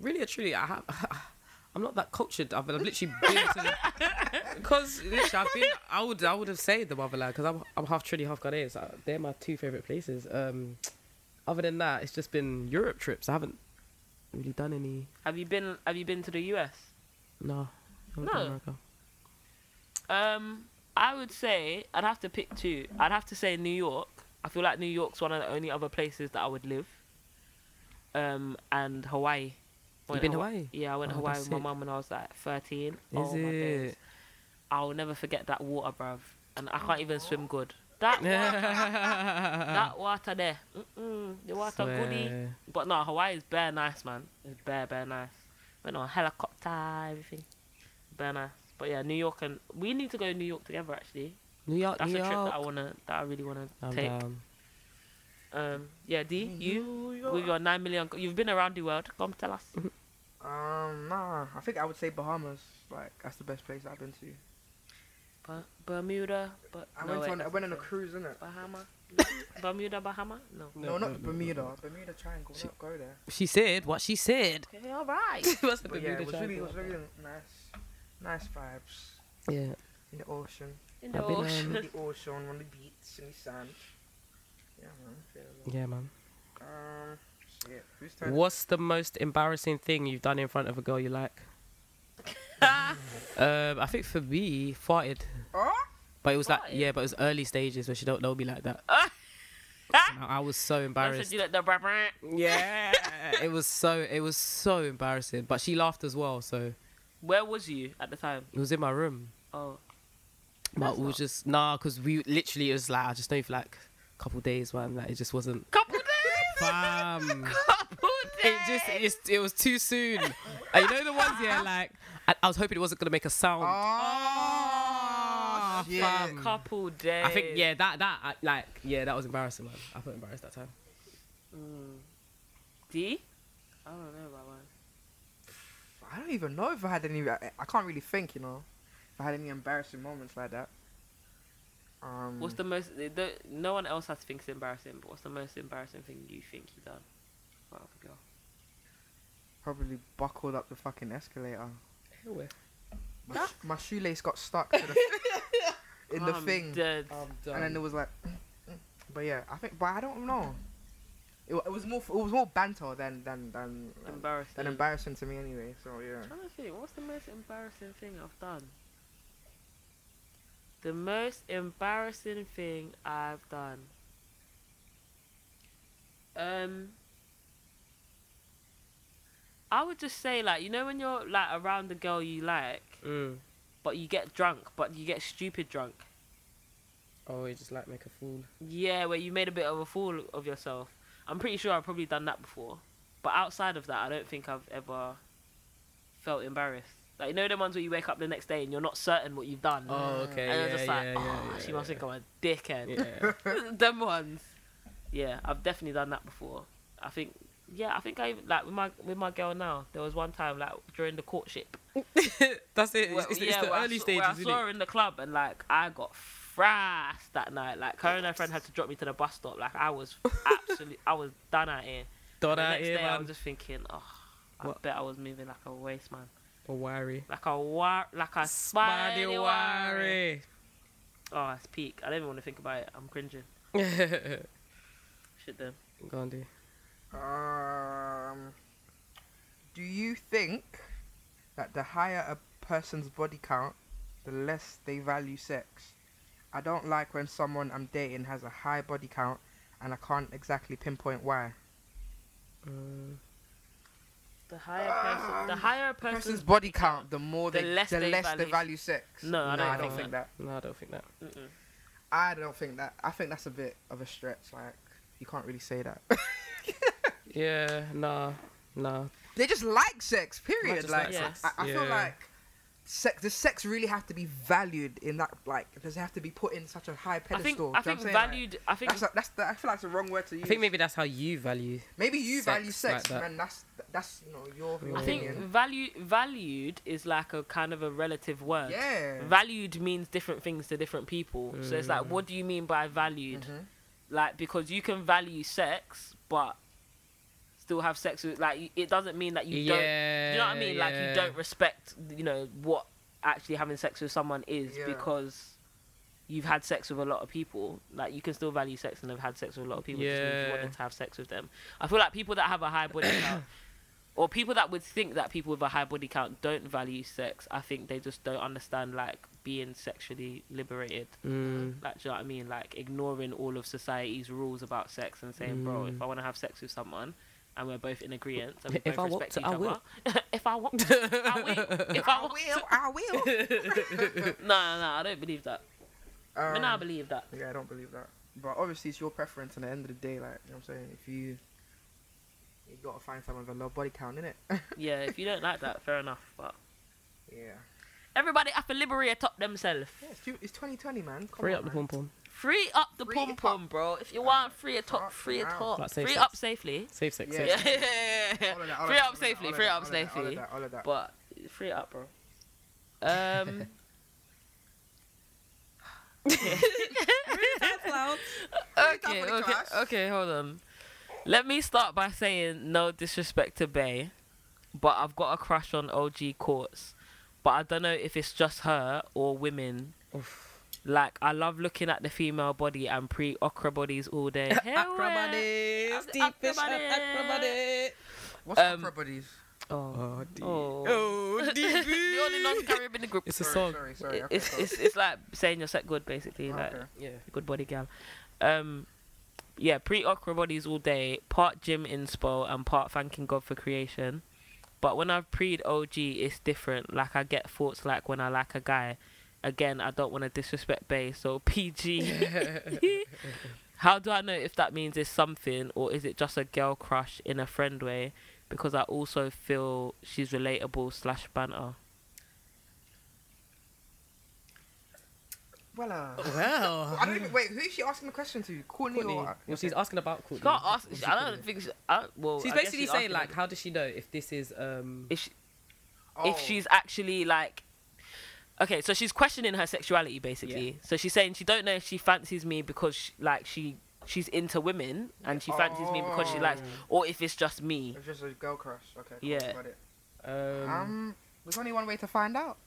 S1: really or truly. I have. *laughs* I'm not that cultured. I've, I've literally been to
S2: *laughs*
S1: because literally I've been. I would I would have said the motherland because I'm I'm half Trini, half Ghanaian. So they're my two favorite places. Um, other than that, it's just been Europe trips. I haven't really done any.
S2: Have you been? Have you been to the US?
S1: No. I haven't done
S2: No.
S1: America.
S2: Um, I would say I'd have to pick two. I'd have to say New York. I feel like New York's one of the only other places that I would live. Um, and Hawaii. Went
S1: been
S2: Hawa-
S1: Hawaii?
S2: Yeah, I went to
S1: Oh,
S2: Hawaii
S1: that's
S2: with my
S1: sick.
S2: mum when I was like 13.
S1: Is
S2: oh my
S1: *laughs*
S2: days.
S1: it?
S2: I'll never forget that water, bruv. And I can't even
S1: *laughs*
S2: swim good. That water, that water there. Mm-mm, the water goody.
S1: Swear.
S2: But no, Hawaii is bare nice, man. It's bare, bare nice. Went on a helicopter, everything. Bare nice. But yeah, New York and we need to go to New York together actually.
S1: New York,
S2: That's
S1: New
S2: a trip
S1: York.
S2: that I wanna, that I really wanna
S1: I'm
S2: take.
S1: down.
S2: Um, yeah, D,
S3: Mm-hmm.
S2: you
S4: New York.
S2: with your nine million, you've been around the world. Come tell us.
S1: Mm-hmm.
S3: Um, nah, I think I would say Bahamas. Like that's the best place I've been to.
S2: Ba- Bermuda, but
S3: I
S2: no,
S3: went
S2: wait,
S3: on. I
S2: that's
S3: went
S2: not
S3: on a
S2: true.
S3: cruise, innit?
S2: Bahama, Bermuda, Bahama. No.
S3: No, not Bermuda. Bermuda Triangle. Not go there.
S1: She said what she said. *laughs*
S2: Okay, all right.
S1: What's the
S3: But yeah, it was
S1: Bermuda
S3: really,
S1: Triangle?
S3: it was really nice. Nice vibes
S1: Yeah.
S3: in the ocean.
S2: In the
S1: I've been, um,
S2: *laughs* ocean.
S3: In the ocean, on the beach, in the sand. Yeah, man. feel it.
S1: Yeah, man.
S3: Um, shit. Who's turn?
S1: What's the most embarrassing thing you've done in front of a girl you like? um, I think for me, farted.
S3: Oh,
S1: But it was like,
S2: Farted?
S1: yeah, but it was early stages where she don't know me like that. And I I was so
S2: I said
S1: embarrassed.
S2: you like the brr
S1: Yeah, it was so it was so embarrassing. But she laughed as well, so
S2: Where was you at the time?
S1: it was in my room.
S2: Oh,
S1: But
S2: That's
S1: we was
S2: not-
S1: just nah, because we literally it was like I just know for like a couple days, man. Like it just wasn't.
S2: *laughs* couple days.
S1: Fam.
S2: *laughs* couple days.
S1: It just it's, it was too soon. And you know the ones yeah, like I, I was hoping it wasn't gonna make a sound.
S3: oh, shit.
S1: fam.
S2: couple days.
S1: I think yeah, that that I, like yeah, that was embarrassing, man. I felt embarrassed that time.
S2: Mm. D. I don't know about mine.
S3: I don't even know if I had any. I, I can't really think, you know, if I had any embarrassing moments like that.
S1: Mm.
S3: Um,
S2: What's the most? The, the- no one else has thinks embarrassing, but what's the most embarrassing thing you think you done? Well, the girl.
S3: probably buckled up the fucking escalator.
S1: Where?
S3: My, sh- my shoelace got stuck to the
S2: *laughs*
S3: in the
S2: I'm
S3: thing,
S2: dead.
S3: and then it was like, but yeah, I think, but I don't know. It, wa- it was more f- it was more banter than than than than,
S2: embarrassing.
S3: than embarrassing to me anyway. So yeah,
S2: I'm trying to think, what's the most embarrassing thing I've done? The most embarrassing thing I've done. Um, I would just say like you know when you're like around the girl you like,
S1: Mm.
S2: but you get drunk, but you get stupid drunk.
S1: Oh, you just like make a fool.
S2: Yeah, where you made a bit of a fool of yourself. I'm pretty sure I've probably done that before. But outside of that, I don't think I've ever felt embarrassed. Like, you know, the ones where you wake up the next day and you're not certain what you've done.
S1: Oh, okay.
S2: and
S1: yeah,
S2: you're just like,
S1: yeah,
S2: oh,
S1: yeah,
S2: she
S1: yeah,
S2: must think I'm a dickhead.
S1: yeah. *laughs*
S2: *laughs* Them ones. Yeah, I've definitely done that before. I think, yeah, I think I, even- like, with my, with my girl now, there was one time, like, during the courtship.
S1: That's it. It's,
S2: where-
S1: it's,
S2: yeah,
S1: it's the
S2: where I
S1: early
S2: saw-
S1: stages,
S2: Where I
S1: isn't
S2: saw
S1: it?
S2: her in the club and like I got thrashed that night. Like her and her friend had to drop me to the bus stop. Like I was absolutely, I was done out here.
S1: Thought
S2: the
S1: out
S2: next
S1: here,
S2: day I was
S1: man.
S2: just thinking, oh, I
S1: What?
S2: bet I was moving like a waste man,
S1: A wiry.
S2: like a war, like a
S1: Spidey
S2: spidey wire. Oh, it's peak. I don't even want to think about it. I'm cringing.
S1: wiry.
S2: Shit, them.
S1: Gandhi.
S3: um, do you think that the higher a person's body count, the less they value sex? I don't like when someone I'm dating has a high body count, and I can't exactly pinpoint why.
S1: Mm.
S2: The higher person, the
S3: Um,
S2: higher a
S3: person's,
S2: person's.
S3: body count, the more
S2: the
S3: they,
S2: less
S3: the
S2: they
S3: less they
S2: value-
S3: value sex.
S2: No, I
S3: Nah,
S2: don't think
S3: that.
S1: No, I don't think that.
S2: Mm-mm.
S3: I don't think that. I think that's a bit of a stretch. Like you can't really say that. *laughs*
S1: Yeah, nah, nah.
S3: they just like sex. Period.
S1: just
S3: like
S1: like
S2: sex.
S3: I, I feel
S1: Yeah.
S3: like sex. Does sex really have to be valued in that? Like does it have to be put in such a high
S2: I think
S3: pedestal?
S2: I
S3: Do you
S2: think
S3: know what I'm saying?
S2: valued. I think
S3: Like, that's, a, that's the, I feel like it's the wrong word to use.
S1: I think maybe that's how you value.
S3: maybe you
S1: sex
S3: value
S1: like
S3: sex,
S1: that.
S3: man. That's that's you know your
S1: I
S2: I think
S3: opinion.
S2: value valued is like a kind of a relative word.
S3: yeah.
S2: valued means different things to different people. So it's like, what do you mean by valued?
S3: Mhm.
S2: *laughs* Like, because you can value sex, but still have sex with, like, it doesn't mean that you don't,
S1: yeah.
S2: you know what I mean? Like, you
S1: yeah.
S2: don't respect, you know, what actually having sex with someone is
S3: Yeah.
S2: because you've had sex with a lot of people. Like, you can still value sex and have had sex with a lot of people. it Just means
S1: Yeah.
S2: you wanted to have sex with them. I feel like people that have a high
S1: *coughs*
S2: body count. Or people that would think that people with a high body count don't value sex, I think they just don't understand like being sexually liberated.
S1: Mm.
S2: Like, do you know what I mean? Like, ignoring all of society's rules about sex and saying, bro, if I want to have sex with someone and we're both in agreement and we
S1: Mm. If
S2: both
S1: I want
S2: respect
S1: to,
S2: each
S1: I
S2: other, *laughs*
S1: will.
S2: if I want
S1: *laughs*
S2: to, I will. If I,
S3: I
S2: want
S3: will. I will.
S2: *laughs* to. No, no, no, I don't believe that. I mean, I
S3: Um,
S2: believe that.
S3: Yeah, I don't believe that. But obviously, it's your preference. And at the end of the day, like you know, what I'm saying, if you you gotta find someone with a low body count, innit? *laughs*
S2: Yeah, if you don't like that, fair enough. But
S3: yeah.
S2: Everybody have to liberate top themselves.
S3: Yeah, it's, ju- it's 2020, man. Come
S1: Free
S3: on,
S1: up the
S3: man.
S1: pom pom.
S2: Free up the
S3: Free
S2: pom pom,
S3: up.
S2: bro. If you want free a top,
S3: Fuck
S2: free a
S3: now.
S2: top,
S1: Like safe
S2: free
S1: sex.
S2: up safely.
S1: Safe sex.
S3: Yeah.
S1: Safe.
S2: Yeah,
S1: sex.
S3: All of that, all
S2: *laughs*
S3: of
S2: free
S3: that, all
S2: up
S3: of that, all
S2: safely,
S3: of
S2: free
S3: that,
S2: up
S3: all of that, all of
S2: safely.
S3: that, all of that.
S2: But free it up, bro. Um.
S3: time
S2: okay,
S3: for the
S2: okay,
S3: class.
S2: okay. Hold on. Let me start by saying no disrespect to Bay, but I've got a crush on OG Courts. But I don't know if it's just her or women. Like I love looking at the female body and pre okra bodies
S1: *laughs*
S2: all day. Hey, where-
S1: Acrobatics, deep fish uh, up
S2: Acrobatics.
S1: acrobatic.
S3: What's
S2: Um,
S3: um, buddies?
S2: Oh.
S1: Oh, dear.
S2: Oh.
S1: *laughs* Oh, dear.
S2: *laughs* the
S1: *laughs*
S2: only non-Caribbean in the group.
S1: It's a
S3: sorry,
S1: song.
S3: Sorry, sorry. Okay,
S2: it's,
S3: sorry.
S2: it's it's like saying you're set good basically
S3: Oh,
S2: like
S3: okay.
S1: Yeah.
S2: good body gal um yeah pre okra bodies all day part gym inspo and part thanking god for creation but when i've preed og it's different like i get thoughts like when i like a guy again i don't want to disrespect bay so *laughs*
S3: *laughs*
S2: pg how do i know if that means it's something or is it just a girl crush in a friend way because i also feel she's relatable slash banter
S3: Well, uh,
S1: *laughs* Well.
S3: I don't even, wait, who is she asking the question to? Courtney,
S1: Oh. Courtney.
S3: or?
S1: Well, she's asking about Courtney.
S2: She can't ask.
S1: Obviously
S2: I don't
S1: Courtney.
S2: think. She, I, well,
S1: *laughs* She's
S2: I guess
S1: basically
S2: she's
S1: saying
S2: asking
S1: like, how does she know if this is um?
S2: if, she,
S3: Oh,
S2: if she's actually like. Okay, so she's questioning her sexuality basically. So she's saying she don't know if she fancies me because she, like she she's into women and she fancies me because she likes,
S3: Oh.
S2: or if it's just me.
S3: It's just a girl crush. Okay. cool,
S2: Yeah.
S3: Got it.
S1: um,
S3: Um, there's only one way to find out.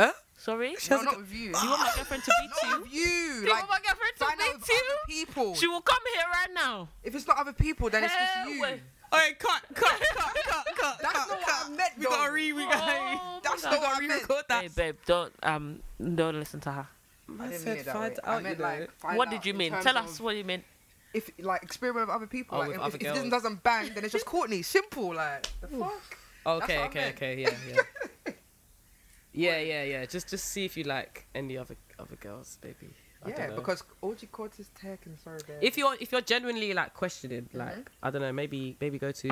S3: *laughs*
S2: Sorry,
S1: She
S3: No,
S1: has a
S3: not
S1: g- *gasps*
S3: with you.
S2: you want my girlfriend
S3: *laughs*
S2: to beat
S3: *gasps* Not
S2: you?
S3: with you.
S2: You
S3: Like,
S2: want my girlfriend
S3: find
S2: to
S3: out with
S2: beat you?
S3: other people.
S2: She will come here right now.
S3: If it's not other people, then it's just
S2: Hell
S3: you.
S2: with-
S1: All right, cut, *laughs* cut, cut, cut, cut.
S3: That's not what I meant.
S1: We gotta
S3: though.
S1: re, *laughs* we gotta,
S2: Oh,
S3: That's
S2: my
S3: not
S2: God.
S3: what I
S1: re-
S3: meant.
S1: record that.
S2: Hey, babe, don't um don't listen to her.
S3: I
S1: I
S3: didn't mean
S1: said
S3: it that
S1: find
S3: way. I
S1: out,
S3: meant
S1: you know.
S3: like find
S2: what
S3: out
S2: did you
S3: in
S2: mean?
S3: terms
S2: Tell
S3: of
S2: us what you meant.
S3: If like experiment with other people,
S1: Oh,
S3: like,
S1: with
S3: if,
S1: other
S3: if it doesn't,
S1: girls.
S3: doesn't bang, then it's just Courtney. Simple, like the fuck.
S1: Okay,
S3: That's what I
S1: okay,
S3: meant.
S1: okay, yeah,
S3: *laughs*
S1: yeah. Yeah, yeah, yeah. Just, just see if you like any other other girls, baby. I
S3: yeah,
S1: don't know.
S3: because OG Cortez tech and sorry, bad.
S1: if you're if you're genuinely like questioning,
S3: Mm-hmm.
S1: like I don't know, maybe maybe go to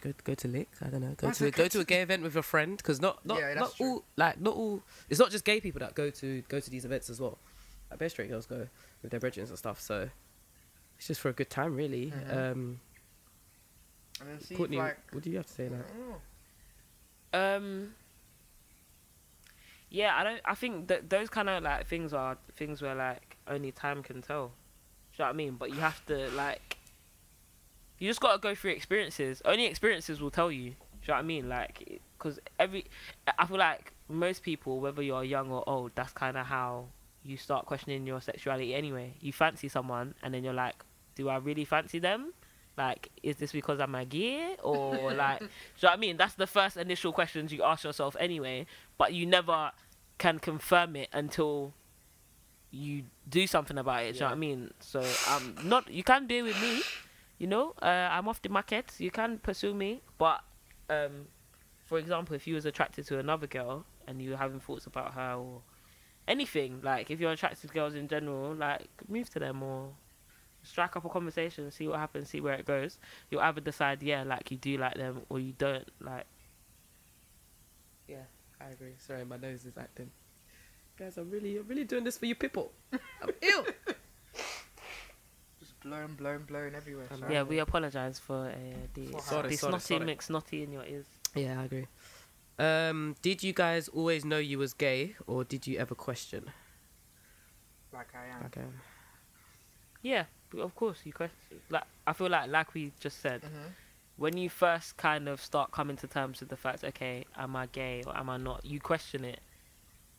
S1: go go to lick. I don't know. Go
S3: That's
S1: to a,
S3: a
S1: go to a gay event with your friend because not not
S3: Yeah, that's
S1: not
S3: true.
S1: all like not all. It's not just gay people that go to go to these events as well. Like bare straight girls go with their brethren and stuff. So it's just for a good time, really. Um,
S3: and then see if,
S1: Courtney,
S3: Mm-hmm.
S1: *laughs*
S3: like
S1: what do you have to say now?
S3: mm,
S2: Um. Yeah, I don't. I think that those kind of like things are things where like only time can tell. Do you know what I mean? But you have to like. You just gotta go through experiences. Only experiences will tell you. Do you know what I mean? Like, because every, I feel like most people, whether you're young or old, that's kind of how you start questioning your sexuality. Anyway, you fancy someone, and then you're like, do I really fancy them? Like, is this because I'm a gear or like? Do you know what I mean? That's the first initial questions you ask yourself anyway, but you never can confirm it until you do something about it. Do you know what I mean? So um, not you can do it with me. You know, uh, I'm off the market. You can pursue me, but um, for example, if you was attracted to another girl and you were having thoughts about her or anything, like if you're attracted to girls in general, like move to them or strike up a conversation, see what happens, see where it goes. You'll either decide, yeah, like you do like them or you don't. Like,
S1: I agree. Sorry, my nose is acting. Guys, I'm really, I'm really doing this for you people. I'm ill.
S3: just blowing, blowing, blowing everywhere.
S1: Um,
S3: sorry.
S2: yeah, we apologize for uh, the,
S3: Sorry,
S2: the
S1: sorry,
S2: snotty
S1: sorry.
S2: mix, snotty in your ears.
S1: Yeah, I agree. Um, did you guys always know you was gay, or did you ever question?
S3: like I am.
S1: Okay.
S2: Yeah, but of course you question. Like, I feel like, like we just said,
S3: Mhm.
S2: when you first kind of start coming to terms with the fact, okay, am I gay or am I not? You question it.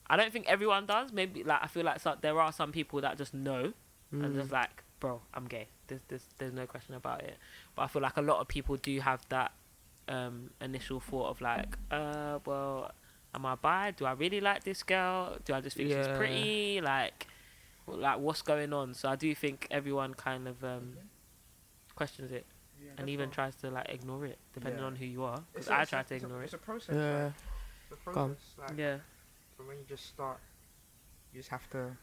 S2: I don't think everyone does. Maybe like I feel like some, there are some people that just know
S1: Mm.
S2: and
S3: Mm.
S2: just like, bro, I'm gay. There's, there's there's no question about it. But I feel like a lot of people do have that um, initial thought of like, uh, well, am I bi? Do I really like this girl? Do I just think she's
S1: Yeah.
S2: pretty? Like, w- like what's going on? So I do think everyone kind of um, questions it
S3: Yeah,
S2: and
S3: that's
S2: even
S3: all.
S2: tries to like ignore it, depending
S3: Yeah.
S2: on who you are. Because
S3: It's a-
S2: I
S3: it's a-
S2: try to
S3: it's a-
S2: ignore
S3: It's
S2: it.
S3: a process.
S1: Yeah.
S3: Like, it's a
S1: Go on.
S3: process. Like,
S2: Yeah.
S3: But when you just start, you just have to,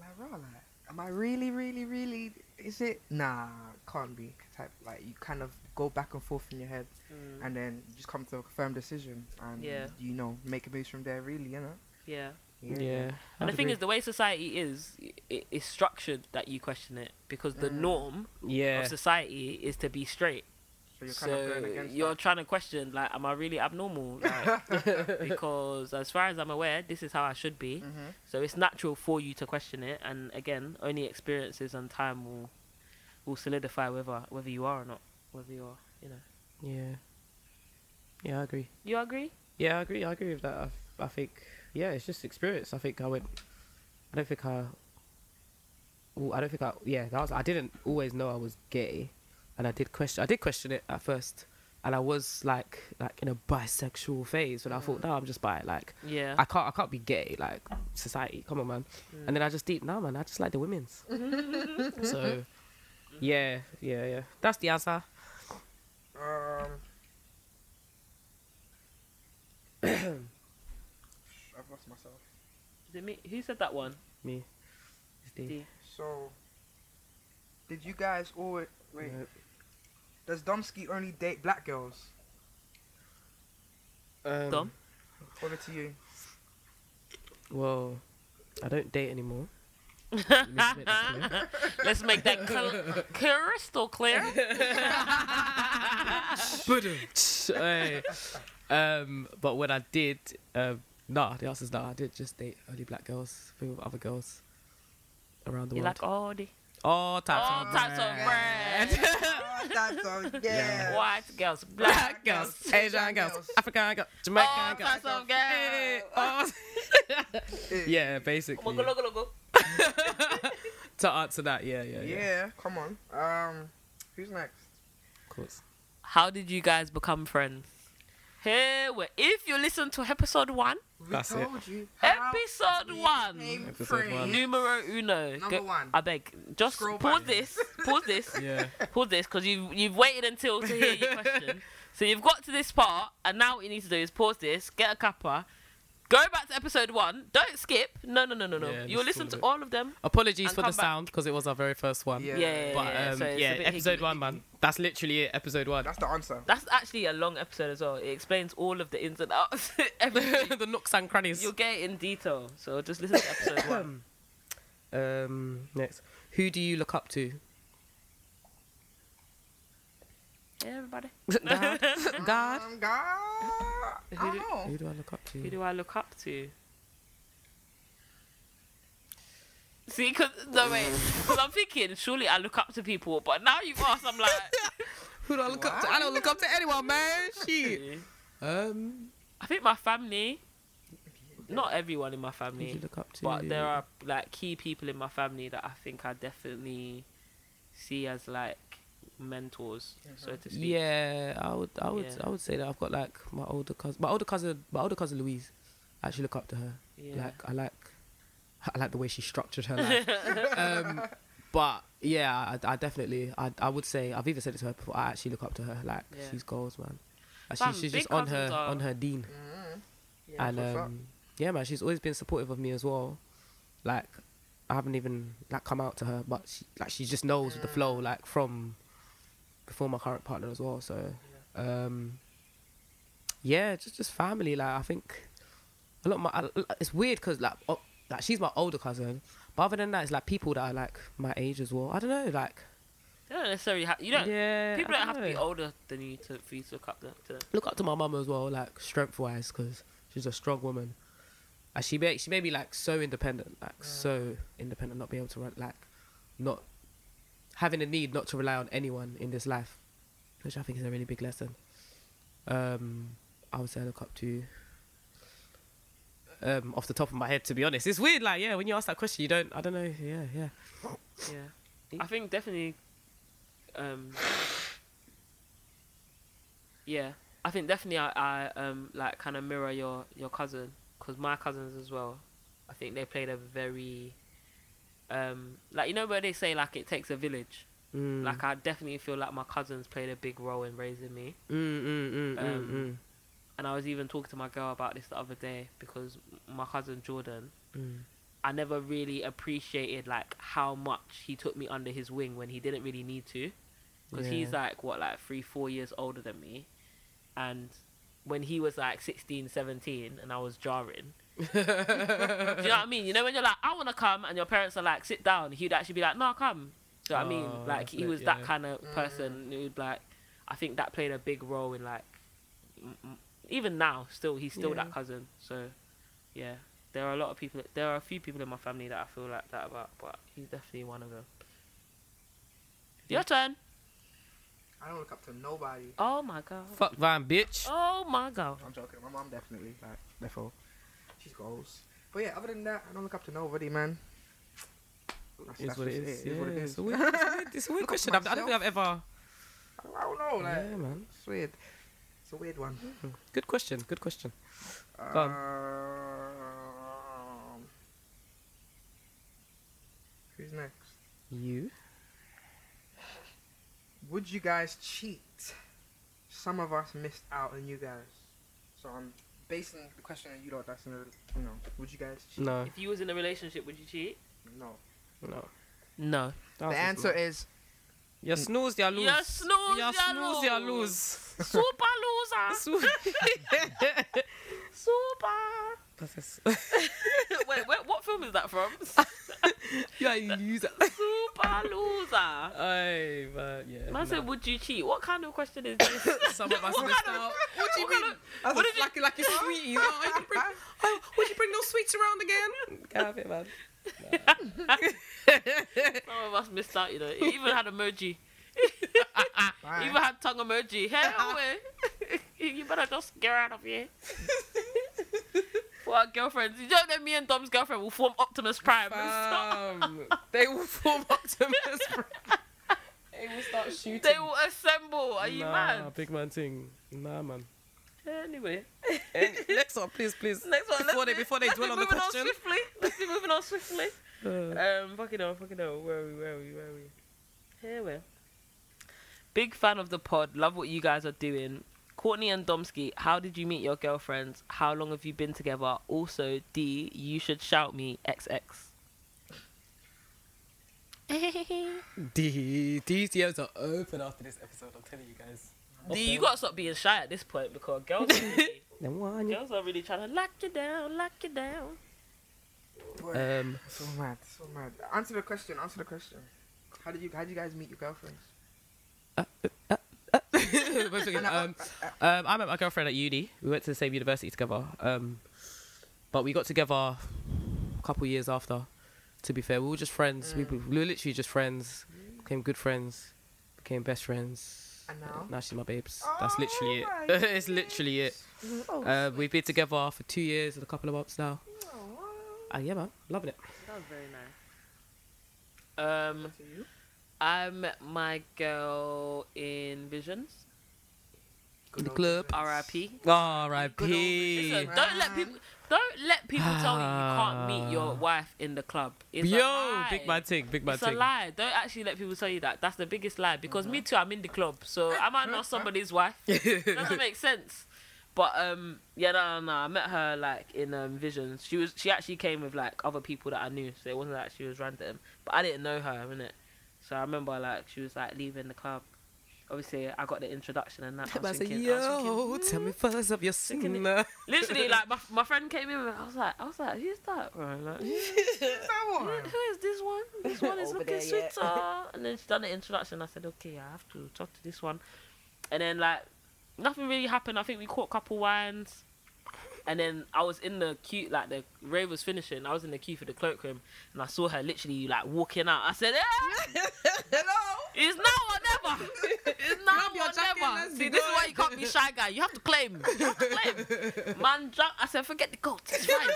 S3: like, raw, like, am I really, really, really? Is it? Nah, can't be. Type like you kind of go back and forth in your head, and then you just come to a firm decision, and
S2: Mm. Yeah.
S3: you know make moves from there. Really, you know.
S2: Yeah.
S1: Yeah.
S2: And the thing is, the way society is, it, it's structured that you question it because the
S3: Mm.
S2: norm
S1: yeah.
S2: of society is to be straight.
S3: So you're kind of
S2: So
S3: going against.
S2: you're
S3: that.
S2: trying to question, like, am I really
S3: *laughs*
S2: abnormal? Like, because as far as I'm aware, this is how I should be.
S3: Mhm.
S2: So it's natural for you to question it. And again, only experiences and time will will solidify whether whether you are or not. Whether you're, you know,
S1: Yeah. Yeah, I agree.
S2: you agree?
S1: Yeah, I agree. I agree with that. I, I think, yeah, it's just experience. I think I went. I don't think I. Ooh, I don't think I. Yeah, that was. I didn't always know I was gay, and I did question. I did question it at first, and I was like, like in a bisexual phase when I thought, no, I'm just bi. Like,
S2: Yeah.
S1: I can't. I can't be gay. Like, society. Come on, man. And then I just deep. No, man. I just like the women's. so, yeah, yeah, yeah. That's the answer.
S3: Um,
S2: Um,
S3: *coughs* I've lost myself.
S2: Did me, who said that one?
S1: Me.
S2: D.
S3: So, did you guys always wait?
S1: Nope.
S3: Does Domsky only date black girls?
S1: Um,
S2: Dom?
S3: Over to you.
S1: Well, I don't date
S2: *laughs*
S1: anymore.
S2: Let's make that
S3: *laughs*
S2: cl- crystal clear.
S1: Hey. uh, um, but when I did, um, nah, the answer's nah. I did just date only black girls, feel with other girls around the
S2: You
S1: world.
S2: like oh, all the
S1: all types
S2: all
S1: of
S2: types of
S1: bread.
S2: bread.
S3: oh, that's *laughs* so
S1: Yeah.
S2: White girls,
S1: *laughs* Black
S2: black
S1: girls, Asian girls,
S3: girls.
S1: African girls, Jamaican
S2: all Oh.
S1: girls.
S2: types of
S1: Hey,
S2: girls.
S1: all-
S3: yeah.
S1: *laughs* yeah, basically.
S2: Logo, logo, logo.
S1: *laughs* to answer that, yeah, yeah,
S3: yeah.
S1: yeah,
S3: Come on. Um, who's next?
S1: Of course.
S2: *laughs* How did you guys become friends? Here, we if you listen to episode one,
S3: We
S1: That's it.
S3: told you. how
S2: episode
S3: we
S2: one,
S3: became
S1: Episode
S3: friends.
S1: one.
S2: numero uno.
S3: Number one.
S2: I beg, just
S3: Scroll
S2: pause
S3: back.
S2: this, pause
S3: *laughs*
S2: this,
S1: Yeah.
S2: pause this, because you've you've waited until to hear
S1: *laughs*
S2: your question. So you've got to this part, and now what you need to do is pause this, get a cuppa, go back to episode one. Don't skip. No, no, no, no, no.
S1: Yeah,
S2: You'll
S1: listen
S2: listen
S1: to
S2: to
S1: it.
S2: all of them.
S1: Apologies
S2: And
S1: for the
S2: come back.
S1: sound because it was our very first one.
S3: Yeah.
S2: Yeah, yeah,
S1: But
S2: yeah.
S1: um,
S2: So it's a
S1: yeah,
S2: bit
S1: episode
S2: higgy.
S1: one, man. That's literally it. Episode one.
S3: That's the answer.
S2: That's actually a long episode as well. It explains all of the ins and outs. *laughs*
S1: *laughs* *laughs*
S2: everything.
S1: the nooks and crannies.
S2: You'll get it in detail. So just listen to episode
S1: *coughs*
S2: one.
S1: Um, next, who do you look up to? *laughs*
S2: Yeah, everybody.
S1: *laughs* God. God.
S3: Um, God. I
S2: Who
S3: don't
S1: *laughs*
S2: do-
S3: know.
S1: Who do I look up to?
S2: Who do I look up to? See, cause no wait,
S1: Mm.
S2: because I'm thinking surely I look up to people, but now you've asked, I'm like,
S1: Who do I look up to? I don't look up to anyone, man. Shit.
S2: eh.
S1: *laughs* Um,
S2: I think my family, not everyone in my
S1: who do you
S2: family,
S1: look up to?
S2: but there are like key people in my family that I think I definitely see as like mentors, so to speak.
S1: Yeah, I would, I would,
S2: Yeah.
S1: I would say that I've got like my older cousin, my older cousin, my older cousin Louise. I actually look up to her.
S2: Yeah.
S1: Like I like, I like the way she structured her life.
S2: *laughs*
S1: um, but yeah, I, I definitely, I, I would say I've even said it to her before. I actually look up to her. Like
S2: Yeah.
S1: she's goals, man. Like,
S2: Fam,
S1: she, she's
S2: big
S1: just on her
S2: cousins are-
S1: on her dean.
S3: Mm.
S2: Yeah.
S1: and
S3: what's up?
S1: um, yeah, man, she's always been supportive of me as well. Like, I haven't even like come out to her, but she, like she just knows the flow like from before my current partner as well. So, um, yeah, just just family. Like, I think a lot of my I- it's weird because like oh, like she's my older cousin, but other than that, it's like people that are like my age as well. I don't know, like
S2: They don't necessarily have. You don't.
S1: yeah,
S2: people
S1: I
S2: don't, have to be
S1: know.
S2: older than you to for you to look up to to them.
S1: look up to my mum as well, like strength wise, because she's a strong woman. And she made she made me like so independent, like so independent, not be able to run, like not having a need not to rely on anyone in this life, which I think is a really big lesson. Um, I would say I look up to. Um, off the top of my head, to be honest, it's weird. Like, yeah, when you ask that question, you don't. I don't know. Yeah, yeah.
S2: Yeah. I think definitely um Yeah. I think definitely I, I um like kind of mirror your your cousin cuz my cousins as well. I think they played a very um like you know where they say like it takes a village.
S1: Mm,
S2: Like I definitely feel like my cousins played a big role in raising me.
S1: mm, mm, mm,
S2: um, and I was even talking to my girl about this the other day because my cousin Jordan,
S1: Mm.
S2: I never really appreciated like how much he took me under his wing when he didn't really need to, because
S1: Yeah.
S2: he's like what like three four years older than me, and when he was like 16, 17 and I was jarring.
S1: mm.
S2: Do
S1: *laughs*
S2: you know what I mean? You know when you're like, I want to come, and your parents are like, sit down. He'd actually be like, no, come. Do you know what I
S1: Oh,
S2: mean? Like
S1: that's
S2: he
S1: lit,
S2: was
S1: yeah.
S2: that kind of person who'd like. I think that played a big role in like, m- m- even now, still he's still
S1: Yeah.
S2: that cousin. So, yeah, there are a lot of people. There are a few people in my family that I feel like that about, but he's definitely one of them. Your turn.
S3: I don't look up to nobody.
S2: Oh my god.
S1: Fuck Vine, bitch.
S2: Oh my god.
S3: I'm joking. My mom definitely like therefore, she's goals. But yeah, other than that, I don't look up to nobody, man. That's,
S1: It's
S3: that's
S1: what it
S3: just
S1: is.
S3: It is what it
S1: yeah.
S3: is.
S1: It's a weird, it's a weird, it's a weird
S3: *laughs* Look up
S1: question. I've- I don't think I've ever.
S3: I don't know, like
S1: Yeah, man.
S3: it's weird. It's a weird one.
S1: Good question. Good question. on.
S3: Um, who's next?
S1: You?
S3: Would you guys cheat? Some of us missed out on you guys. So I'm basing the question on you lot. That's another, you know, would you guys cheat?
S1: No.
S2: If you was in a relationship, would you cheat?
S3: No.
S1: No.
S2: No.
S3: The answer is
S1: You snooze, you lose.
S2: You snooze,
S1: You
S2: you
S1: snooze, you
S2: lose. *laughs*
S1: lose.
S2: Super
S1: *laughs*
S2: loser.
S1: Snoo-
S2: *laughs* Super.
S1: *laughs*
S2: wait, wait, what film is that *laughs* from?
S1: you are a loser.
S2: Super *laughs* loser.
S1: Aye, but yeah. no.
S2: Man said, would you cheat? What kind of question is *laughs* this?
S1: *laughs* Some of us missed out.
S2: what
S3: *laughs*
S2: do you mean?
S1: That's
S2: What
S1: what
S2: did
S1: did you like? Your sweeties. Oh, you bring,
S2: *laughs*
S1: oh, would you bring those sweets around again? Get out of it, man.
S2: Some of us missed out, you know. It even had emoji.
S3: Bye.
S2: Even had tongue emoji. Hey, *laughs* away. you better just get out of *laughs* here. For our girlfriends, you don't know me and Dom's girlfriend will form Optimus Prime. and *laughs* start-
S1: Um, they will form
S2: *laughs*
S1: Optimus Prime. They will start shooting.
S2: They will assemble. Are you
S1: nah,
S2: mad?
S1: big man thing. Nah, man.
S2: Anyway,
S1: Any- next one, please, please.
S2: next one.
S1: Before
S2: let's
S1: they
S2: be-
S1: before they
S2: let's be
S1: dwell on the
S2: moving
S1: question.
S2: swiftly. Let's be moving on swiftly.
S1: Uh,
S2: Um, fucking hell, fucking hell. Where are we? Where are we? Where are we? Here we're. Big fan of the pod. Love what you guys are doing. Courtney and Domsky, how did you meet your girlfriends? How long have you been together? Also, D, you should shout me XX. *laughs*
S1: D- these DMs are open after this episode. I'm telling you guys.
S2: D, you gotta stop being shy at this point because girls, are *laughs* really,
S1: Then one.
S2: girls are really trying to lock you down, lock you down.
S3: Boy,
S1: Um, *laughs*
S3: so mad, so mad. Answer the question. Answer the question. How did you? How did you guys meet your girlfriends?
S1: Once again, um, um, I met my girlfriend at uni. We went to the same university together. Um, but we got together a couple years after. To be fair, we were just friends.
S3: Mm.
S1: We, we were literally just friends. Became good friends. Became best friends.
S3: And
S1: Uh,
S3: now?
S1: now she's my babes. That's
S3: Oh
S1: literally it. *laughs*
S3: my
S1: it's literally it.
S2: Mm-hmm.
S3: Oh,
S1: Uh, we've been together for two years and a couple of months now.
S3: wow.
S1: Uh, yeah, man, loving it.
S2: That was very nice. Um,
S3: To you?
S2: I met my girl in Visions.
S3: Good
S1: The
S3: old
S1: club.
S3: days.
S2: R.I.P.
S1: R.I.P.
S2: Listen, don't let
S3: Right.
S2: people don't let people tell you you can't
S1: *sighs*
S2: meet your wife in the club. It's a
S1: Yo,
S2: lie.
S1: big man ting, big man
S2: It's a
S1: ting. *laughs*
S2: lie. Don't actually let people tell you that. That's the biggest lie. Because me too, I'm in the club, so am I not somebody's wife? Doesn't make sense. But um, yeah, no, no, no. I met her like in um, visions. She was she actually came with like other people that I knew, so it wasn't like she was random. But I didn't know her, innit? So I remember like she was like leaving the club. Obviously, I got the introduction and that. I
S1: I
S2: was
S1: said,
S2: thinking, I was thinking,
S1: yo, tell me first of your
S2: Thinking it-
S1: sinner.
S2: Literally, like my, my friend came in, and I was like, I was like, who's that, bro? Like, who,
S3: Is that one?
S2: who is this
S3: *laughs*
S2: one? This one is
S3: Over
S2: looking
S3: there, yeah.
S2: sweeter. And then she done the introduction. I said, okay, I have to talk to this one. And then like nothing really happened. I think we caught a couple wines. And then I was in the queue, like the rave was finishing. I was in the queue for the cloakroom, and I saw her literally like walking out. I said, eh,
S3: Hello.
S2: "It's now or never. It's now
S3: Grab your
S2: or
S3: jacket,
S2: never."
S3: let's
S2: See,
S3: be
S2: this is why
S3: going.
S2: you can't be shy, guy. You have to claim. You have to claim. Man jumped. I said, forget the coat. It's fine.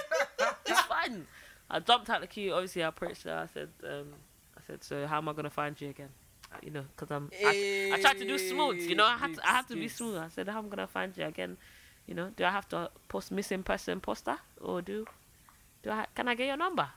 S2: it's fine. I jumped out the queue. Obviously, I approached her. I said, um, I said, so how am I gonna find you again? Uh, You know, because I'm. I, I tried to do smooth. You know, I had to. I had to be
S1: Excuse.
S2: smooth. I said, how am I gonna find you again? You know, do I have to post missing person poster or do? Do I? Can I get your number?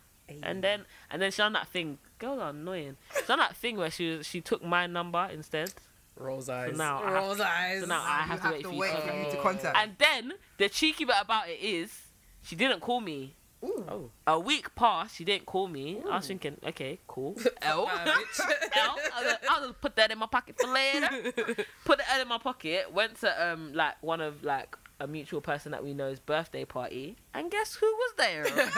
S2: And then and then she done that thing. Girls are annoying. She done that thing where she she took my number instead.
S1: Rolls eyes.
S2: now I have-
S1: Rolls eyes.
S2: So now I
S3: You
S2: have to wait for you. to
S3: Uh. to contact.
S2: and then the cheeky bit about it is she didn't call me
S3: Ooh.
S1: *laughs* Oh.
S2: A week passed, she didn't call me. I was thinking, okay,
S1: *laughs*
S2: cool. L.
S1: Ah, bitch. *laughs*
S2: L. I'll just- I'll just put that in my pocket for *laughs* later. put it in my pocket. Went to um like one of like a mutual person that we know's birthday party, and guess who was *laughs* there? guess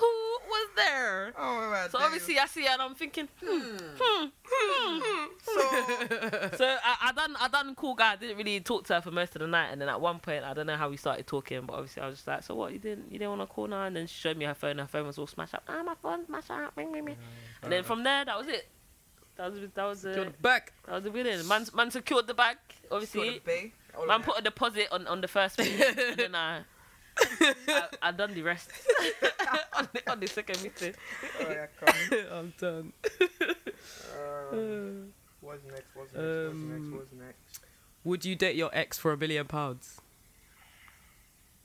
S2: who was there?
S3: Oh my God.
S2: So obviously I see her and I'm thinking, hmm, hmm,
S1: *laughs*
S3: so
S2: so I, I done I done cool guy. I didn't really talk to her for most of the night, and then at one point I don't know how we started talking, but obviously I was just like, so what? You didn't you didn't want to call now? And then she showed me her phone. Her phone was all smashed up. Ah, my phone smashed up. Ring ring ring. And then from there that was it. That was that was
S1: You're
S2: the
S1: the
S2: *laughs*
S1: back.
S2: that was the beginning. Man man secured the bag. Obviously,
S3: bay, all of
S2: man
S1: Oh,
S3: that.
S2: put a deposit on on the first meeting,
S1: *laughs*
S2: and then I. I, I done the rest on, the, on the second meeting.
S3: Oh, yeah, come.
S2: *laughs*
S1: I'm done. *laughs*
S3: Um,
S2: Mm.
S3: what's next? What's next?
S1: Um,
S3: what's next? What's next?
S1: Would you date your ex for a billion pounds?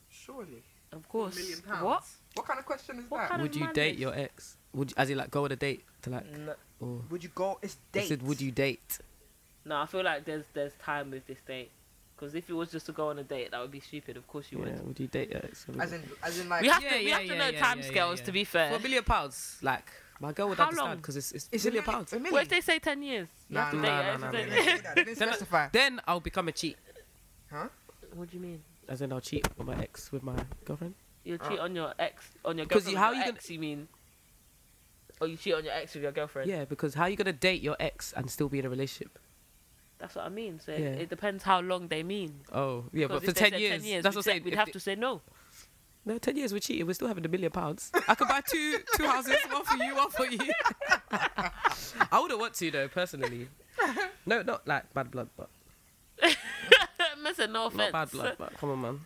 S3: Surely.
S2: Of course.
S4: million pounds.
S2: What?
S3: What kind of question is
S2: What
S3: that?
S2: kind of-
S1: Would you
S2: man
S1: date
S2: is-
S1: your ex? Would you, as in like go on a date to like?
S2: No,
S1: Or
S3: Would you go? It's
S1: I said, would you date?
S2: No, I feel like there's there's time with this date. Because if it was just to go on a date, that would be stupid. Of course you
S1: Yeah,
S2: would.
S1: would you date your ex? for a
S3: As
S1: billion-
S3: in, as in, like,
S2: We have
S1: Yeah,
S2: to we
S1: yeah,
S2: have to
S1: yeah,
S2: know
S1: yeah,
S2: time
S1: yeah,
S2: scales
S1: yeah.
S2: to be
S1: for
S2: fair.
S1: a billion pounds, like my girl would
S2: How
S1: understand
S2: long?
S1: because it's it's
S3: is it
S1: billion
S3: really-
S1: pounds.
S3: A million?
S2: What if they say ten years? You
S3: Nah,
S2: have to
S3: nah,
S2: date
S1: nah,
S2: it.
S1: nah,
S2: It's
S1: nah,
S2: a
S1: nah,
S2: date.
S3: They didn't say that. They didn't
S1: Then I-
S3: specify.
S1: Then I'll become a cheat,
S2: *laughs* What do you mean?
S1: as in I'll cheat with my ex with my girlfriend.
S2: You
S3: Oh.
S2: cheat on your ex on your
S1: Uh. 'Cause
S2: girlfriend.
S1: you-
S2: with
S1: how
S2: your
S1: you gonna-
S2: ex, you mean? Or you cheat on your ex with your girlfriend?
S1: Yeah, because how you gonna date your ex and still be in a relationship?
S2: That's what I mean. So
S1: Yeah.
S2: it, it depends how long they mean.
S1: Oh, yeah,
S2: 'Cause
S1: but
S2: if
S1: for
S2: they
S1: ten
S2: said
S1: years, that's
S2: we'd
S1: what I'm
S2: say-
S1: saying.
S2: We'd
S1: if
S2: have
S1: the-
S2: to say no. *laughs*
S1: No, ten years we're cheating. We're still having a million pounds. I could buy two two houses, one for you, one for you. *laughs* I wouldn't want to though, personally. No, not like bad blood, but
S2: Listen, no
S1: not
S2: offense.
S1: bad blood, but come on, man.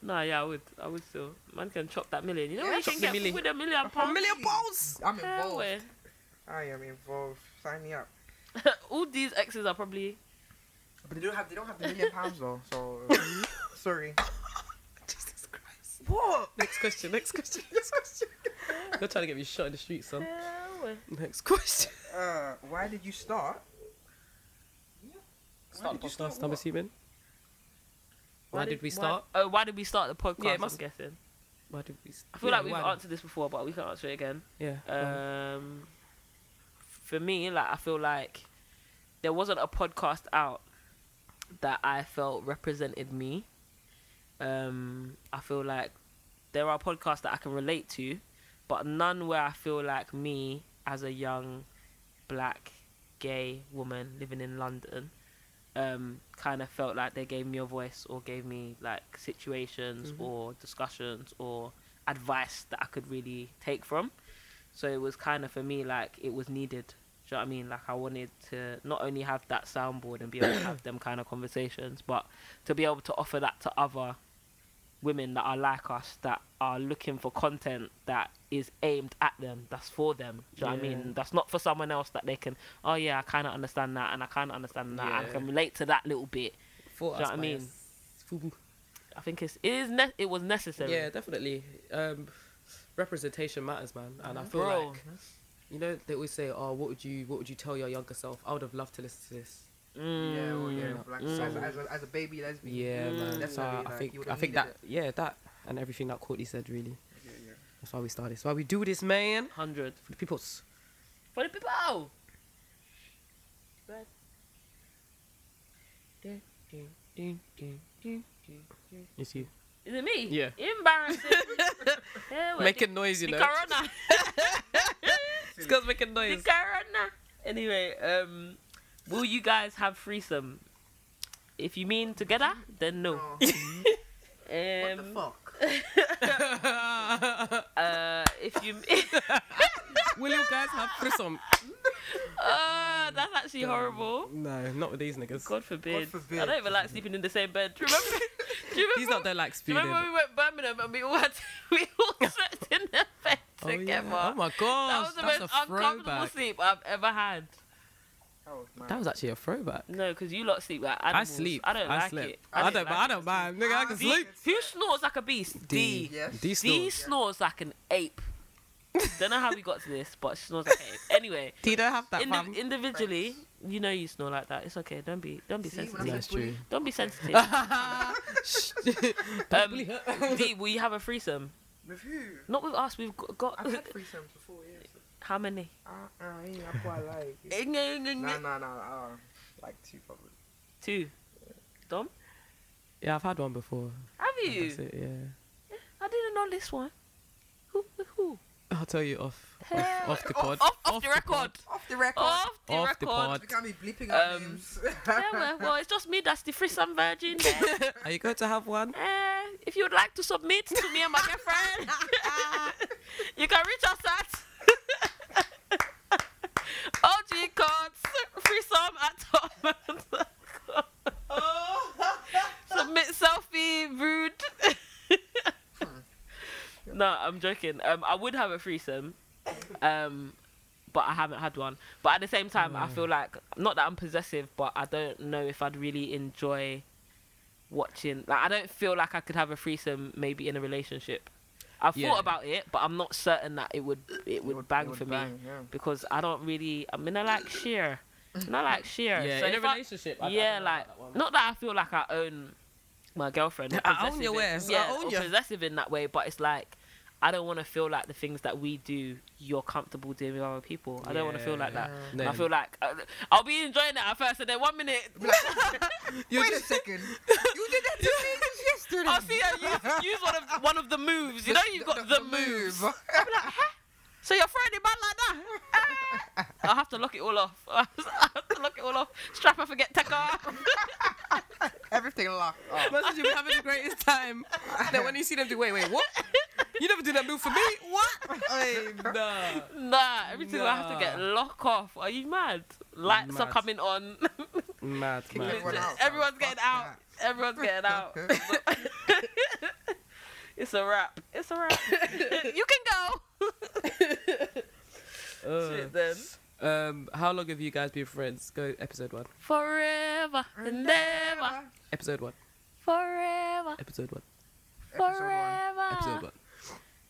S2: No, yeah, I would. I would still. Man can chop that million. You know
S3: Yeah,
S2: what you
S1: chop
S2: can
S1: the
S2: get
S1: milli.
S2: with a million
S1: A
S2: pounds?
S1: million pounds.
S3: I'm
S2: Hell,
S3: involved.
S2: eh.
S3: I am involved. Sign me up.
S2: *laughs* All these exes are probably
S3: But they don't have. They don't have the million pounds though. So uh, *laughs* sorry.
S1: Jesus Christ.
S3: What?
S1: Next question. Next question. Next question. You're trying to get me shot in the street, son.
S2: Hell,
S1: Next question.
S3: Uh, why did you start? Why did you start
S1: I'm
S3: what?
S1: assuming. Why did we start?
S2: Why, oh, why did we start the podcast?
S1: Yeah, it must-
S2: I'm guessing.
S1: Why did we? s-
S2: I feel
S1: yeah,
S2: like we've
S1: why?
S2: answered uh, this before, but we can answer it again.
S1: Yeah. why?
S2: Um, for me, like I feel like there wasn't a podcast out that I felt represented me. Um, I feel like there are podcasts that I can relate to, but none where I feel like me as a young black gay woman living in London um, kind of felt like they gave me a voice or gave me like situations or discussions or advice that I could really take from. So it was kind of for me like it was needed. Do you know what I mean? Like I wanted to not only have that soundboard and be able to have them kind of conversations, but to be able to offer that to other women that are like us that are looking for content that is aimed at them, that's for them. Do you know what I
S1: Yeah.
S2: mean? That's not for someone else that they can, oh yeah, I kind of understand that and I kind of understand that. and I
S1: Yeah.
S2: can relate to that little bit.
S1: For
S2: do you
S1: us,
S2: know what I mean?
S1: bias.
S2: I think it's, it, is ne- it was necessary.
S1: Yeah, definitely. Um, representation matters, man. And I feel
S2: Bro.
S1: like you know they always say, "Oh, what would you what would you tell your younger self?" I would have loved to listen to this.
S3: Yeah, well, yeah.
S1: Mm.
S3: Like,
S2: Mm.
S3: as, as, a, as a baby lesbian. Mm,
S1: Yeah, man.
S3: Definitely,
S1: So I
S3: like, you
S1: think
S3: would've
S1: I think that
S3: needed
S1: yeah that and everything that Courtney said really.
S3: Yeah, yeah.
S1: That's why we started. That's why we do this, man.
S2: 100.
S1: For the peoples.
S2: For the people! oh,
S1: It's you.
S2: Is it me?
S1: Yeah.
S2: Embarrassing. yeah, well,
S1: Making noise,
S2: the,
S1: Oh, you
S2: the
S1: know. *laughs*
S2: corona.
S1: This girl's making
S2: the
S1: noise.
S2: corona. Anyway, um, will you guys have threesome? If you mean together, then no.
S3: Oh, what the
S2: Um,
S3: fuck?
S2: *laughs* uh, if you,
S1: Will you guys have threesome?
S2: *laughs* oh, that's actually horrible.
S1: No, not with these niggas.
S2: God forbid. I
S3: forbid.
S2: don't even like sleeping in the same bed. Do you remember?
S1: *laughs*
S2: *laughs* do you remember?
S1: He's not there like
S2: Do you
S1: spooning.
S2: remember when we went to *laughs* Birmingham and we all had we all
S1: *laughs*
S2: slept in the bed
S1: Oh, yeah.
S2: together?
S1: oh my
S2: that
S1: gosh,
S2: was the
S1: that's a
S2: most uncomfortable
S1: throwback.
S2: sleep I've ever had.
S3: That was mad.
S1: That was actually a throwback.
S2: No, because you lot sleep like animals.
S1: I sleep.
S2: I don't like
S1: sleep.
S2: it.
S1: I,
S2: don't
S1: don't.
S2: like
S1: I
S2: it.
S1: don't mind. Nigga, I can
S3: Ah,
S1: sleep.
S2: Who snores like a beast? D.
S1: D.
S3: Yes.
S1: D
S2: D
S1: snores.
S2: snores like an
S1: *laughs*
S2: ape. Don't know how we got to this, but she snores like an ape. Anyway,
S1: D don't have that. *laughs*
S2: indi- individually, You know you snore like that. It's okay. Don't be don't be
S3: See, when I
S2: sensitive.
S3: said-
S1: That's true.
S2: Don't be sensitive.
S1: *laughs* Don't bully her. *laughs*
S2: D, will you have a threesome?
S3: With who?
S2: Not with us. We've got,
S3: I've
S2: got
S3: had threesomes before, yes.
S2: *laughs* how many?
S3: Uh, uh, I ain't- I quite like it. Nah,
S2: Two.
S3: nah, nah. Uh, like two probably.
S1: Yeah, I've had one before.
S2: Have
S1: That's
S2: you?
S1: it, yeah.
S2: I didn't know this one. Who? who- Who?
S1: I'll tell you off off,
S2: Hell.
S1: off the pod.
S2: Off, off, off the record.
S3: Off the record.
S1: Oh,
S2: Off the
S1: Off the
S2: record.
S1: pod.
S3: We can't be bleeping out
S2: Um,
S3: names.
S2: *laughs* yeah, well, well, it's just me that's the threesome *laughs* virgin. eh.
S1: Are you going to have one?
S2: Eh, if you would like to submit to me and my girlfriend, *laughs* you can reach us at *laughs* OG Courts Freesome at hotmail.com. Submit selfie, rude. *laughs* no, I'm joking. Um, I would have a threesome, um, but I haven't had one. But at the same time, I feel like not that I'm possessive, but I don't know if I'd really enjoy watching. Like, I don't feel like I could have a threesome maybe in a relationship. I've
S1: Yeah.
S2: thought about it, but I'm not certain that it would it would, bang for me because I don't really. I mean, I like sheer. And I like sheer. so if I-
S1: relationship.
S2: yeah, like
S1: *laughs*
S2: not that I feel like I own my girlfriend. or
S1: I own your
S2: possessive in-
S1: ass, I
S2: Yeah,
S1: own
S2: or
S1: your-
S2: possessive in that way, but it's like I don't want to feel like the things that we do you're comfortable doing with other people. I don't want to feel like that.
S1: No.
S2: I feel like uh, I'll be enjoying it at first, and then one minute
S1: *laughs* You're
S3: Wait
S1: just-
S3: a second. You did that to me just yesterday.
S2: I'll see
S1: *laughs*
S2: her use, use one of one of the moves. You know, you've got the, moves. I'll be like, huh? So you're throwing it back like that?
S1: *laughs*
S2: Ah. I'll have to lock it all off. *laughs* I'll have to lock it all off. Strap her, forget Taka.
S3: Everything locked *laughs* up.
S1: Message you be having the greatest time. *laughs* Then when you see them do, wait, wait, what? *laughs* You never do that move for me. *laughs* What?
S2: *laughs*
S1: Hey, nah.
S2: Nah, everything I have to get lock off. Are you mad? Lights are
S1: Mad.
S2: coming on. *laughs*
S1: Mad,
S3: Kick mad. everyone out.
S2: Everyone's getting
S3: Fuck
S2: out. Everyone's getting out. *laughs* it's a wrap. It's a wrap. you can go. Shit, then.
S1: Uh, um, how long have you guys been friends? Go episode one.
S2: Forever and ever.
S1: Episode one.
S2: Forever.
S1: Episode one.
S3: Episode
S2: Forever.
S1: Episode one.
S3: one.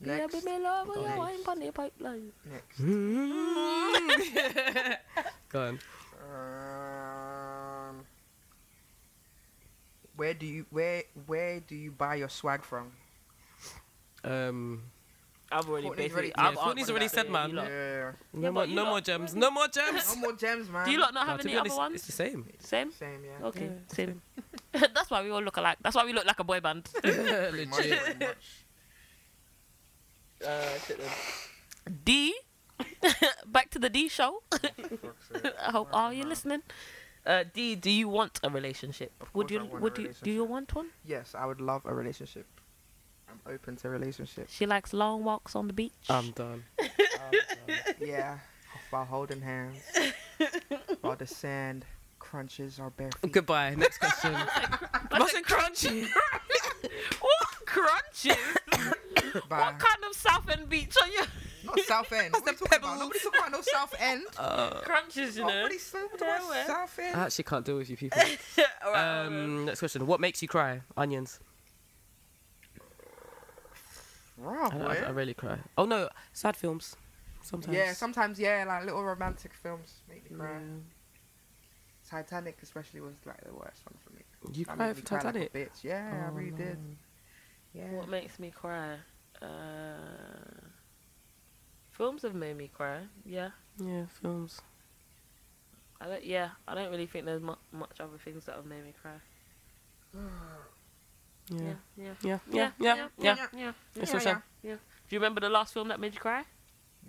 S2: Yeah,
S3: Next.
S2: baby, love when
S1: Nice.
S2: you wine on the *laughs* pipeline.
S3: Next. Mm.
S1: Go on.
S3: Um, where do you where where do you buy your swag from?
S1: Um,
S2: I've already
S3: Courtney's
S2: basically.
S3: already-
S2: I've
S1: Yeah, Courtney's
S2: answered
S1: already
S2: that.
S1: said,
S2: Yeah,
S1: man.
S2: you lot.
S3: Yeah.
S1: no
S2: Yeah,
S1: more,
S2: but you
S1: no
S2: lot-
S1: more gems. No more
S3: No
S2: *laughs*
S1: gems.
S3: more gems, man.
S2: Do you lot Oh, not
S1: Nah,
S2: have
S1: to
S2: any
S1: be honest,
S2: other ones?
S1: It's the same.
S3: *laughs*
S2: Same.
S3: Same, yeah.
S2: Okay,
S1: Yeah,
S2: same. *laughs* That's why we all look alike. That's why we look like a boy band. *laughs*
S3: Pretty
S2: Oh,
S3: much,
S1: *laughs* Legit.
S3: pretty much. uh,
S2: D. *laughs* Back to the D show. *laughs*
S3: Fuck's sake.
S2: I hope all you
S3: Wow.
S2: listening. Uh, D, do you want a relationship?
S3: Of
S2: Would
S3: course
S2: you?
S3: I want a
S2: Would you? Do you
S3: relationship.
S2: want one?
S3: *laughs* Yes, I would love a relationship. I'm open to
S2: *laughs*
S3: relationships.
S2: She likes long walks on the beach. *laughs*
S1: I'm done.
S3: yeah, while holding hands, while the sand crunches our bare feet.
S1: Goodbye. Next
S3: *laughs*
S1: question.
S2: What's it crunchy? *laughs* what crunches?
S3: Bye.
S2: what kind of South End beach are you?
S3: Not South End. What are you talking about? Nobody talking about no South End.
S2: *laughs* crunches, you know. *laughs*
S3: Nobody's talking
S2: Yeah,
S3: about
S2: well.
S3: South End.
S1: Uh, I actually can't deal with you
S3: *laughs*
S1: people.
S3: Oh,
S2: All right, all right.
S1: Um, next question. What makes you cry? Onions.
S3: Raw,
S1: I,
S3: boy.
S1: I, I really cry. Oh no, sad films. Sometimes.
S3: Yeah, sometimes yeah, like little romantic films make me cry.
S1: Yeah.
S3: Titanic especially was like the worst one for me.
S1: You
S3: That
S1: cry
S3: made
S1: for
S3: me cry like a
S1: Titanic.
S3: bitch. Yeah, I
S1: Oh,
S3: really did.
S1: no.
S3: Yeah. *sighs*
S2: What makes me cry? Uh, films have made me cry. Yeah,
S1: Yeah, films.
S2: I don't. Yeah, I don't really think there's mu- much other things that have made me cry.
S1: Yeah.
S2: Yeah, yeah,
S1: Yeah. Yeah. Yeah. Yeah.
S2: yeah. yeah.
S1: It's also-
S2: Do you remember the last film that made you cry?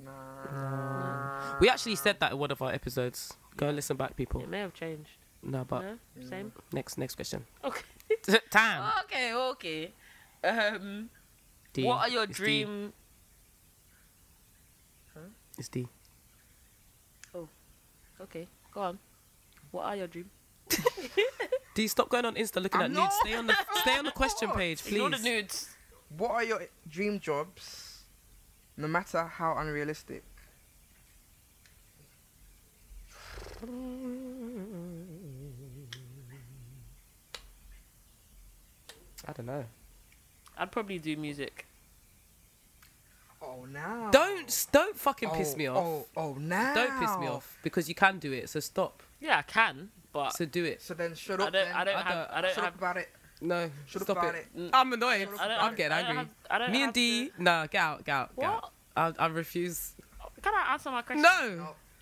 S3: Nah.
S1: We actually said that in one of our episodes. Go and listen back, people.
S2: It may have changed.
S1: No, but
S2: no, same.
S1: next next question. *laughs*
S2: Okay. *laughs*
S1: Time.
S2: Okay. Okay. Um,
S1: D.
S2: what are your
S1: It's D.
S2: dream?
S1: It's D.
S2: Okay, go on. What are your dream?
S1: *laughs* D. Stop going on Insta looking
S3: I'm
S1: at
S3: not.
S1: nudes. Stay on the stay on the question
S2: *laughs*
S3: not.
S1: page,
S2: Ignore the
S1: please.
S2: nudes.
S3: What are your dream jobs, no matter how unrealistic?
S1: I don't know.
S2: I'd probably do music.
S3: Oh, now.
S1: Don't don't fucking piss me off.
S3: Oh, oh, now.
S1: Don't piss me off because you can do it. So stop.
S2: Yeah, I can, but
S1: So do it.
S3: So then shut
S2: I
S3: up.
S2: don't-
S3: then.
S2: I don't
S1: I
S2: have.
S1: don't-
S2: I don't
S3: shut
S2: have.
S3: up about it.
S1: No,
S3: Shut up
S1: stop
S3: about
S1: it.
S3: it.
S1: I'm annoyed.
S3: Shut up
S2: Mm. I don't
S1: I'm
S2: have-
S1: getting
S2: I don't
S1: angry.
S2: have- I don't
S1: Me and
S2: have
S1: D,
S2: to-
S1: nah, get out, get out, get out.
S2: What?
S1: I, I refuse.
S2: Can I answer my question?
S1: No,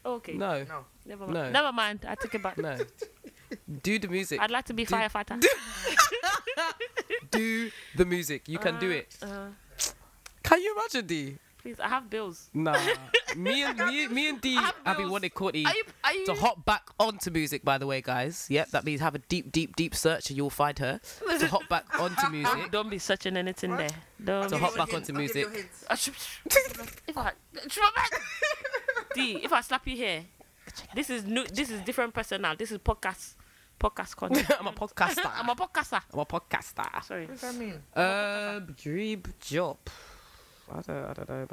S3: No,
S2: Okay.
S1: no,
S3: no.
S2: Never mind.
S1: No.
S2: Never mind. I took it back.
S1: no. Do the music.
S2: I'd like to be
S1: Do-
S2: firefighter.
S1: Do the music. You can do
S2: Uh,
S1: it.
S2: uh,
S1: Can you imagine D?
S2: please, I have bills.
S1: Nah. me and me, me and D
S2: I
S1: have been
S2: will-
S1: wanting Courtney
S2: Are you? Are you?
S1: to hop back onto music, by the way, guys. Yep, that means have a deep, deep, deep search and you'll find her. To hop back onto music.
S2: Don't be searching anything
S3: What?
S2: there. Don't.
S1: So
S3: I'll
S1: hop
S3: give you
S1: back
S3: a hint.
S1: onto
S3: I'll give you a
S1: music. *laughs*
S3: hint.
S2: Ah, sh- sh- if I Throw back. D, if I slap you here, this is new. This is different person now. This is podcast, podcast content.
S1: *laughs* I'm a podcaster.
S2: *laughs* I'm a podcaster.
S1: I'm a podcaster.
S2: Sorry.
S3: What does that mean?
S1: Um, dream job. I don't, I don't know,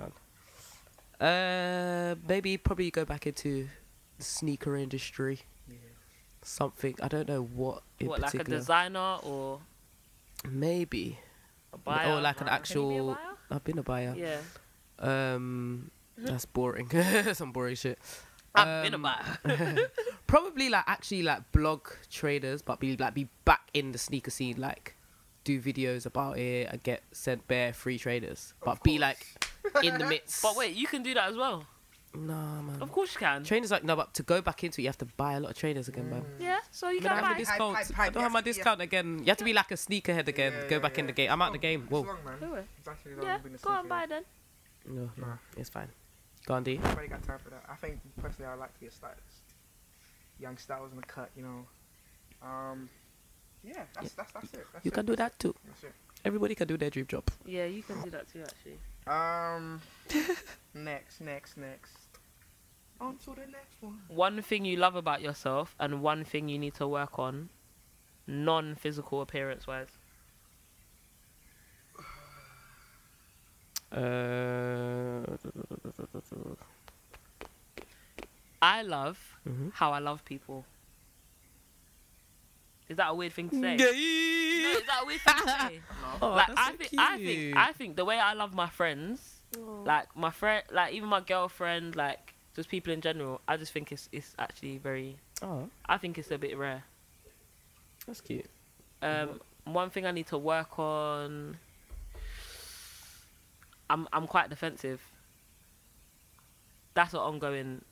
S1: man. Uh, maybe probably go back into the sneaker industry. Something I don't know what in
S2: what, like a
S1: particular.
S2: designer or
S1: maybe
S2: a buyer?
S1: or Oh, like an actual. I've been a buyer.
S2: Yeah.
S1: Um, that's boring. Some boring shit.
S2: I've been a
S1: Um,
S2: buyer.
S1: *laughs* Probably like actually like blog traders, but be like be back in the sneaker scene, like do videos about it and get sent bare free traders, but be like in the midst.
S2: *laughs* But wait, you can do that as well.
S1: Nah, man.
S2: Of course you can.
S1: Trainers like no, but to go back into it, you have to buy a lot of trainers again, man.
S3: Mm.
S2: yeah, so
S1: I
S2: you
S1: don't
S2: can
S1: have my
S2: buy.
S3: this-
S1: discount.
S3: Hype, hype, hype.
S1: I don't have my
S3: Yes, yeah.
S1: discount again. You have to be like a sneakerhead again.
S3: Yeah,
S1: go
S3: yeah,
S1: back in
S3: yeah.
S1: the game. I'm out of the
S3: Oh,
S1: game.
S3: it's
S1: Whoa.
S3: long, man.
S2: Do it.
S3: It's actually long.
S2: Yeah,
S3: I've been to
S2: go
S3: sleep
S2: and buy
S3: here.
S2: then.
S1: No, no,
S3: Nah.
S1: it's fine. Go on, D.
S3: Nobody got time for that. I think personally, I like to be a stylist. Young styles in the cut, you know. Um, yeah, that's that's that's it. That's
S1: You
S3: it.
S1: can do that too.
S3: That's it.
S1: Everybody can do their dream job.
S2: Yeah, you can do that too actually. *laughs*
S3: Um, next, next, next. On to the next one.
S2: One thing you love about yourself and one thing you need to work on, non-physical appearance wise.
S1: Uh,
S2: I love
S1: Mhm.
S2: how I love people. Is that a weird thing to say?
S1: Gay.
S2: No, is that a weird thing to say?
S3: No.
S1: *laughs* Oh,
S2: like
S1: that's
S2: I
S1: so
S2: think, I
S1: cute.
S2: think, I think the way I love my friends, like my friend, like even my girlfriend, like just people in general, I just think it's it's actually very.
S1: Oh,
S2: I think it's a bit rare.
S1: that's cute.
S2: Um, one thing I need to work on. I'm I'm quite defensive. That's an ongoing,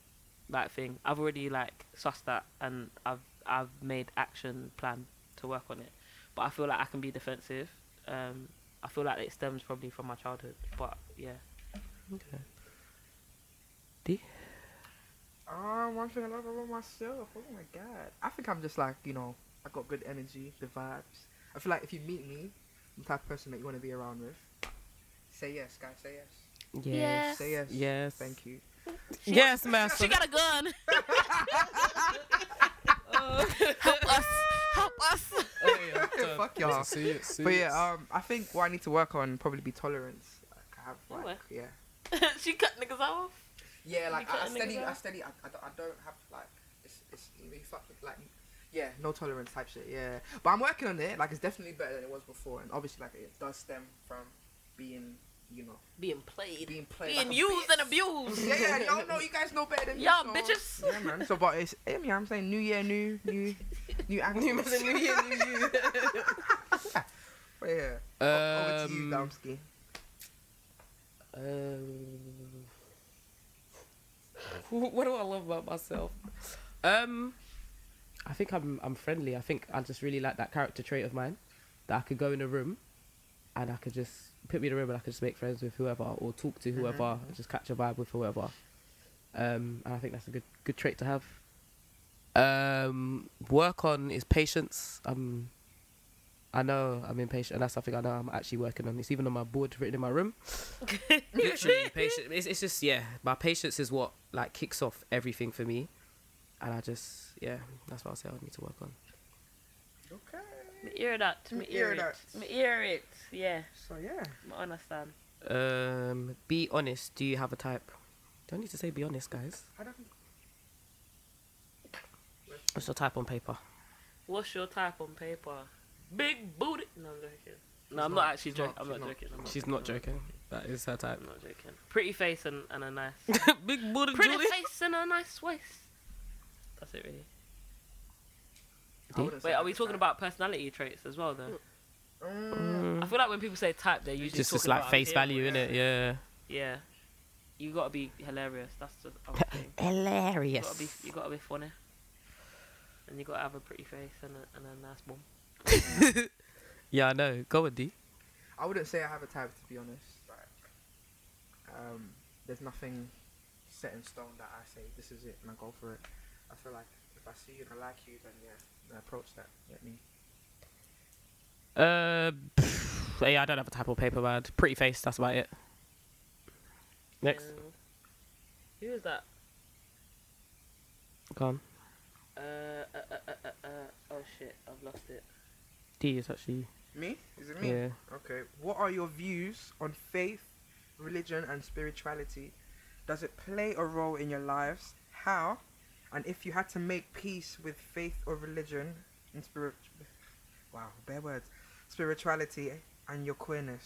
S2: like thing. I've already like sussed that, and I've I've made action plan to work on it. But I feel like I can be defensive. Um, I feel like it stems probably from my childhood. But yeah,
S1: Okay.
S3: Um, one thing I love about myself. Oh my god, I think I'm just like you know, I got good energy, the vibes. I feel like if you meet me, I'm the type of person that you want to be around with. Say yes, guys. Say yes.
S1: Yes.
S3: Say yes.
S1: Yes.
S3: Thank you.
S1: Yes, master.
S2: she got a *laughs* gun. Oh. help us! Help us!
S1: uh,
S3: *laughs* Fuck
S1: *laughs*
S3: y'all.
S1: See
S3: But yeah, um, I think what I need to work on probably be tolerance. Like, I have,
S2: Oh,
S3: like,
S2: well.
S3: yeah,
S2: *laughs* she cut niggas off.
S3: yeah, like
S2: cut
S3: I, I
S2: a nigga
S3: steady, I
S2: down?
S3: steady, I, I, don't, I don't have like, it's, it's you really fuck with, like, yeah, no tolerance type shit, yeah. But I'm working on it. Like, it's definitely better than it was before, and obviously, like, it does stem from being, you know,
S2: Being played.
S3: being played,
S2: being
S3: like a
S2: used
S3: bitch.
S2: and abused.
S3: Yeah, yeah, y'all know, you guys know better than me,
S2: Y'all
S3: so-
S2: bitches.
S3: *laughs* Yeah, man. So, but it's, yeah, man, I'm saying, new year, new,
S2: *laughs*
S3: new, new angles.
S1: New year, new you.
S3: *laughs* But yeah, o- over to you,
S1: Um,
S3: Damsky.
S1: Um, *laughs* what do I love about myself? Um, I think I'm I'm friendly. I think I just really like that character trait of mine, that I could go in a room, and I could just put me in a room and I could just make friends with whoever or talk to whoever, and just catch a vibe with whoever. Um, and I think that's a good good trait to have. Um, work on is patience. Um, I know I'm impatient, and that's something I know I'm actually working on. It's even on my board written in my room *laughs* literally patience it's, it's just yeah my patience is what like kicks off everything for me and i just yeah that's what i'll say i need to work on
S3: Okay.
S2: *laughs* Me ear that. Me ear it. Me ear it. Yeah,
S3: So yeah.
S2: I understand.
S1: um be honest do you have a type don't need to say be honest guys
S3: I don't
S1: what's your type on paper
S2: What's your type on paper? Big booty. No, I'm joking. No, I'm not actually
S3: she's
S2: joking.
S3: not,
S2: I'm
S3: she's
S2: not
S3: not.
S2: joking. I'm
S1: she's not joking that is her type
S2: I'm not joking. Pretty face and, and a nice.
S1: *laughs* big booty
S2: Pretty
S1: julie
S2: face and a nice waist. That's it, really.
S3: I wouldn't say
S2: Wait, are
S3: like
S2: we
S3: a
S2: talking
S3: type.
S2: about personality traits as well, though?
S3: Mm,
S2: I feel like when people say type, they're usually
S1: Just just
S2: talking
S1: like
S2: about
S1: face
S2: appearance.
S1: value in it, yeah.
S2: Yeah, you gotta be hilarious. That's the other thing. You gotta be,
S1: Hilarious.
S2: you gotta be funny, and you gotta have a pretty face and a, and a nice bum.
S1: Yeah, I know. Go with D.
S3: I wouldn't say I have a type to be honest. Like, um, there's nothing set in stone that I say this is it and I go for it. I feel like if I see you and I like you, then yeah, then approach that. Let me.
S1: Uh, pff, *sighs* yeah, I don't have a type of paper bad. Pretty face, that's about it. Next,
S2: Um, who is that?
S1: go on.
S2: Uh, uh, uh, uh, uh, uh, oh shit, I've lost it.
S1: D is actually
S3: Me? Is it me?
S1: yeah.
S3: Okay. What are your views on faith, religion, and spirituality? Does it play a role in your lives? How? And if you had to make peace with faith or religion and spirit, wow, bare words, spirituality and your queerness.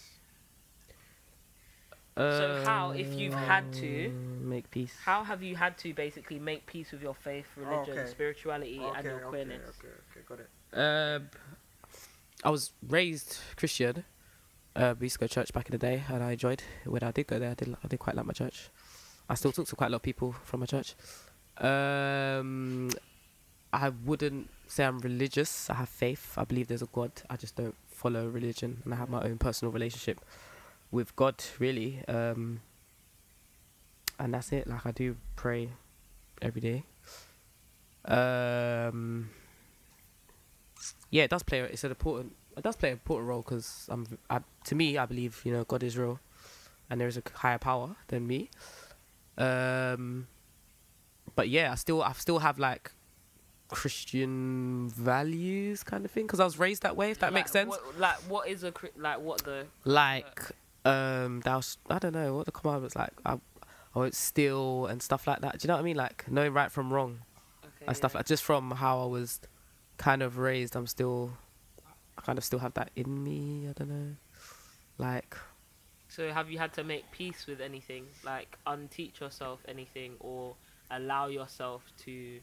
S2: So how, if you've had to,
S1: Um, make peace.
S2: How have you had to basically make peace with your faith, religion,
S3: Okay.
S2: spirituality, and your
S3: okay, okay,
S2: queerness?
S3: okay, got it.
S1: Uh, I was raised Christian. Uh, we used to go to church back in the day, and I enjoyed when I did go there. I did, I did quite like my church. I still talk to quite a lot of people from my church. Um, I wouldn't say I'm religious. I have faith. I believe there's a God. I just don't follow religion, and I have my own personal relationship with God, really. Um, and that's it. Like I do pray every day. Um, yeah, it does play. It's an important. It does play an important role because I'm. I, to me, I believe you know God is real, and there is a higher power than me. Um, but yeah, I still I still have like Christian values kind of thing because I was raised that way. If that
S2: Like,
S1: makes sense.
S2: What, like, what is a cri- like? What the?
S1: Like, um, thou sh- I don't know what the commandments like. I, I won't steal and stuff like that. Do you know what I mean? Like knowing right from wrong
S2: Okay,
S1: and stuff
S2: yeah.
S1: like just from how I was kind of raised, I'm still I kind of still have that in me, I don't know. Like
S2: So have you had to make peace with anything? Like unteach yourself anything or allow yourself to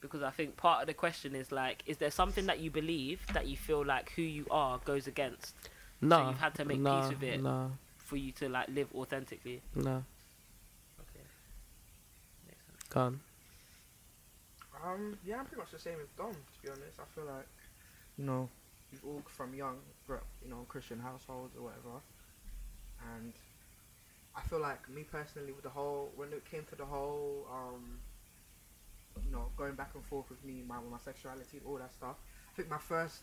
S2: because I think part of the question is like, is there something that you believe that you feel like who you are goes against
S1: no.
S2: you've had to make peace
S1: no,
S2: with it?
S1: No,
S2: for you to like live authentically?
S1: no.
S2: Okay. Makes sense.
S1: Gone.
S3: Um, yeah, I'm pretty much the same as Dom. To be honest, I feel like, you know, we've all from young, grew up, you know, Christian households or whatever, and I feel like me personally with the whole when it came to the whole, um, you know, going back and forth with me, my my sexuality, all that stuff. I think my first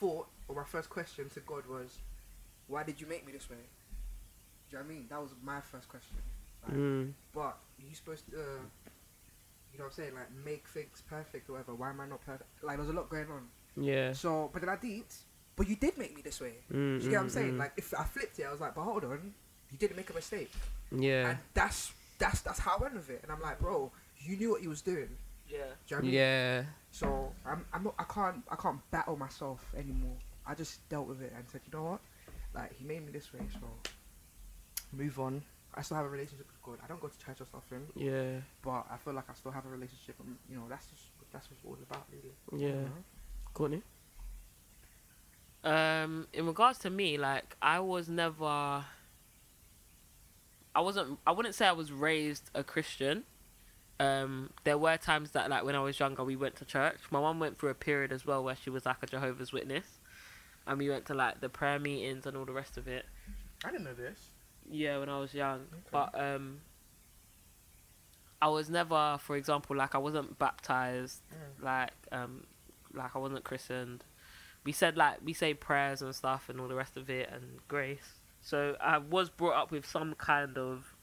S3: thought or my first question to God was, "Why did you make me this way?" Do you know what I mean? That was my first question. Like,
S1: Mm.
S3: but you're supposed to, uh, you know what I'm saying, like make things perfect or whatever. Why am I not perfect? Like, there's a lot going on.
S1: Yeah.
S3: So, but then I did, but you did make me this way.
S1: Mm,
S3: Do you get what I'm
S1: mm,
S3: saying?
S1: mm.
S3: Like, if I flipped it, I was like, but hold on, you didn't make a mistake.
S1: yeah.
S3: And that's, that's, that's how I went with it. And I'm like, bro, you knew what you was doing.
S2: Yeah.
S3: Do you know what I mean?
S1: Yeah.
S3: So, I'm, I'm not, I can't, I can't battle myself anymore. I just dealt with it and said, you know what? Like, he made me this way, so move on. I still have a relationship with God. I don't go to church or something
S1: Yeah.
S3: but I feel like I still have a relationship, and you know that's just that's what it's all about, really.
S1: Yeah.
S2: Mm.
S3: Mm-hmm.
S1: Courtney?
S2: Um, in regards to me, like I was never, I wasn't, I wouldn't say I was raised a Christian. Um, there were times that, like when I was younger, we went to church. My mum went through a period as well where she was like a Jehovah's Witness, and we went to like the prayer meetings and all the rest of it.
S3: I didn't know this.
S2: Yeah, when I was young,
S3: Okay.
S2: but um, I was never, for example, like I wasn't baptized,
S3: Mm.
S2: like um, like I wasn't christened. We said like we say prayers and stuff and all the rest of it and grace. So I was brought up with some kind of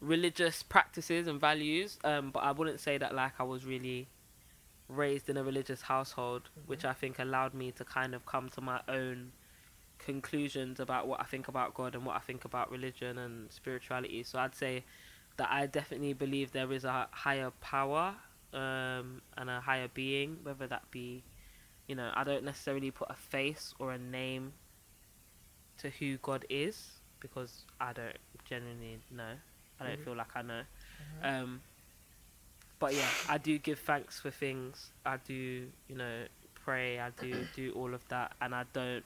S2: religious practices and values, um, but I wouldn't say that like I was really raised in a religious household, which I think allowed me to kind of come to my own conclusions about what I think about God and what I think about religion and spirituality. So I'd say that I definitely believe there is a higher power um, and a higher being, whether that be, you know, I don't necessarily put a face or a name to who God is because I don't genuinely know. I don't feel like I know. Um, but yeah, I do give thanks for things. I do, you know, pray. I do do all of that, and I don't.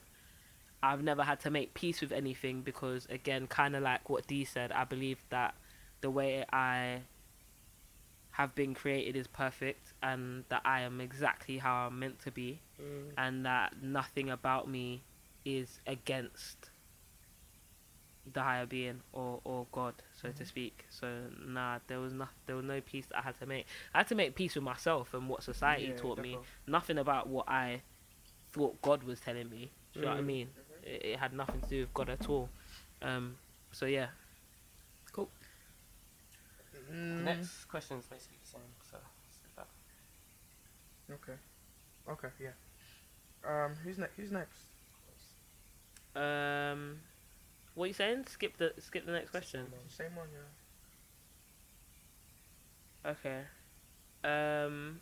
S2: I've never had to make peace with anything because, again, kind of like what Dee said, I believe that the way I have been created is perfect, and that I am exactly how I'm meant to be, and that nothing about me is against the higher being or, or God, so to speak. So nah, there was no there was no peace that I had to make. I had to make peace with myself and what society
S3: Yeah,
S2: taught me.
S3: definitely.
S2: Nothing about what I thought God was telling me. Do you know what I mean? It, it had nothing to do with God at all. Um, so yeah,
S1: Cool.
S4: The
S3: Mm,
S4: next question is basically the same. So skip that.
S3: Okay. Okay. Yeah. Um. Who's next? Who's next?
S2: Um, what are you saying? Skip the skip the next question.
S3: Same one. Yeah.
S2: Okay. Um.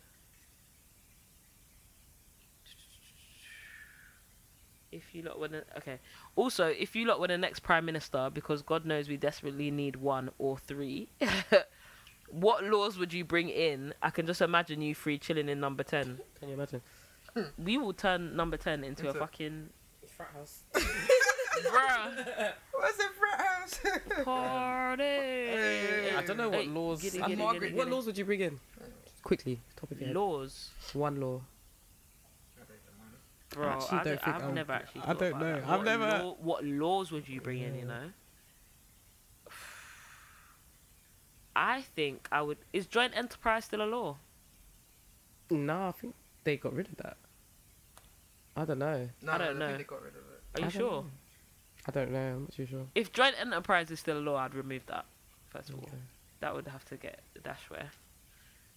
S2: If you lot were the, okay. Also, if you lot were the next prime minister, because God knows we desperately need one or three. *laughs* what laws would you bring in? I can just imagine you three chilling in number ten.
S1: Can you imagine?
S2: We will turn number ten into a
S3: Into-
S2: fucking
S1: Frat house.
S2: *laughs* bruh
S3: What's it frat house? *laughs*
S2: party.
S1: I don't know what
S2: Hey,
S1: laws.
S2: giddy,
S1: I'm
S2: giddy,
S1: Margaret,
S2: giddy,
S1: What
S2: giddy.
S1: laws would you bring in? Quickly, top of your head.
S2: laws.
S1: One law.
S2: Bro, I
S1: actually don't
S2: d-
S1: think
S2: I've
S1: I'll-
S2: never actually.
S1: I
S2: thought
S1: don't
S2: about
S1: know.
S2: that.
S1: I've
S2: What
S1: never-
S2: law- what laws would you bring in? You
S1: Yeah.
S2: know. I think I would. Is joint enterprise still a law?
S1: No, I think they got rid of that. I don't know.
S3: no,
S2: I don't
S3: no,
S2: know.
S3: They got rid of it.
S2: Are you
S1: I don't
S2: sure?
S1: know. I don't know. I'm not too sure.
S2: If joint enterprise is still a law, I'd remove that. First of all,
S1: Okay.
S2: that would have to get dashware.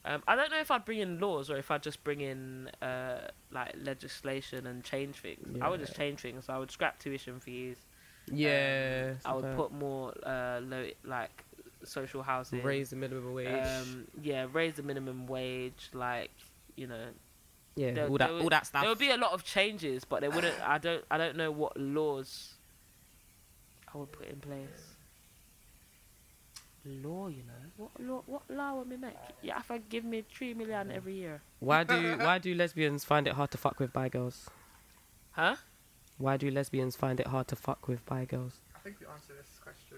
S2: Um, I don't know if I'd bring in laws or if I'd just bring in uh, like legislation and change things. I would just
S1: Yeah.
S2: change things. I would scrap tuition fees. Um,
S1: Yeah.
S2: I would
S1: something.
S2: put more uh, low, like social housing.
S1: raise the minimum wage.
S2: um, yeah, raise the minimum wage, like you know,
S1: yeah,
S2: there-
S1: all that,
S2: there would-
S1: all that stuff.
S2: there would be a lot of changes, but they wouldn't. I don't, I don't know what laws I would put in place. Law, you know, what law, what law would we make? Yeah, if I give me three million every year,
S1: Why do why do lesbians find it hard to fuck with bi girls?
S2: huh?
S1: Why do lesbians find it hard to fuck with bi girls?
S3: I think we answered this question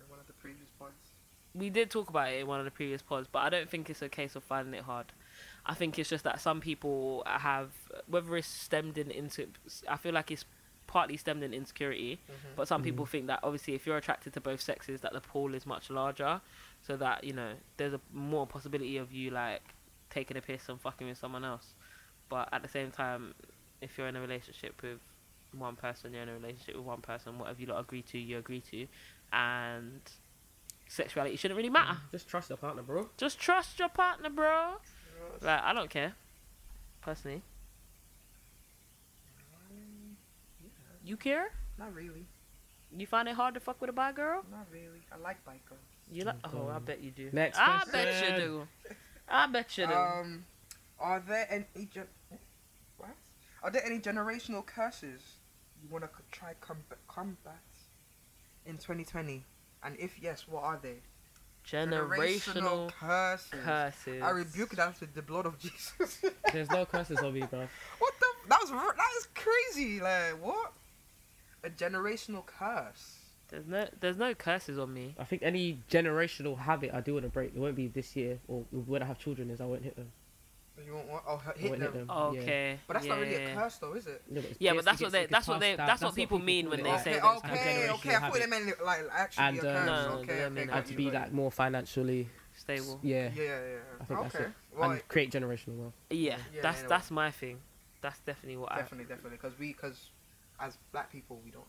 S3: in one of the previous points.
S2: We did talk about it in one of the previous pods, but I don't think it's a case of finding it hard. I think it's just that some people have, whether it's stemmed in into, I feel like it's partly stemmed in insecurity.
S3: Mm-hmm.
S2: But some people think that obviously, if you're attracted to both sexes, that the pool is much larger, so that you know there's a more possibility of you like taking a piss and fucking with someone else. But at the same time, if you're in a relationship with one person, you're in a relationship with one person. Whatever you lot agree to, you agree to, and sexuality shouldn't really matter.
S1: Just trust your partner, bro.
S2: Just trust your partner, bro. Like I don't care, personally. You care?
S3: Not really.
S2: You find it hard to fuck with a bi girl?
S3: Not really. I like bike girls.
S2: You like? Oh, I bet you do.
S1: Mm-hmm. Next
S2: I bet
S1: question.
S2: you do. I bet you do.
S3: Um, are there any gen- what? Are there any generational curses you want to try combat combat in 2020? And if yes, what are they?
S2: Generational
S3: curses.
S2: curses.
S3: I rebuke that with the blood
S2: *laughs*
S3: of Jesus.
S1: There's no curses on me, bro.
S3: *laughs* what the? That was r- that is crazy. Like what? A generational curse.
S2: There's no, there's no curses on me.
S1: I think any generational habit I do want to break, it won't be this year or when I have children, is I won't hit them.
S3: You want what? Oh, h-
S1: I
S3: hit
S1: won't
S3: them.
S1: hit them. Yeah.
S2: Okay.
S3: But that's
S2: yeah.
S3: not really a curse, though, is it?
S1: No, it's
S2: Yeah, but
S1: pissed,
S2: that's
S1: it gets-
S2: what
S1: it
S2: they-
S1: gets
S2: that's what they-
S1: passed down.
S2: that's what people mean
S1: call
S2: when
S1: it.
S2: they
S3: okay,
S2: say that's a
S3: okay,
S1: generational
S3: okay. I thought
S1: habit.
S3: they meant it, like actually
S1: And,
S3: a
S1: um,
S3: curse.
S2: No, no,
S3: okay,
S2: no,
S3: okay,
S2: no,
S1: I have to be
S3: got you.
S1: like more financially,
S2: Stable.
S1: yeah,
S3: Yeah, yeah,
S1: I
S3: yeah.
S1: think that's
S3: Okay.
S1: it.
S3: Well,
S1: and create generational wealth.
S2: Yeah,
S3: Yeah,
S2: that's
S3: anyway.
S2: that's my thing. That's definitely what
S3: definitely, definitely, because we, because as black people, we don't.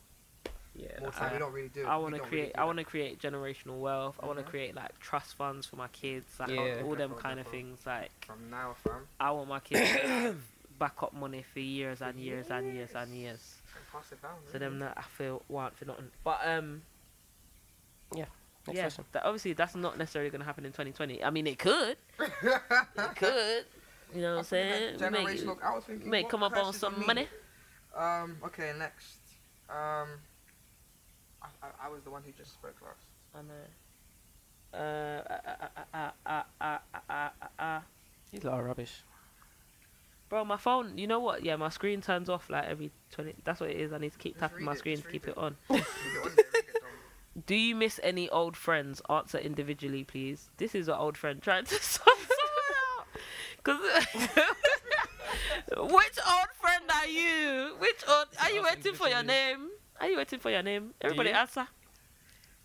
S1: Yeah.
S3: Most time,
S2: I-
S3: we don't really do.
S2: I. I want to create. I want to create generational wealth. I want to
S3: Mhm.
S2: create like trust funds for my kids. Like
S1: Yeah.
S2: all, all them
S3: Definitely,
S2: kind of
S3: definitely.
S2: things. Like
S3: to. From now, fam,
S2: I want my kids to *coughs* have backup money for years and years and years and years.
S3: and pass it down.
S2: So them that I feel want for nothing. But um.
S1: Next
S2: yeah,
S1: question.
S2: that- obviously that's not necessarily going to happen in 2020. I mean, it could,
S3: *laughs*
S2: it could. You know what I'm saying? We may,
S3: Generational. I was thinking.
S2: may
S3: what
S2: come up on
S3: curses do you
S2: some
S3: mean?
S2: money.
S3: Um. Okay. Next.
S2: *laughs*
S3: Um. I, I, I was the one who just spoke last.
S2: I know. Uh, uh, uh, uh, uh, uh, uh, uh, uh, uh. These lot are rubbish. Bro, my phone. You know what? Yeah, my screen turns off like every twenty. That's what it is. I need to keep
S3: Just
S2: tapping
S3: read
S2: my
S3: it,
S2: screen
S3: just
S2: to
S3: read
S2: keep
S3: it.
S2: it on.
S3: Leave it on there, leave it on.
S2: Do you miss any old friends? Answer individually, please. This is an old friend trying to *laughs* sort someone out. 'Cause- *laughs* which old friend are you? Which old? Are you
S5: Ask
S2: waiting for your
S5: individually.
S2: name? Are you waiting for your name? Everybody
S5: you?
S2: answer.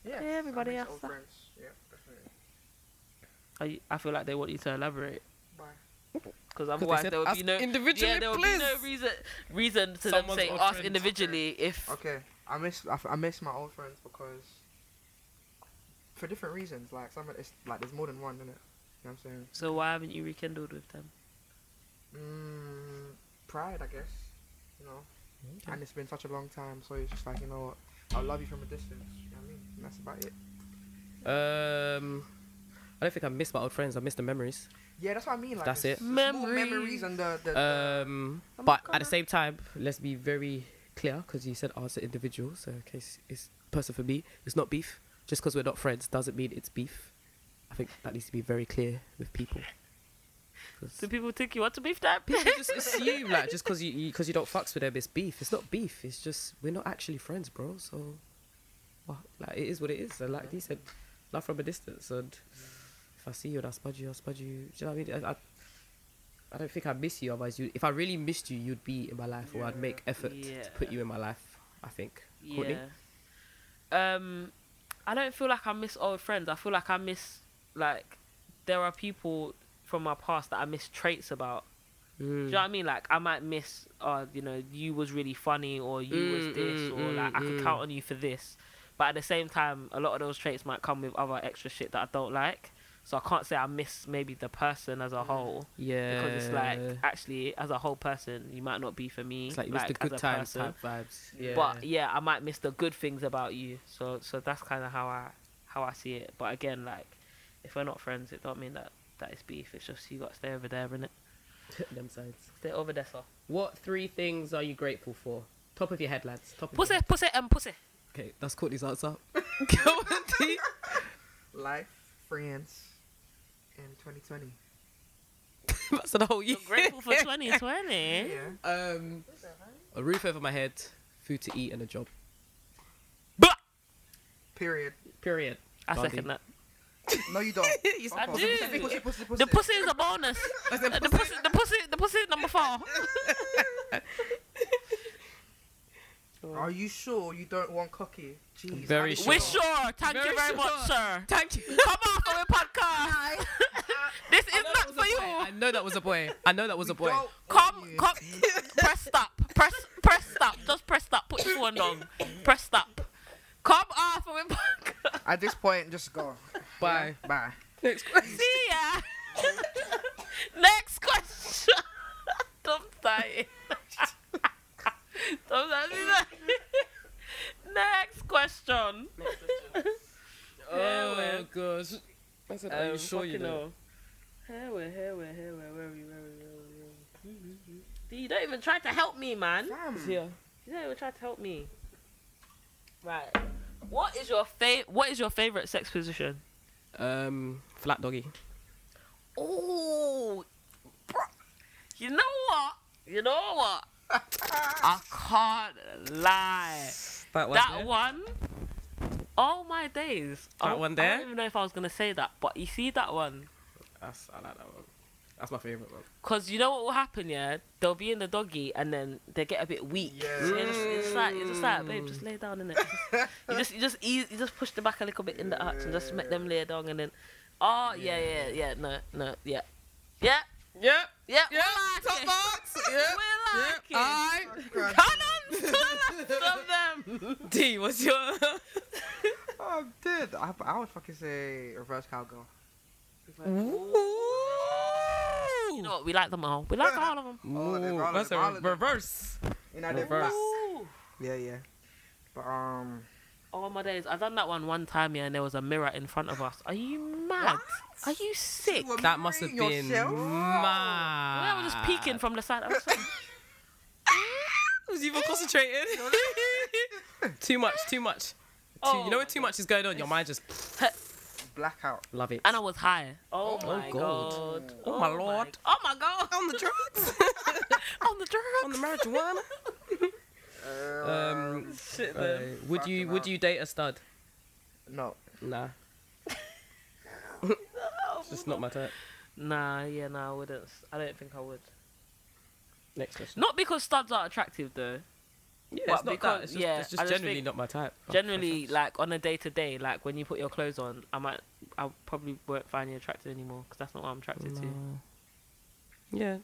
S3: Yeah,
S2: Yeah, everybody
S3: I miss
S2: else
S3: old
S2: that-
S3: friends. Yeah, definitely.
S2: Are you, I feel like they want you to elaborate
S3: Bye.
S2: because
S1: they
S2: otherwise
S1: said
S2: there will be
S1: ask
S2: no
S5: individually,
S2: Yeah, there will be no
S5: please.
S2: reason reason to them
S5: Someone's
S2: saying
S5: old
S2: ask
S5: friend.
S2: individually if
S3: Okay, I miss I, f- I miss my old friends because for different reasons. Like some of it's like there's more than one, isn't it? You know what I'm saying?
S2: So why haven't you rekindled with them?
S3: Mm, pride, I guess. You know, and it's been such a long time, so it's just like you know what, I love you from a distance. You know what I mean? And that's about it.
S1: Um, I don't think I missed my old friends. I missed the memories.
S3: Yeah, that's what I mean. Like
S1: That's
S3: it's-
S1: it.
S3: it's more
S2: Memories.
S3: memories and the, the, the
S1: Um,
S3: I'm
S1: but
S3: not
S1: at the
S3: gonna-
S1: same time, let's be very clear because you said answer individual. So in case it's person for me, it's not beef. Just because we're not friends doesn't mean it's beef. I think that needs to be very clear with people. 'Cause
S2: Do people think you want to beef
S1: *laughs*
S2: that?
S1: people just assume like just because you because you, don't fucks with them, it's beef. It's not beef. It's just we're not actually friends, bro. So, well, like it is what it is. And like he said, love from a distance. And if I see you and I spud you, I will spud you. Do you know what I mean? I, I, I don't think I miss you. Otherwise, you if I really missed you, you'd be in my life, or I'd make effort to put you in my life. I think. Courtney?
S2: Yeah. Um, I don't feel like I miss old friends. I feel like I miss like there are people from my past that I miss traits about. Do
S1: Mm.
S2: you know what I mean? Like I might miss, uh, you know, you was really funny or you
S1: Mm,
S2: was this
S1: mm,
S2: or like I
S1: mm,
S2: could
S1: mm.
S2: count on you for this. But at the same time, a lot of those traits might come with other extra shit that I don't like. So I can't say I miss maybe the person as a whole
S1: Yeah.
S2: because it's like actually as a whole person you might not be for me.
S1: it's like you missed the
S2: as
S1: good
S2: a
S1: times
S2: person
S1: type vibes. Yeah. *laughs*
S2: but yeah i might miss the good things about you so so that's kind of how i how i see it but again like if we're not friends it don't mean that that it's beef it's just you got to stay over there innit
S1: them sides.
S2: stay over there so
S1: What three things are you grateful for? Top of your head, lads. Top of your
S2: pussy
S1: head.
S2: pussy and pussy
S1: Okay, that's Courtney's answer. *laughs*
S3: life, friends, in 2020.
S1: that's the whole year.
S2: I'm grateful *laughs* for 2020
S3: Yeah.
S1: Um, a roof over my head, food to eat, and a job.
S3: Period.
S1: Period.
S2: i
S1: Gandhi.
S2: second that
S3: No, you don't.
S1: You
S3: Fuck
S2: I
S3: off.
S2: do.
S3: Pussy, pussy, pussy, pussy.
S2: the pussy is
S1: *laughs*
S2: a bonus the pussy the pussy the pussy is number four
S3: Are you sure you don't want cocky? Jeez.
S1: Very
S3: I-
S1: sure.
S2: we're sure thank
S1: Very
S2: you very
S1: sure. *laughs*
S2: much sir
S1: *laughs* Thank you.
S2: come on for a podcast *laughs* this is
S1: I
S2: not
S1: know that was
S2: for
S1: a
S2: you
S1: boy. I know that was a boy. I know that was
S3: We
S1: a boy.
S3: don't
S2: Come,
S3: want you.
S2: come, press stop, press, press stop, just press stop, put your phone down, press stop. Come off of it, podcast.
S3: At this point, just go.
S1: *laughs* Bye.
S3: Bye.
S1: *laughs* Next question.
S2: *laughs* See ya. *laughs* Next question. *laughs* Don't die. *laughs* Don't die. see that? Next question. Yeah,
S1: Oh
S2: well.
S1: gosh. I said, are you
S2: Um,
S1: sure you
S2: fucking
S1: know?
S2: hell. Here we're, here we're, here we're, where are we, where are we, where are we? D, You don't even try to help me, man.
S3: Damn.
S2: Mm. You don't even try to help me. Right. What is your fa- What is your favorite sex position?
S1: Um, flat doggy.
S2: Oh, you know what? You know *laughs* what? I can't lie.
S1: That one.
S2: That one. All my days. Oh,
S1: That
S2: I-
S1: one
S2: I
S1: there?
S2: don't even know if I was gonna say that, but you see that one.
S1: That's, I like that one. That's my favorite one.
S2: Cause you know what will happen, yeah? They'll be in the doggy and then they get a bit weak.
S3: Yeah.
S2: So you're just, it's just like you're just like, babe, just lay down in it. Just, you just you just ease, you just push the back a little bit in the arch and just make them lay down and then oh yeah yeah yeah no no yeah yeah
S1: Yep.
S2: yeah
S1: Yep.
S2: we're
S1: Top
S2: liking.
S1: box. Yep.
S2: We're
S1: Yep.
S2: liking.
S1: I.
S3: Christ.
S1: *laughs*
S2: Come on, them.
S1: D, what's your?
S3: Oh, dude, I, I would fucking say reverse cowgirl.
S2: You know what? We like them all. We like all of them.
S3: Oh, they're
S1: Ooh,
S3: all-
S1: that's
S3: they're all
S1: a
S3: of them.
S1: reverse.
S3: You know, they're
S1: Reverse.
S3: black.
S2: Ooh.
S3: Yeah, yeah. But um,
S2: Oh my days! I done that one one time, yeah, and there was a mirror in front of us. Are you mad? Are you sick?
S3: you were
S1: That must have
S3: marrying
S1: been *laughs*
S3: yourself?
S1: mad.
S2: Yeah, I was just peeking from the side. I was *laughs* like,
S1: *laughs* was even concentrating. *laughs* too much, too much. Too, you know
S2: Oh
S1: when
S2: my
S1: too much is going on, your mind just.
S3: blackout.
S1: Love it.
S2: And *laughs* I was high. Oh,
S1: Oh
S2: my
S1: God.
S2: god.
S1: Oh my lord.
S2: Oh my god.
S1: on the drugs.
S2: On the drugs.
S1: on the
S3: *laughs*
S1: marijuana. *laughs*
S3: Uh,
S1: Um,
S2: Shit,
S1: uh,
S2: man.
S1: would
S3: Fucking
S1: you would
S3: hell.
S1: you date a stud?
S3: No.
S1: Nah, it's just not my type.
S2: Oh. Nah, yeah, nah, I wouldn't. I don't think I would.
S1: Next question.
S2: Not because studs are attractive though.
S1: Yeah,
S2: but
S1: it's not that.
S2: because-
S1: It's just,
S2: yeah,
S1: it's
S2: I
S1: just
S2: just
S1: generally
S2: think-
S1: not my type.
S2: Oh, Generally, like on a day to day, like when you put your clothes on, I might, I probably won't find you attractive anymore because that's not what I'm attracted to.
S1: Yeah.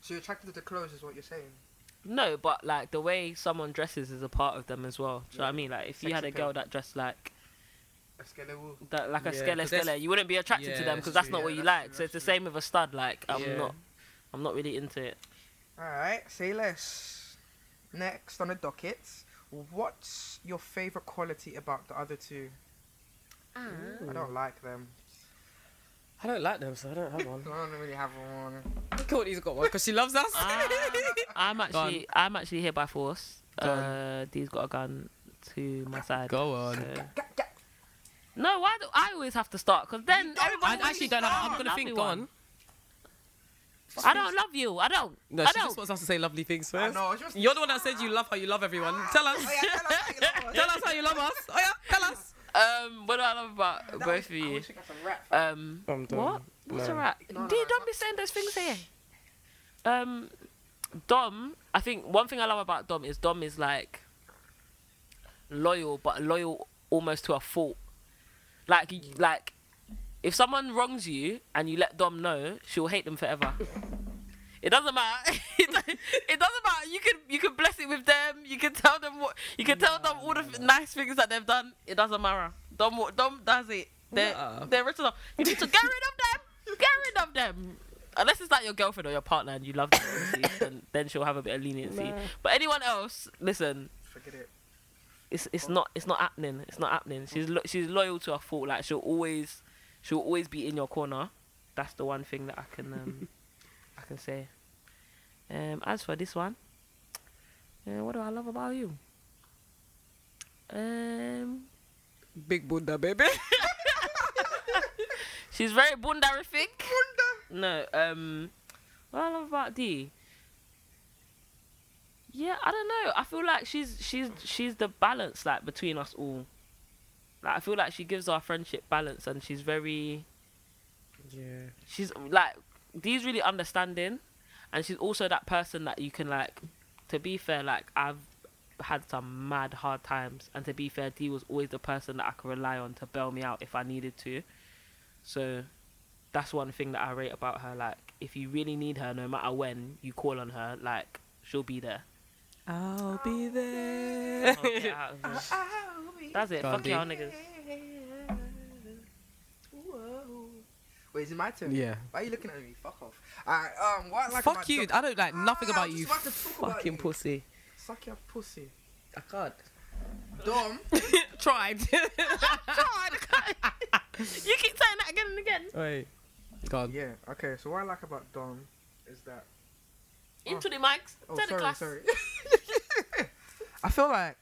S3: So you're attracted to clothes, is what you're saying?
S2: No, but like the way someone dresses is a part of them as well. Do you know what I mean? Like if you had a
S3: Sexy
S2: girl
S3: appeal.
S2: that dressed like
S3: Escalable.
S2: that, like a
S1: Yeah,
S2: skele
S1: 'cause that's-
S2: skele, you wouldn't be attracted to
S1: Yeah,
S2: them
S1: that's
S2: because that's
S3: true.
S2: not
S3: Yeah,
S2: what you
S3: that's
S2: like.
S3: true,
S2: so it's the
S3: that's true.
S2: same with a stud. Like I'm
S1: Yeah.
S2: not, I'm not really into it.
S3: All right, say less. Next on the docket, what's your favorite quality about the other two?
S1: Ah.
S3: I don't like them.
S1: I don't like them, so I don't have one.
S3: I don't really have one.
S1: Courtney's got one because she loves us. *laughs*
S2: Ah. I'm actually, I'm actually here by force.
S1: Go on.
S2: Uh, D's got a gun to my side.
S1: Go on.
S2: so- No, why do I always have to start? Because then
S1: I
S2: everybody wants
S1: actually
S2: to
S1: don't know.
S2: start.
S1: I'm gonna
S2: Love
S1: think.
S2: you
S1: Go
S2: one.
S1: on.
S2: I don't love you. I don't.
S1: No,
S2: I
S1: she just
S2: don't.
S1: wants us to say lovely things
S3: I
S1: first.
S3: know. It's just.
S1: You're the one that said you love how you love everyone. Tell us.
S3: Oh, yeah, tell us,
S1: *laughs*
S3: take it over.
S1: Tell us how you love us. Oh yeah, tell us.
S2: Um, what do I love about
S3: That
S2: both of
S3: was- I
S2: you?
S3: wish we got some rap.
S2: Um,
S1: I'm done.
S2: what? What's
S1: No.
S2: all right?
S3: No, no,
S2: Dude,
S3: it's
S2: don't
S3: not-
S2: be saying those things here. Um, Dom. I think one thing I love about Dom is Dom is like loyal, but loyal almost to a fault. Like, you- like if someone wrongs you and you let Dom know, she'll hate them forever. It doesn't matter. *laughs* it doesn't matter. You can you can bless it with them. You can tell them what you can tell them all the f nice things that they've done. It doesn't matter. Dom wa- Dom does it. They're
S1: Nah.
S2: they're written off. You need to get rid of them. Get rid of them. Unless it's like your girlfriend or your partner and you love them, obviously, then, then she'll have a bit of leniency.
S1: Nah.
S2: But anyone else, listen,
S3: Forget it.
S2: it's it's not it's not happening. It's not happening. She's lo- she's loyal to her fault. Like she'll always she'll always be in your corner. That's the one thing that I can um I can say. Um, as for this one, uh, what do I love about you? Um,
S1: Big bunda, baby.
S2: she's very bundarific. No, um, what I love about D. Yeah, I don't know. I feel like she's she's she's the balance like between us all. Like I feel like she gives our friendship balance, and she's very
S1: Yeah.
S2: she's like Dee's really understanding, and she's also that person that you can like. To be fair, like I've had some mad hard times, and to be fair, Dee was always the person that I could rely on to bail me out if I needed to. So that's one thing that I rate about her. Like if you really need her, no matter when you call on her, like she'll be
S3: *laughs*
S2: there.
S1: I'll be there.
S2: Oh, get out of here. That's it.
S1: Go on,
S2: Fuck y'all
S1: Dee.
S2: niggas.
S3: Wait, is it my turn?
S1: Yeah.
S3: Why are you looking at me? Fuck off. Alright, um, what *laughs* I like
S1: Fuck
S3: about
S1: you.
S3: Dom-
S1: I don't like nothing
S3: Ah, I
S1: about
S3: was
S1: you.
S3: about to talk about
S1: Fucking
S3: you.
S1: pussy.
S3: Suck your pussy.
S1: I
S2: *laughs*
S1: can't.
S3: Dom.
S1: *laughs* Tried.
S2: *laughs* You keep saying that again and again.
S1: Wait. God.
S3: yeah, okay, so what I like about Dom is that.
S2: Into the mics.
S3: Oh,
S2: to the
S3: sorry,
S2: class.
S3: sorry. *laughs* I feel like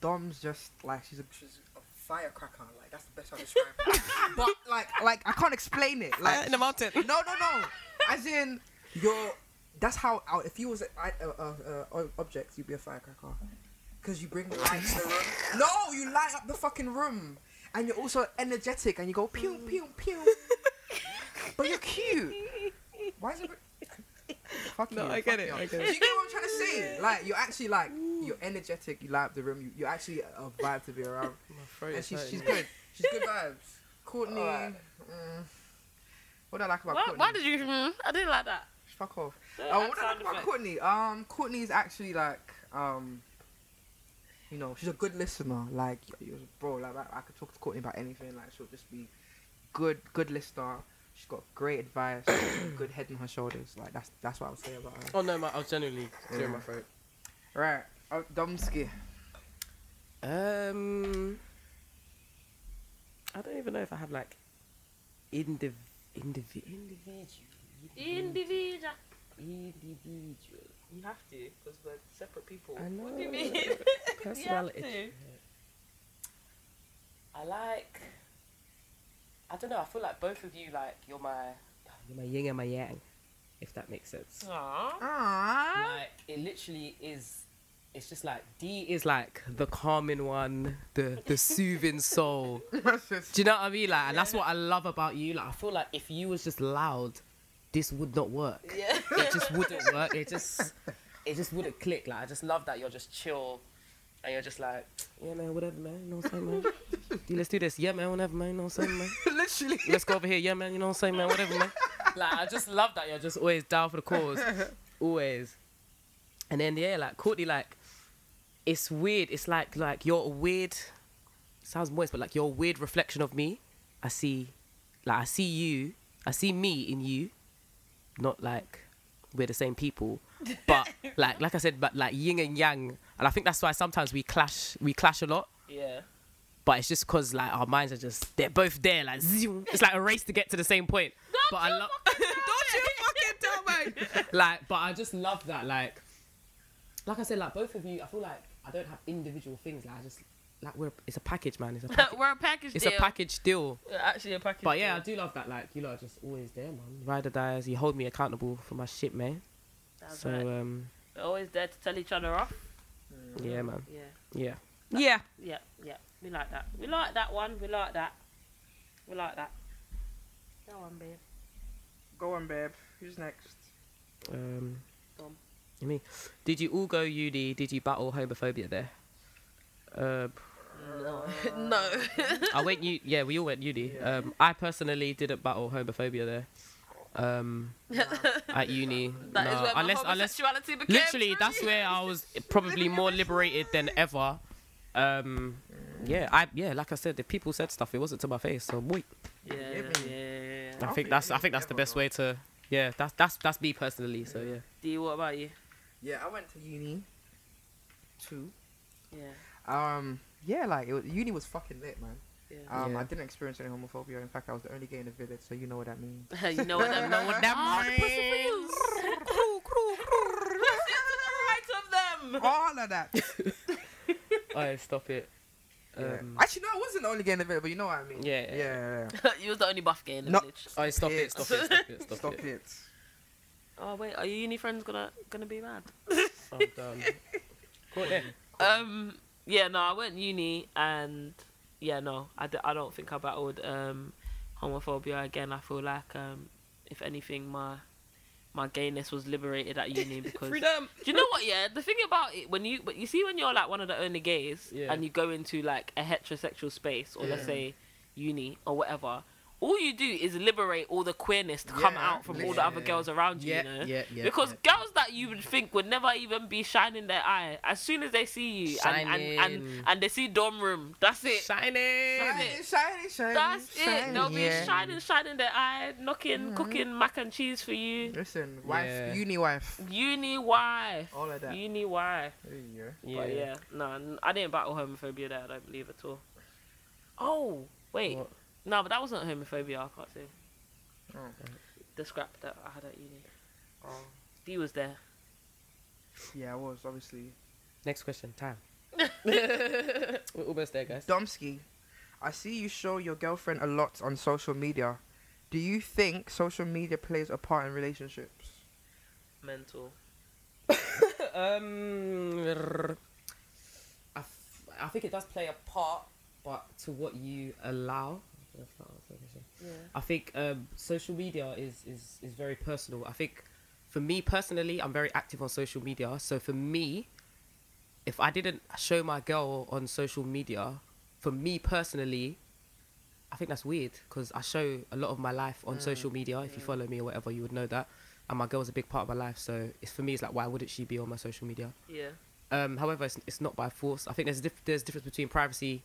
S3: Dom's just like she's a she's a firecracker. Like that's the best way to describe her. but like like I can't explain it.
S1: Fire *laughs*
S3: Like
S1: in the mountain.
S3: no no no. As in you're. That's how out. If you was an i- a, a, a, a object, you'd be a firecracker. Cause you bring light to the room. No, you light up the fucking room, and you're also energetic, and you go pew pew pew. but you're cute. Why is it? Fuck
S1: No,
S3: you,
S1: I
S3: fuck
S1: get it,
S3: you.
S1: I get
S3: Do
S1: it.
S3: you get what I'm trying to say? Like you're actually like you're energetic. You light up the room. You, you're actually a a vibe to be around.
S1: My throat
S3: And
S1: is
S3: she's, she's
S1: hurting.
S3: good. She's good vibes. Courtney.
S1: Alright.
S3: mm, what do I like about
S2: Why,
S3: Courtney?
S2: why did Uh, you? Mm, I didn't like that.
S3: Fuck off.
S2: Don't
S3: Oh,
S2: like
S3: what do I
S2: sound
S3: like about
S2: effect.
S3: Courtney? Um, Courtney's actually like um, you know, she's a good listener. Like, you- you- bro, like I, I could talk to Courtney about anything. Like, she'll just be good, good listener. She's got great advice. good head on her shoulders. Like that's that's what I would say about her.
S1: Oh no, my, I was genuinely clearing my throat.
S3: Right, uh, Domsky.
S1: Um, I don't even know if I have like indiv indiv individual
S2: Individual.
S1: individual
S2: You have to, because we're separate people.
S1: I
S2: What do you
S1: know. *laughs*
S2: mean?
S1: personality.
S2: I like.
S1: I don't know. I feel like both of you, like you're my, you're my yin and my yang, if that makes sense.
S2: Aww.
S3: *laughs* Aww.
S1: Oh, Like it literally is. It's just like D is like the calming one, the the soothing soul. Do you know what I mean? Like, and that's what I love about you. Like, I feel like if you was just loud, this would not work.
S2: Yeah.
S1: It just wouldn't work. It just, it just wouldn't click. Like, I just love that you're just chill, and you're just like, yeah, man, whatever, man. You know what I'm saying, man? Dude, let's do this. Yeah, man, whatever, man. You know what I'm saying, man?
S3: *laughs* Literally.
S1: Let's go over here. Yeah, man. You know what I'm saying, man? Whatever, man. Like, I just love that you're just always down for the cause, always. And then yeah, like Courtney, like, it's weird. It's like like you're a weird sounds moist, but like your weird reflection of me, I see, like I see you, I see me in you, not like we're the same people, but like like I said, but like yin and yang, and I think that's why sometimes we clash, we clash a lot.
S2: *laughs* *laughs* Yeah.
S1: But it's just cause like our minds are just they're both there, like zoom. it's like a race to get to the same point. but I love *laughs*
S3: Don't you fucking tell me.
S1: like, but I just love that like, like I said, like both of you, I feel like I don't have individual things. Like I just like we're it's a package, man. It's
S2: *laughs*
S1: a package.
S2: We're a package
S1: It's
S2: deal.
S1: a package deal.
S2: We're Actually, a package.
S1: But yeah, I
S2: deal.
S1: do love that. Like, you lot are just always there, man. Ride or dies. You hold me accountable for my shit, man.
S2: That's
S1: so,
S2: right.
S1: um,
S2: We're always Oh, there to tell each other off.
S1: yeah, man.
S2: Yeah.
S1: Yeah. Yeah.
S2: Yeah. Yeah. We like that. We like that one. We like that. We like that. Go on, babe.
S3: Go on, babe. Who's next?
S1: Um,
S2: Dom.
S1: you mean, did you all go uni? Did you battle homophobia there? Uh,
S2: *laughs* no. *laughs*
S1: I went. U- yeah, we all went uni. Um, I personally didn't battle homophobia there. Um, at uni,
S2: That is
S1: Nah,
S2: where my
S1: unless unless
S2: homosexuality became
S1: literally
S2: free.
S1: that's where i was probably more liberated than ever um yeah i yeah like i said if people said stuff it wasn't to my face so boy
S2: Yeah, yeah,
S3: Living.
S2: yeah, yeah.
S1: i think that's i think that's the best way to yeah that's that's that's me personally so yeah
S2: *laughs* D, what about you?
S3: Yeah, I went to uni. Two.
S2: Yeah.
S3: Um. Yeah, like it was, uni was fucking lit, man.
S2: Yeah.
S3: Um,
S1: Yeah.
S3: I didn't experience any homophobia. In fact, I was the only gay in the village, so you know what that means.
S2: *laughs* you know what that, know *laughs* what that
S1: Ah,
S2: means. Crew, crew, crew. Listen to the right of them.
S3: All of that.
S1: oh stop it
S3: Yeah.
S1: um
S3: Actually, no, I wasn't the only gay in the village, but you know what I mean.
S1: Yeah, yeah,
S3: Yeah. yeah, yeah.
S2: *laughs* you was the only buff gay in the
S3: No.
S2: village.
S1: oh stop it stop it stop it stop,
S3: *laughs* Stop
S1: it,
S3: it.
S2: Oh wait, are your uni friends gonna gonna be mad?
S1: I'm done. Go on then.
S2: Um, yeah, no, I went uni and yeah, no, I, d- I don't think I battled um homophobia again. I feel like um if anything, my my gayness was liberated at
S1: *laughs*
S2: uni because
S1: freedom
S2: Do you know what? Yeah, the thing about it when you but you see when you're like one of the only gays
S1: Yeah.
S2: and you go into like a heterosexual space or let's
S3: Yeah.
S2: say uni or whatever, all you do is liberate all the queerness to come
S3: Yeah,
S2: out from all the other
S3: yeah.
S2: girls around you.
S1: yeah
S2: you know?
S1: yeah yeah
S2: because girls that you would think would never even be shining their eye as soon as they see you and, and, and
S1: Shining.
S2: and they see dorm room, that's it.
S1: shining
S3: Shiny, shiny, shiny.
S2: that's it. They'll be
S3: yeah.
S2: shining, shining their eye, knocking, cooking mac and cheese for you.
S3: Listen, wife,
S1: Yeah.
S3: uni wife,
S2: Uni wife.
S3: all of that.
S2: Uni wife.
S3: There you go.
S2: Yeah. But yeah, no, n- I didn't battle homophobia there. I don't believe at all. Oh wait,
S1: What?
S2: no, but that wasn't homophobia. I can't say
S3: Oh.
S2: the scrap that I had at uni.
S3: Oh.
S2: D was there.
S3: Yeah, I was obviously
S1: next question
S2: *laughs*
S1: time we're almost there guys
S3: Domsky. I see you show your girlfriend a lot on social media. Do you think social media plays a part in relationships?
S2: Mental.
S1: um, I, f- I think it does play a part, but to what you allow. That's not answer the question.
S2: Yeah.
S1: I think um, social media is, is, is very personal. I think for me personally, I'm very active on social media. So for me, if I didn't show my girl on social media, for me personally, I think that's weird because I show a lot of my life on social media. If you follow me or whatever, you would know that. And my girl's a big part of my life. So it's for me, it's like, why wouldn't she be on my social media?
S2: Yeah.
S1: Um, however, it's, it's not by force. I think there's a diff- there's a difference between privacy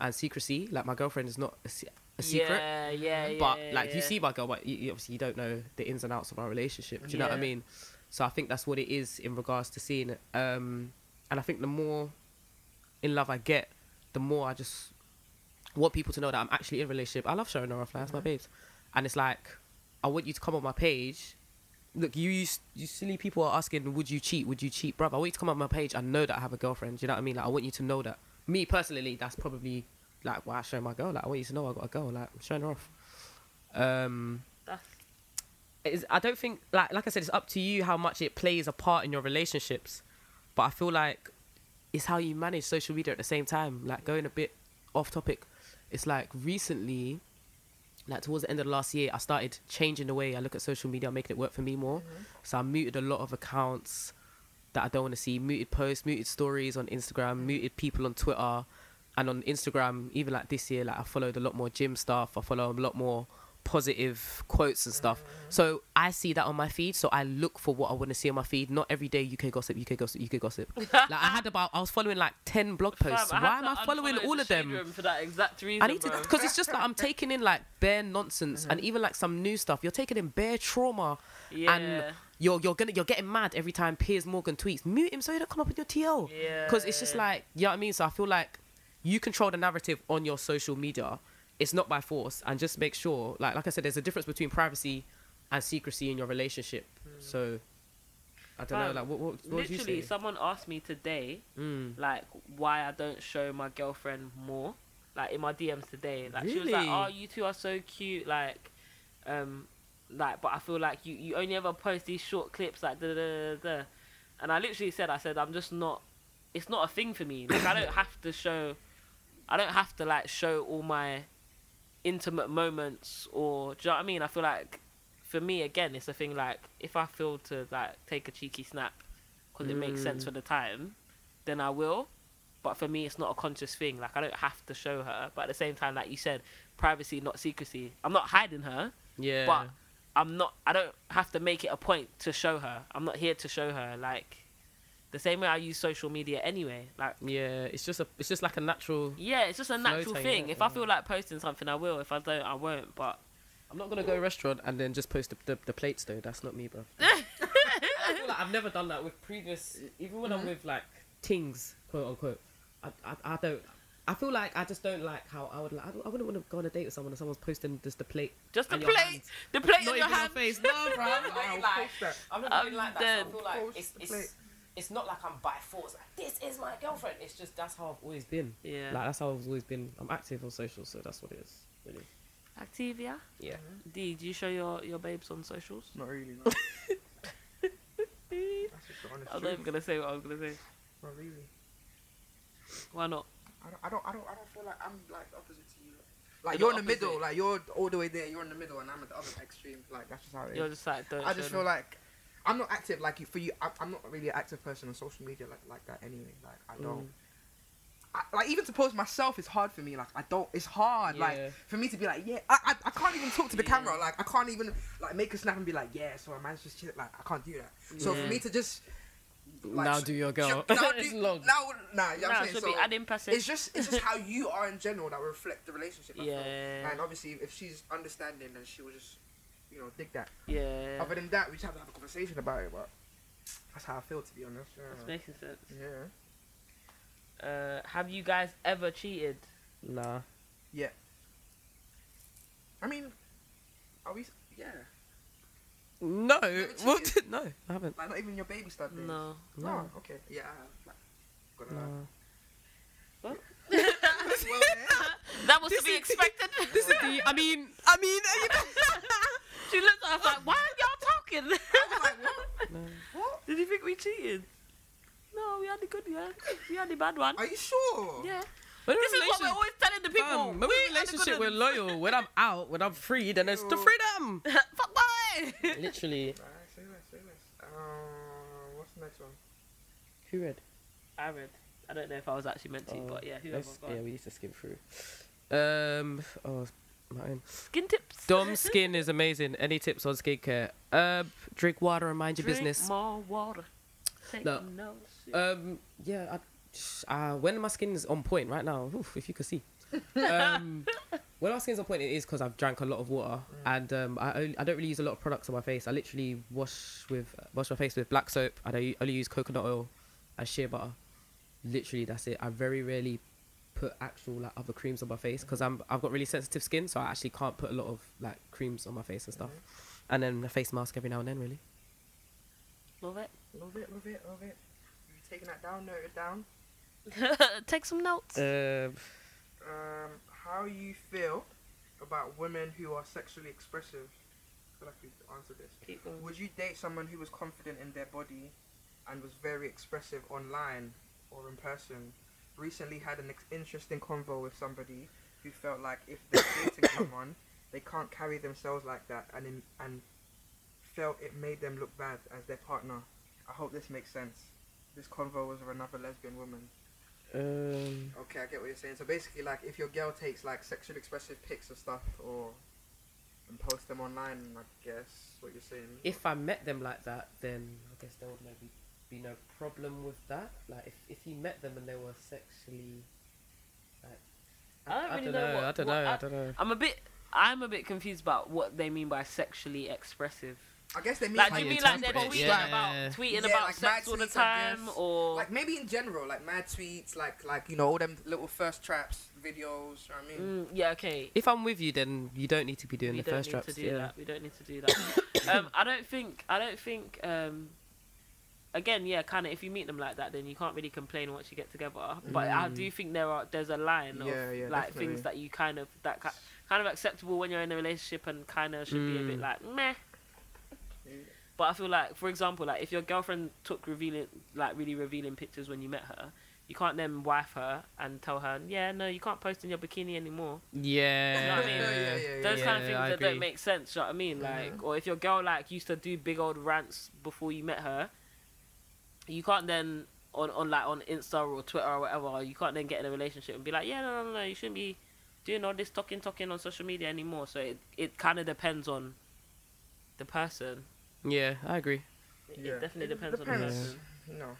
S1: and secrecy. Like my girlfriend is not a, se- a secret,
S2: Yeah, yeah, yeah.
S1: but like
S2: yeah.
S1: you see my girl, but you, you obviously you don't know the ins and outs of our relationship. Do you know what I
S2: Yeah.
S1: mean? So I think that's what it is in regards to seeing it. Um, and I think the more in love I get, the more I just want people to know that I'm actually in a relationship. I love showing her off, like, that's my babes. And it's like, I want you to come on my page. Look, you, you, s- you silly people are asking, would you cheat? Would you cheat, bruv? I want you to come on my page. I know that I have a girlfriend. Do you know what I mean? Like, I want you to know that. Me personally, that's probably like why I show my girl. Like I want you to know I got a girl. Like I'm showing her off. Um,
S2: That's
S1: it's, I don't think like like I said, it's up to you how much it plays a part in your relationships. But I feel like it's how you manage social media at the same time. Like going a bit off topic, it's like recently, like towards the end of the last year, I started changing the way I look at social media, making it work for me more.
S2: Mm-hmm.
S1: So I muted a lot of accounts that I don't want to see, muted posts, muted stories on Instagram,
S2: Mm-hmm.
S1: muted people on Twitter, and on Instagram. Even like this year, like I followed a lot more gym stuff. I follow a lot more positive quotes and stuff.
S2: Mm-hmm.
S1: So I see that on my feed. So I look for what I want to see on my feed. Not every day UK gossip, UK gossip, UK
S2: *laughs*
S1: gossip. like I had about, I was following like ten blog posts.
S2: Fam,
S1: Why
S2: had
S1: am
S2: to
S1: I following
S2: unfollow
S1: all
S2: the
S1: of them?
S2: Shade Room for that exact reason.
S1: I need to *laughs*
S2: bro. Uh-huh.
S1: because it's just like I'm taking in like bare nonsense and even like some new stuff. You're taking in bare trauma,
S2: Yeah.
S1: and you're you're gonna you're getting mad every time Piers Morgan tweets. Mute him so you don't come up with your TL. Because it's just
S2: Yeah.
S1: like you know what I mean. So I feel like you control the narrative on your social media. It's not by force, and just make sure like like I said, there's a difference between privacy and secrecy in your relationship. So. I don't know,
S2: Hmm. Fam,
S1: like what what, what would you
S2: Literally,
S1: say?
S2: someone asked me today,
S1: Mm.
S2: like, why I don't show my girlfriend more, like in my DMs today. Like she was like,
S1: Really?
S2: "Oh, you two are so cute," like, um, like, but I feel like you you only ever post these short clips, like, da da da da. da." And I literally said, I said, I'm just not. It's not a thing for me. Like I
S1: *coughs*
S2: don't have to show. I don't have to like show all my intimate moments or do you know what I mean? I feel like for me again, it's a thing like if I feel to like take a cheeky snap because it makes sense for the time, then I will. But for me, it's not a conscious thing. Like I don't have to show her. But at the same time, like you said, privacy, not secrecy. I'm not hiding her,
S1: Yeah,
S2: but I'm not. I don't have to make it a point to show her. I'm not here to show her. Like the same way I use social media anyway. Like
S1: yeah, it's just a it's just like a natural
S2: yeah, it's just a natural
S1: Floating,
S2: thing.
S1: innit?
S2: If I feel like posting something, I will. If I don't, I won't. But
S1: I'm not gonna go to a restaurant and then just post the, the, the plates though. That's not me, bro. *laughs* I feel like I've never done that with previous. Even when I'm with like things, quote unquote, I, I, I don't. I feel like I just don't like how I would. Like, I, don't- I wouldn't want to go on a date with someone and someone's posting just the plate.
S2: just the
S1: and your
S2: plate,
S1: hands.
S2: the plate
S1: not
S2: in your
S1: even
S2: hand.
S1: on face. No, *laughs* bro. I'm not
S3: I'll
S1: really like.
S3: post that.
S1: I'm not
S2: I'm
S1: really like that. So I
S2: dead.
S1: feel like
S3: Post
S1: it's,
S3: the plate.
S1: it's, it's not like I'm by force. Like this is my girlfriend. It's just that's how I've always been.
S2: Yeah.
S1: Like that's how I've always been. I'm active on social, so that's what it is. Really.
S2: Activia.
S1: Yeah.
S2: D, do you show your, your babes on socials?
S3: Not really. No. That's just the honest
S2: I was not even
S3: truth.
S2: gonna say what I was gonna say.
S3: Not really.
S2: Why not?
S3: I don't, I don't, I don't, I don't feel like I'm like opposite to you. Like you're in the middle,
S2: opposite.
S3: like you're all the way there. You're in the middle, and I'm at the other extreme. Like that's just how it is.
S2: You're just like don't.
S3: I
S2: show
S3: just
S2: them.
S3: feel like I'm not active like you. For you, I, I'm not really an active person on social media like like that anyway. Like I don't.
S2: Mm.
S3: I, like even to post myself is hard for me. Like I don't. It's hard.
S1: Yeah.
S3: Like for me to be like yeah. I, I, I can't even talk to the
S2: Yeah.
S3: camera. Like I can't even like make a snap and be like yeah. So I managed to chill. Like I can't do that. So
S2: Yeah.
S3: for me to just
S1: *laughs*
S3: like,
S1: now
S3: sh-
S1: do your
S3: sh-
S1: girl.
S2: *laughs*
S3: Now,
S1: it's
S3: do,
S1: long.
S3: now nah. You know what
S2: Nah,
S3: I'm
S2: it
S3: saying?
S2: should
S3: So
S2: be ad impressive.
S3: it's just it's just how you are in general that reflect the relationship. I feel.
S2: Yeah.
S3: And obviously if she's understanding, then she will just you know dig that.
S2: yeah.
S3: Other than that, we just have to have a conversation about it, but that's how I feel, to be honest.
S2: It's
S3: Yeah.
S2: making sense.
S3: Yeah.
S2: Uh, have you guys ever
S3: *laughs*
S2: cheated?
S1: Nah.
S3: I mean, are we? Yeah.
S1: No,
S3: haven't
S1: well, *laughs*
S3: cheated?
S1: no, I haven't.
S3: Like, not even your baby stuff. days?
S2: No.
S3: No. Oh,
S1: No.
S3: okay. Yeah. I have, like, Gonna lie.
S1: No.
S2: *laughs*
S3: well, yeah.
S2: That was
S1: This
S2: to be
S1: is-
S2: expected.
S3: *laughs*
S1: This is the. I mean, I mean,
S2: *laughs* she looked at us like, why are y'all talking?
S3: I was like, what? What?
S2: Did you think we cheated? No, we had the good one. We had the bad one.
S3: Are you sure?
S2: Yeah.
S1: When
S2: This is what we're always telling the people.
S1: Fam, when we're in a
S2: are the good
S1: relationship, we're
S2: ones.
S1: loyal. When I'm out, when I'm free, then it's the
S3: Ew.
S1: freedom.
S2: *laughs* Fuck boy.
S1: *laughs* Literally,
S3: All right, say less, say less. Uh, what's the next one?
S1: who read?
S2: *laughs* I read. I don't know if I was actually meant to, but yeah,
S1: Oh,
S2: whoever
S1: let's-
S2: got
S1: yeah, we need to skim through. Um, oh, it's my own.
S2: skin tips.
S1: Dom skin is amazing. Any tips on skincare? Um, drink water and mind your
S2: Drink
S1: business.
S2: More water. Take
S1: No.
S2: no. shit.
S1: Um, yeah, I, uh, when my skin is on point right now, oof, if you could see. um, when my skin's on point, it is because I've drank a lot of water, and um, I only, I don't really use a lot of products on my face. I literally wash with wash my face with black soap, and I only use coconut oil and shea butter. Literally, that's it. I very rarely put actual like other creams on my face because I'm I've got really sensitive skin, so I actually can't put a lot of like creams on my face and stuff.
S3: Mm.
S1: And then a face mask every now and then, really.
S2: Love it.
S3: Love it, love it,
S2: *laughs*
S3: love it. You taking that down? Note it down.
S1: Uh,
S2: Take some notes.
S1: Um,
S3: um, how you feel about women who are sexually expressive. I feel like we've answered this.
S2: Keep going.
S3: Would you date someone who was confident in their body and was very expressive online or in person? Recently had an ex- interesting convo with somebody who felt like if they're dating *coughs* someone, they can't carry themselves like that and, in, and felt it made them look bad as their partner. I hope this makes sense. This convo was with another lesbian woman.
S6: Um,
S3: Okay, I get what you're saying. So basically, like, if your girl takes like sexually expressive pics of stuff or and post them online, I guess what you're saying.
S1: If I met them like that, then I guess there would maybe be no problem with that. Like if, if he met them and they were sexually, like
S2: I don't
S1: I
S2: really
S1: don't
S2: know.
S1: know,
S2: what,
S1: I don't
S2: what
S1: know, I don't know.
S2: I'm a bit. I'm a bit confused about what they mean by sexually expressive.
S3: I guess they mean
S2: Like,
S1: how
S2: do you
S1: you
S2: mean like they're
S1: interpret
S2: tweeting
S1: it, yeah.
S2: about tweeting
S3: Yeah,
S2: about
S3: like
S2: sex
S3: mad
S2: all the
S3: tweets, I
S2: time,
S3: guess.
S2: or
S3: like maybe in general, like mad tweets, like like you know all them little first traps videos. You know what I mean,
S2: Mm, yeah, okay.
S1: if I'm with you, then you don't need to be doing
S2: we
S1: the
S2: don't
S1: first
S2: need
S1: traps.
S2: to do
S1: yeah.
S2: that. We don't need to do that. *coughs* um, I don't think. I don't think. Um, again, yeah, kind of. If you meet them like that, then you can't really complain once you get together. But I do think there are there's a line of
S3: Yeah, yeah,
S2: like
S3: definitely.
S2: things that you kind of that ki- kind of acceptable when you're in a relationship and kind of should be a bit like meh. But I feel like, for example, like if your girlfriend took revealing, like really revealing pictures when you met her, you can't then wife her and tell her, yeah, no, you can't post in your bikini anymore.
S1: Yeah.
S2: You know what I mean?
S3: Yeah, yeah, yeah,
S2: Those
S1: yeah.
S2: kind
S1: Yeah,
S2: of things
S1: I
S2: that don't
S1: agree.
S2: make sense. You know what I mean? Like, or if your girl like used to do big old rants before you met her, you can't then on on like on Insta or Twitter or whatever. You can't then get in a relationship and be like, yeah, no, no, no, you shouldn't be doing all this talking, talking on social media anymore. So it it kind of depends on the person.
S1: Yeah, I agree.
S2: It,
S3: Yeah.
S2: it definitely
S3: It
S2: depends, on the
S3: depends.
S2: person.
S3: you know.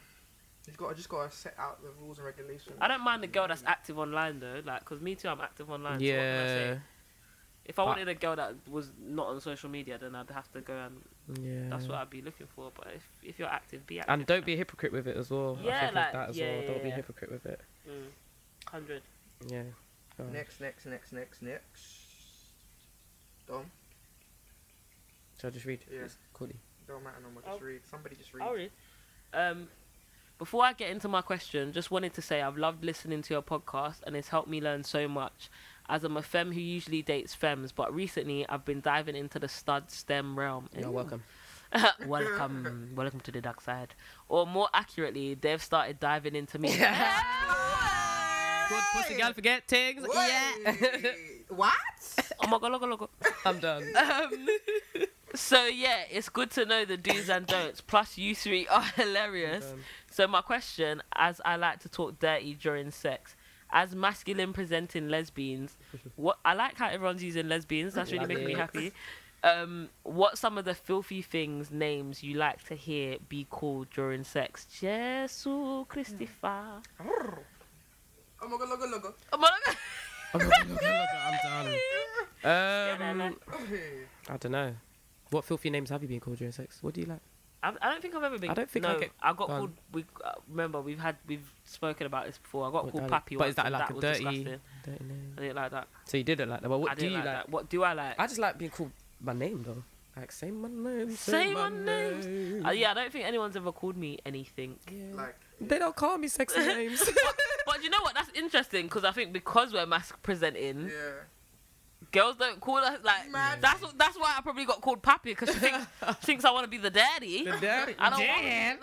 S3: You've got to just got to set out the rules and regulations.
S2: I don't mind the girl that's active online though, like, cause me too, I'm active online. so what can I say?
S1: yeah.
S2: If I
S1: But-
S2: wanted a girl that was not on social media, then I'd have to go and
S1: yeah.
S2: That's what I'd be looking for. But if, if you're active, be active.
S1: Mm. And don't be a hypocrite with it as well. I
S2: Yeah,
S1: think
S2: like,
S1: like, that as
S2: yeah,
S1: well.
S2: yeah,
S1: Don't be a
S2: yeah.
S1: hypocrite with it.
S2: Mm. hundred.
S1: Yeah. Oh.
S3: Next, next, next, next, next. Dom,
S1: Shall I just read?
S3: Yeah.
S1: It's Courtney.
S3: don't matter no more.
S2: I'll-
S3: Just read. Somebody just read.
S2: All right. Um, before I get into my question, just wanted to say I've loved listening to your podcast and it's helped me learn so much. As I'm a femme who usually dates femmes, but recently I've been diving into the stud STEM realm.
S1: You're
S2: Ooh.
S1: welcome.
S2: *laughs*
S1: *laughs*
S2: welcome, welcome to the dark side. Or more accurately, they've started diving into
S1: *laughs*
S2: me.
S1: Good pussy girl, forget things.
S2: *laughs*
S1: Yeah.
S3: Wait, *laughs* what?
S2: oh my god, look, look, look.
S1: I'm done. *laughs*
S2: So yeah, it's good to know the do's and don'ts. Plus, you three are *laughs* hilarious. So my question, as I like to talk dirty during sex, as masculine
S1: *laughs*
S2: presenting lesbians, what I like how everyone's using lesbians. That's really
S1: Love
S2: making me
S1: it.
S2: happy. Um, what some of the filthy things names you like to hear be called during sex? Jesus Christifa.
S3: Oh my god, logo, logo.
S1: *laughs* I'm done. I'm done. Um,
S3: Okay.
S1: I don't know. What filthy names have you been called during sex? What do you like?
S2: I, I don't think I've ever been.
S1: I don't think
S2: no,
S1: I get-
S2: got
S1: go on.
S2: called. We uh, remember we've had we've spoken about this before. I got
S1: What
S2: called
S1: do I-
S2: pappy
S1: But
S2: once.
S1: is that
S2: and
S1: like
S2: that
S1: a
S2: was
S1: dirty,
S2: disgusting.
S1: dirty name?
S2: I didn't like that.
S1: So you did it like that. Well,
S2: I
S1: what do
S2: didn't
S1: you
S2: like,
S1: like?
S2: that. What do I like?
S1: I just like being called my name though. Like say my name.
S2: Say my name. Uh, yeah, I don't think anyone's ever called me anything.
S1: Yeah.
S3: Like,
S1: They don't call me
S2: *laughs*
S1: sexy names.
S2: But you know what? That's interesting because I think because we're mask presenting,
S3: yeah.
S2: girls don't call us like. Mm.
S3: Man.
S2: That's what- that's why I probably got called pappy because she thinks, thinks I want to be the daddy. I
S1: *laughs*
S2: don't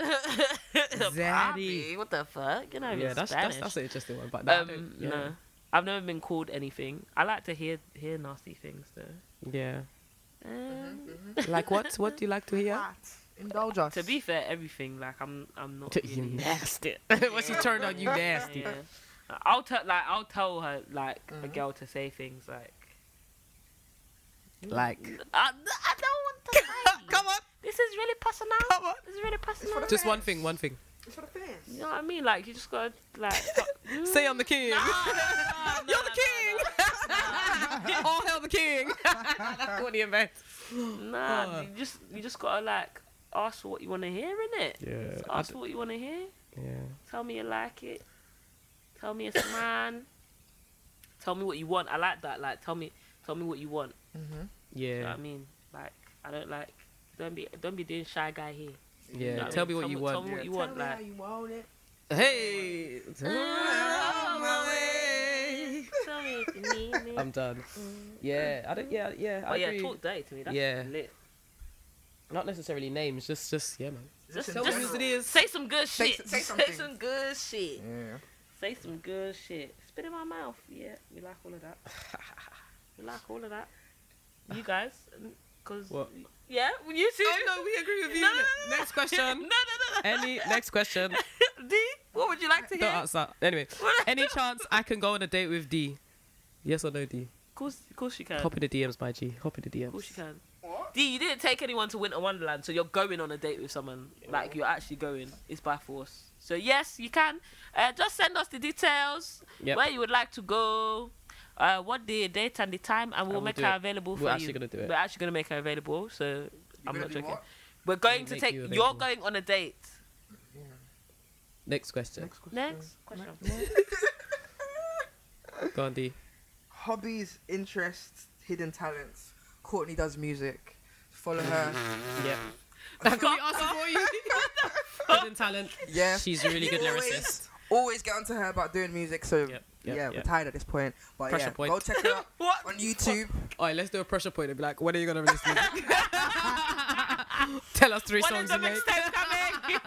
S2: want *laughs*
S1: Daddy.
S2: Papi, What the fuck? You know,
S1: yeah, that's,
S2: Spanish.
S1: that's that's an interesting one. But no, I
S2: um,
S1: don't- yeah.
S2: No, I've never been called anything. I like to hear hear nasty things though.
S1: yeah.
S2: Um,
S1: Like what?
S2: *laughs*
S1: What do you like to hear?
S3: Mm-hmm. Indulge us.
S2: To be fair, everything like I'm I'm not.
S1: To-
S2: really
S1: you nasty. *laughs* Once you turned
S2: *laughs*
S1: on you nasty.
S2: Yeah. I'll tell like I'll tell her like a girl to say things like *laughs*
S1: Like
S2: I, I don't want to lie.
S1: on.
S2: This is really personal.
S1: Come on.
S2: This is really personal.
S1: Just one thing. One thing.
S3: It's for the fans.
S2: You know what I mean? Like you just gotta like.
S1: *laughs* Say I'm the king. *laughs* You're the king. *laughs* All hail the
S2: *laughs*
S1: king. that's what he invents.
S2: Nah,
S1: Uh.
S2: you just you just gotta like ask for what you wanna hear in it.
S1: Yeah. I
S2: Ask
S1: d-
S2: for what you wanna hear.
S1: yeah.
S2: Tell me you like it. Tell me it's mine. Tell me what you want. I like that. Like tell me tell me what you want.
S3: Mm-hmm.
S2: You know
S1: Yeah.
S2: what I mean? Like I don't like don't be don't be doing shy guy here.
S1: Yeah.
S2: know what I
S1: Tell
S2: mean?
S1: me what you
S2: Tell
S1: want.
S2: me what you want. Like
S3: you want it.
S1: Hey.
S2: Tell me how you want it. I'm
S1: I'm done.
S2: Mm.
S1: Yeah, I don't. Yeah, yeah. I
S2: But oh, yeah,
S1: agree.
S2: talk dirty to me. That's
S1: Yeah.
S2: lit.
S1: Not necessarily names, just just yeah, man.
S2: Just,
S3: in
S2: just
S3: general.
S2: say some good
S3: Say-
S2: shit.
S3: say
S2: Say,
S3: something.
S2: some good shit.
S3: Yeah.
S2: Say some good shit. Spit in my mouth. Yeah, we like all of that. we like all of that. You guys, because
S1: What?
S2: yeah, well, you too.
S1: Oh no, we agree with you.
S2: No, no, no, no.
S1: Next
S2: no, *laughs* no,
S1: question.
S2: no.
S1: Any next
S2: *laughs*
S1: question?
S2: D, what would you like to
S1: Don't
S2: hear?
S1: answer. Anyway,
S2: What-
S1: any chance I can go on a date with D? Yes or no, D?
S2: Of course, of course you can.
S1: Hop in the DMs, my G. Hop in the
S2: Uh, Of course
S1: DMs.
S2: you can.
S3: What?
S2: D, you didn't take anyone to Winter Wonderland, so you're going on a date with someone. Like you're actually going. It's by force. So yes, you can. Uh, just send us the details.
S1: Yep.
S2: Where you would like to go. Uh, what the date and the time, and we'll
S1: we'll
S2: make
S1: do
S2: her
S1: it.
S2: available for
S1: We're
S2: you.
S1: actually gonna do it.
S2: We're actually gonna make her available. So I'm
S3: gonna
S2: not
S3: do
S2: joking.
S3: what?
S2: We're going
S1: We'll
S2: to
S1: make
S2: take.
S1: you
S2: You are
S1: available.
S2: going on a date.
S1: Next question.
S3: Next question.
S2: Next question.
S1: Go on, D.
S3: Hobbies, interests, hidden talents. Courtney does music. Follow *laughs* her.
S1: *laughs* Yeah. Can we answer for
S3: *laughs*
S1: you? Hidden talent.
S3: Yeah.
S1: She's a really good
S3: Always.
S1: lyricist.
S3: Always get onto her about doing music. So
S1: Yep,
S3: yeah,
S1: yep,
S3: we're
S1: yep.
S3: tired at this point. But
S1: Pressure
S3: yeah,
S1: point. *laughs*
S3: go check her out
S2: *laughs* What?
S3: on YouTube.
S1: All right, let's do a pressure point and be like, when are you gonna
S3: *laughs*
S1: release music? Tell us three
S2: When
S1: songs
S2: is the
S1: you make.
S2: mixtape coming?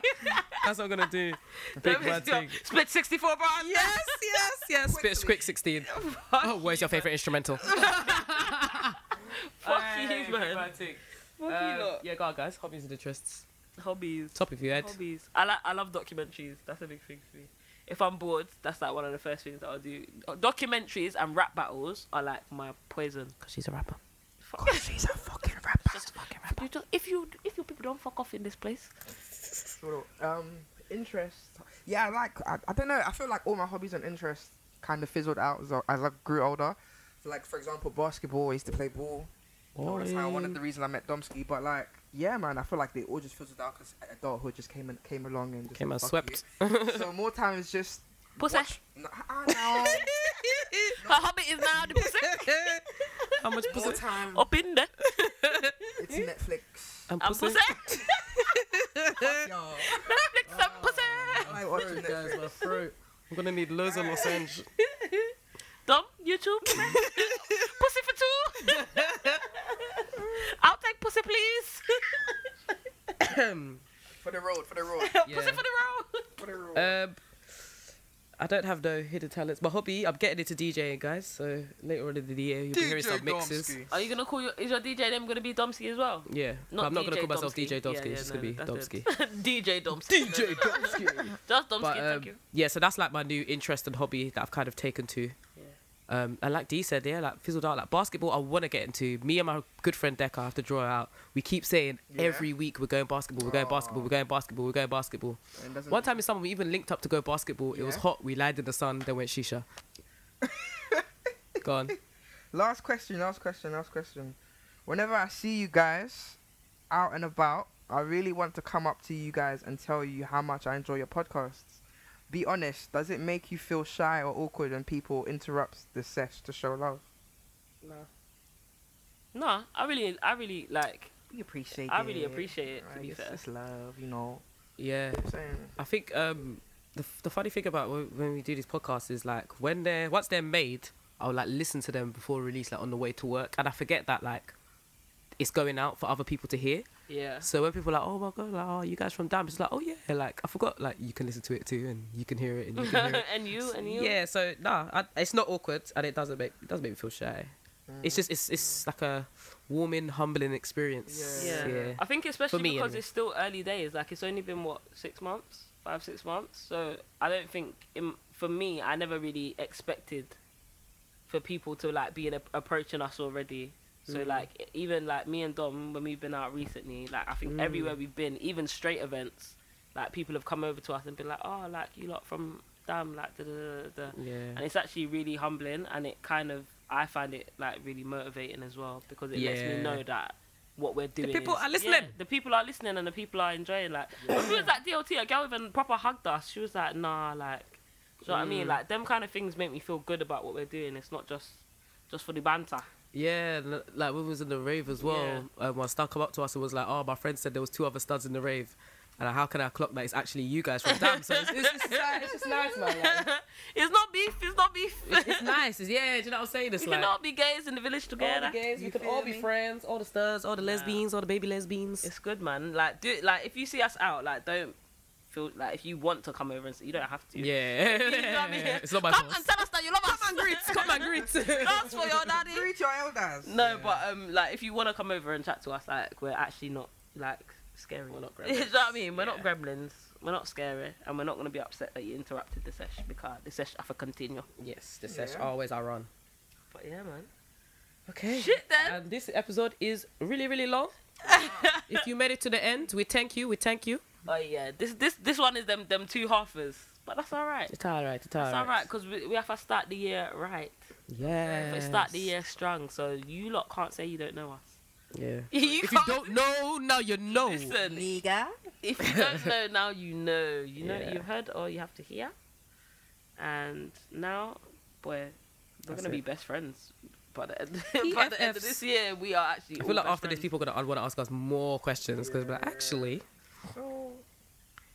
S1: That's what I'm gonna
S3: *laughs*
S1: do. *laughs*
S2: *laughs*
S1: Big bad thing.
S2: Split 64 bars.
S1: Yes, yes, yes.
S3: Quickly.
S1: Spit quick
S3: *laughs*
S1: 16. Oh, where's your favorite instrumental?
S2: *laughs* Fuck you, man. Fuck you lot.
S1: Uh, yeah, go on, guys. Hobbies and interests.
S2: Hobbies.
S1: Top of your head.
S2: Hobbies. I like. I love documentaries. That's a big thing for me. If I'm bored, that's like one of the first things that I'll do. Uh, Documentaries and rap battles are like my poison. Cause she's a rapper. Fuck.
S3: she's a fucking rapper.
S2: Just a fucking rapper. You don't, if you if you people don't fuck off in this place,
S3: Um, interests. Yeah, I like I, I don't know. I feel like all my hobbies and interests kind of fizzled out as I, as I grew older. So, like for example, basketball. I used to play ball. all the time. One of the reasons I met Domsky, but like, yeah, man, I feel like they all just fizzled out because adulthood just came and came along and just
S1: Came and
S3: fuck
S1: swept.
S3: you. so more time is just
S2: Pussy.
S3: watch- No,
S1: *laughs*
S3: I
S2: her hobby is now the pussy.
S1: *laughs* How much
S3: know. *laughs*
S1: pussy?
S3: more time.
S2: Up in *laughs* there.
S3: It's Netflix.
S1: I'm
S2: I'm
S1: pussy.
S2: pussy. *laughs*
S3: Yo,
S2: Netflix, I'm pussy.
S3: I watch *laughs* Netflix.
S1: my throat. I'm gonna need loads of Los Angeles.
S2: Dumb YouTube. pussy for two. I'll take pussy, please.
S3: *clears throat* For the road, for the road,
S2: Pussy
S1: Yeah.
S2: for the road.
S3: for the
S1: *laughs*
S3: road.
S1: Um, I don't have no hidden talents. My hobby, I'm getting into DJing, guys. So later on in the year, you'll be hearing some mixes. *laughs*
S2: Are you gonna call your is your DJ name gonna be Domsky as well?
S1: Yeah, but I'm not gonna
S2: DJ
S1: call myself
S2: Domsky.
S1: DJ Domsky.
S2: Yeah, yeah,
S1: it's just
S2: no,
S1: gonna be
S2: that's
S1: Domsky.
S2: it. *laughs* DJ Domsky. DJ Domsky. Just Domsky,
S1: But um,
S2: thank you.
S1: yeah, so that's like my new interest and hobby that I've kind of taken to. Um, and like Dee said, yeah, like fizzled out. Like basketball, I want to get into. Me and my good friend Decker, I have to draw out. We keep saying
S3: Yeah.
S1: every week we're going basketball, we're going basketball, we're going basketball, we're going basketball.
S3: And doesn't-
S1: One time in summer, we even linked up to go basketball. It was
S3: Yeah.
S1: hot. We lied in the sun. Then went shisha. Gone.
S3: Last question, last question, last question. Whenever I see you guys out and about, I really want to come up to you guys and tell you how much I enjoy your podcasts. Be honest, does it make you feel shy or awkward when people interrupt the sesh to show love?
S2: No, I really I really like
S3: We appreciate
S2: I really appreciate it, to be fair.
S3: It's love, you know.
S1: Yeah.
S3: I'm saying.
S1: I think um, the the funny thing about when, when we do these podcasts is like when they're once they're made, I'll like listen to them before release, like on the way to work, and I forget that like it's going out for other people to hear.
S2: Yeah.
S1: So when people are like, oh my god, like, oh you guys from Dam, it's like oh yeah, like I forgot, like you can listen to it too, and you can hear it, and you can hear it.
S2: *laughs* and you and you
S1: Yeah, so nah, I, it's not awkward, and it doesn't make it doesn't make me feel shy.
S2: Mm.
S1: It's just it's it's like a warming, humbling experience.
S2: yeah.
S1: yeah.
S2: I think especially
S1: me,
S2: because
S1: anyway.
S2: it's still early days. Like it's only been what six months, five six months. So I don't think in, for me, I never really expected for people to like be in a, approaching us already. So like e, even like me and Dom when we've been out recently, like I think everywhere we've been, even straight events, like people have come over to us and been like, oh, like you lot from damn, like da da da da. da."
S1: Yeah.
S2: and it's actually really humbling and it kind of I find it like really motivating as well because it lets me
S1: Yeah.
S2: know that what we're doing.
S1: people
S2: is-
S1: are listening.
S2: yeah, the people are listening and the people are enjoying. Like when we was at DLT, a girl even proper hugged us. She was like, "Nah, like, do you know what I mean? Like them kind of things make me feel good about what we're doing. It's not just just for the banter.
S1: Yeah, and, uh, like we was in the rave as well. Um, one stud come up to us and was like, "Oh, my friend said there was two other studs in the rave," And like, how can I clock that it's actually you guys from Dam? So it's, it's, just, like, it's just nice, man. Like,
S2: it's not beef. It's not beef.
S1: it's, it's nice. It's, yeah, do you know what I'm saying?
S2: *laughs*
S1: It's
S2: we
S1: like
S2: can all be gays in the village
S1: all the
S2: together.
S1: gays, we
S3: You
S1: can
S3: feel
S1: all be
S3: me?
S1: friends, all the studs, all the lesbians, all the baby lesbians.
S2: It's good, man. Like, do like if you see us out, like, don't feel like if you want to come over and see, you don't have to.
S1: yeah,
S2: *laughs* You know what I mean?
S1: it's not my
S2: come
S1: fault.
S2: and tell us that you love us. Come and greet.
S1: Come and
S2: *laughs*
S1: greet.
S2: Dance for your daddy.
S3: Greet your elders.
S2: No, but um, like if you want to come over and chat to us, like we're actually not like scary.
S1: We're not
S2: Do *laughs* you know
S1: gremlins.
S2: what I mean? We're not
S1: Yeah.
S2: gremlins. We're not scary, and we're not gonna be upset that you interrupted the session because the session have to continue.
S1: yes, the session
S3: Yeah.
S1: always I run.
S2: But yeah, man.
S1: Okay.
S2: Shit, then.
S1: And this episode is really, really long.
S2: *laughs*
S1: if you made it to the end, we thank you. We thank you.
S2: Oh yeah, this this this one is them them two halfers, but that's all right.
S1: It's all right. It's all
S2: That's all
S1: right.
S2: right because we, we have to start the year right.
S1: Yeah.
S2: We start the year strong, so you lot can't say you don't know us.
S1: Yeah.
S2: *laughs* You
S1: If you
S2: can't-
S1: don't know, now you know.
S2: Listen, If you don't know now, you know. You know
S1: Yeah.
S2: you've heard or you have to hear. And now, boy, we're
S1: That's
S2: gonna be
S1: it.
S2: best friends. By the end, *laughs* by the end of
S1: BFFs.
S2: this year, we are actually.
S1: I
S2: all
S1: feel like
S2: best
S1: after this,
S2: friends.
S1: people are gonna want to ask us more questions because like, actually,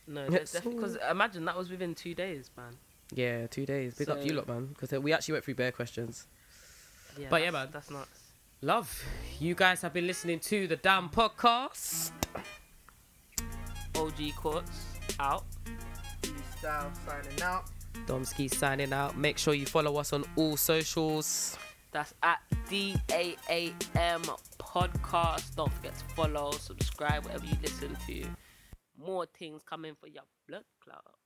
S2: No,
S1: Yes.
S2: because imagine that was within two days, man.
S1: yeah, two days. Big up
S2: So-
S1: you lot, man, because we actually went through bare questions.
S2: Yeah,
S1: But yeah,
S2: that's-
S1: man.
S2: that's nuts.
S1: Love, you guys have been listening to the Damn Podcast.
S2: OG courts out.
S3: Style signing out.
S1: Domsky signing out. Make sure you follow us on all socials.
S2: That's at D A A M podcast. Don't forget to follow, subscribe, whatever you listen to. More things coming for your blood clot.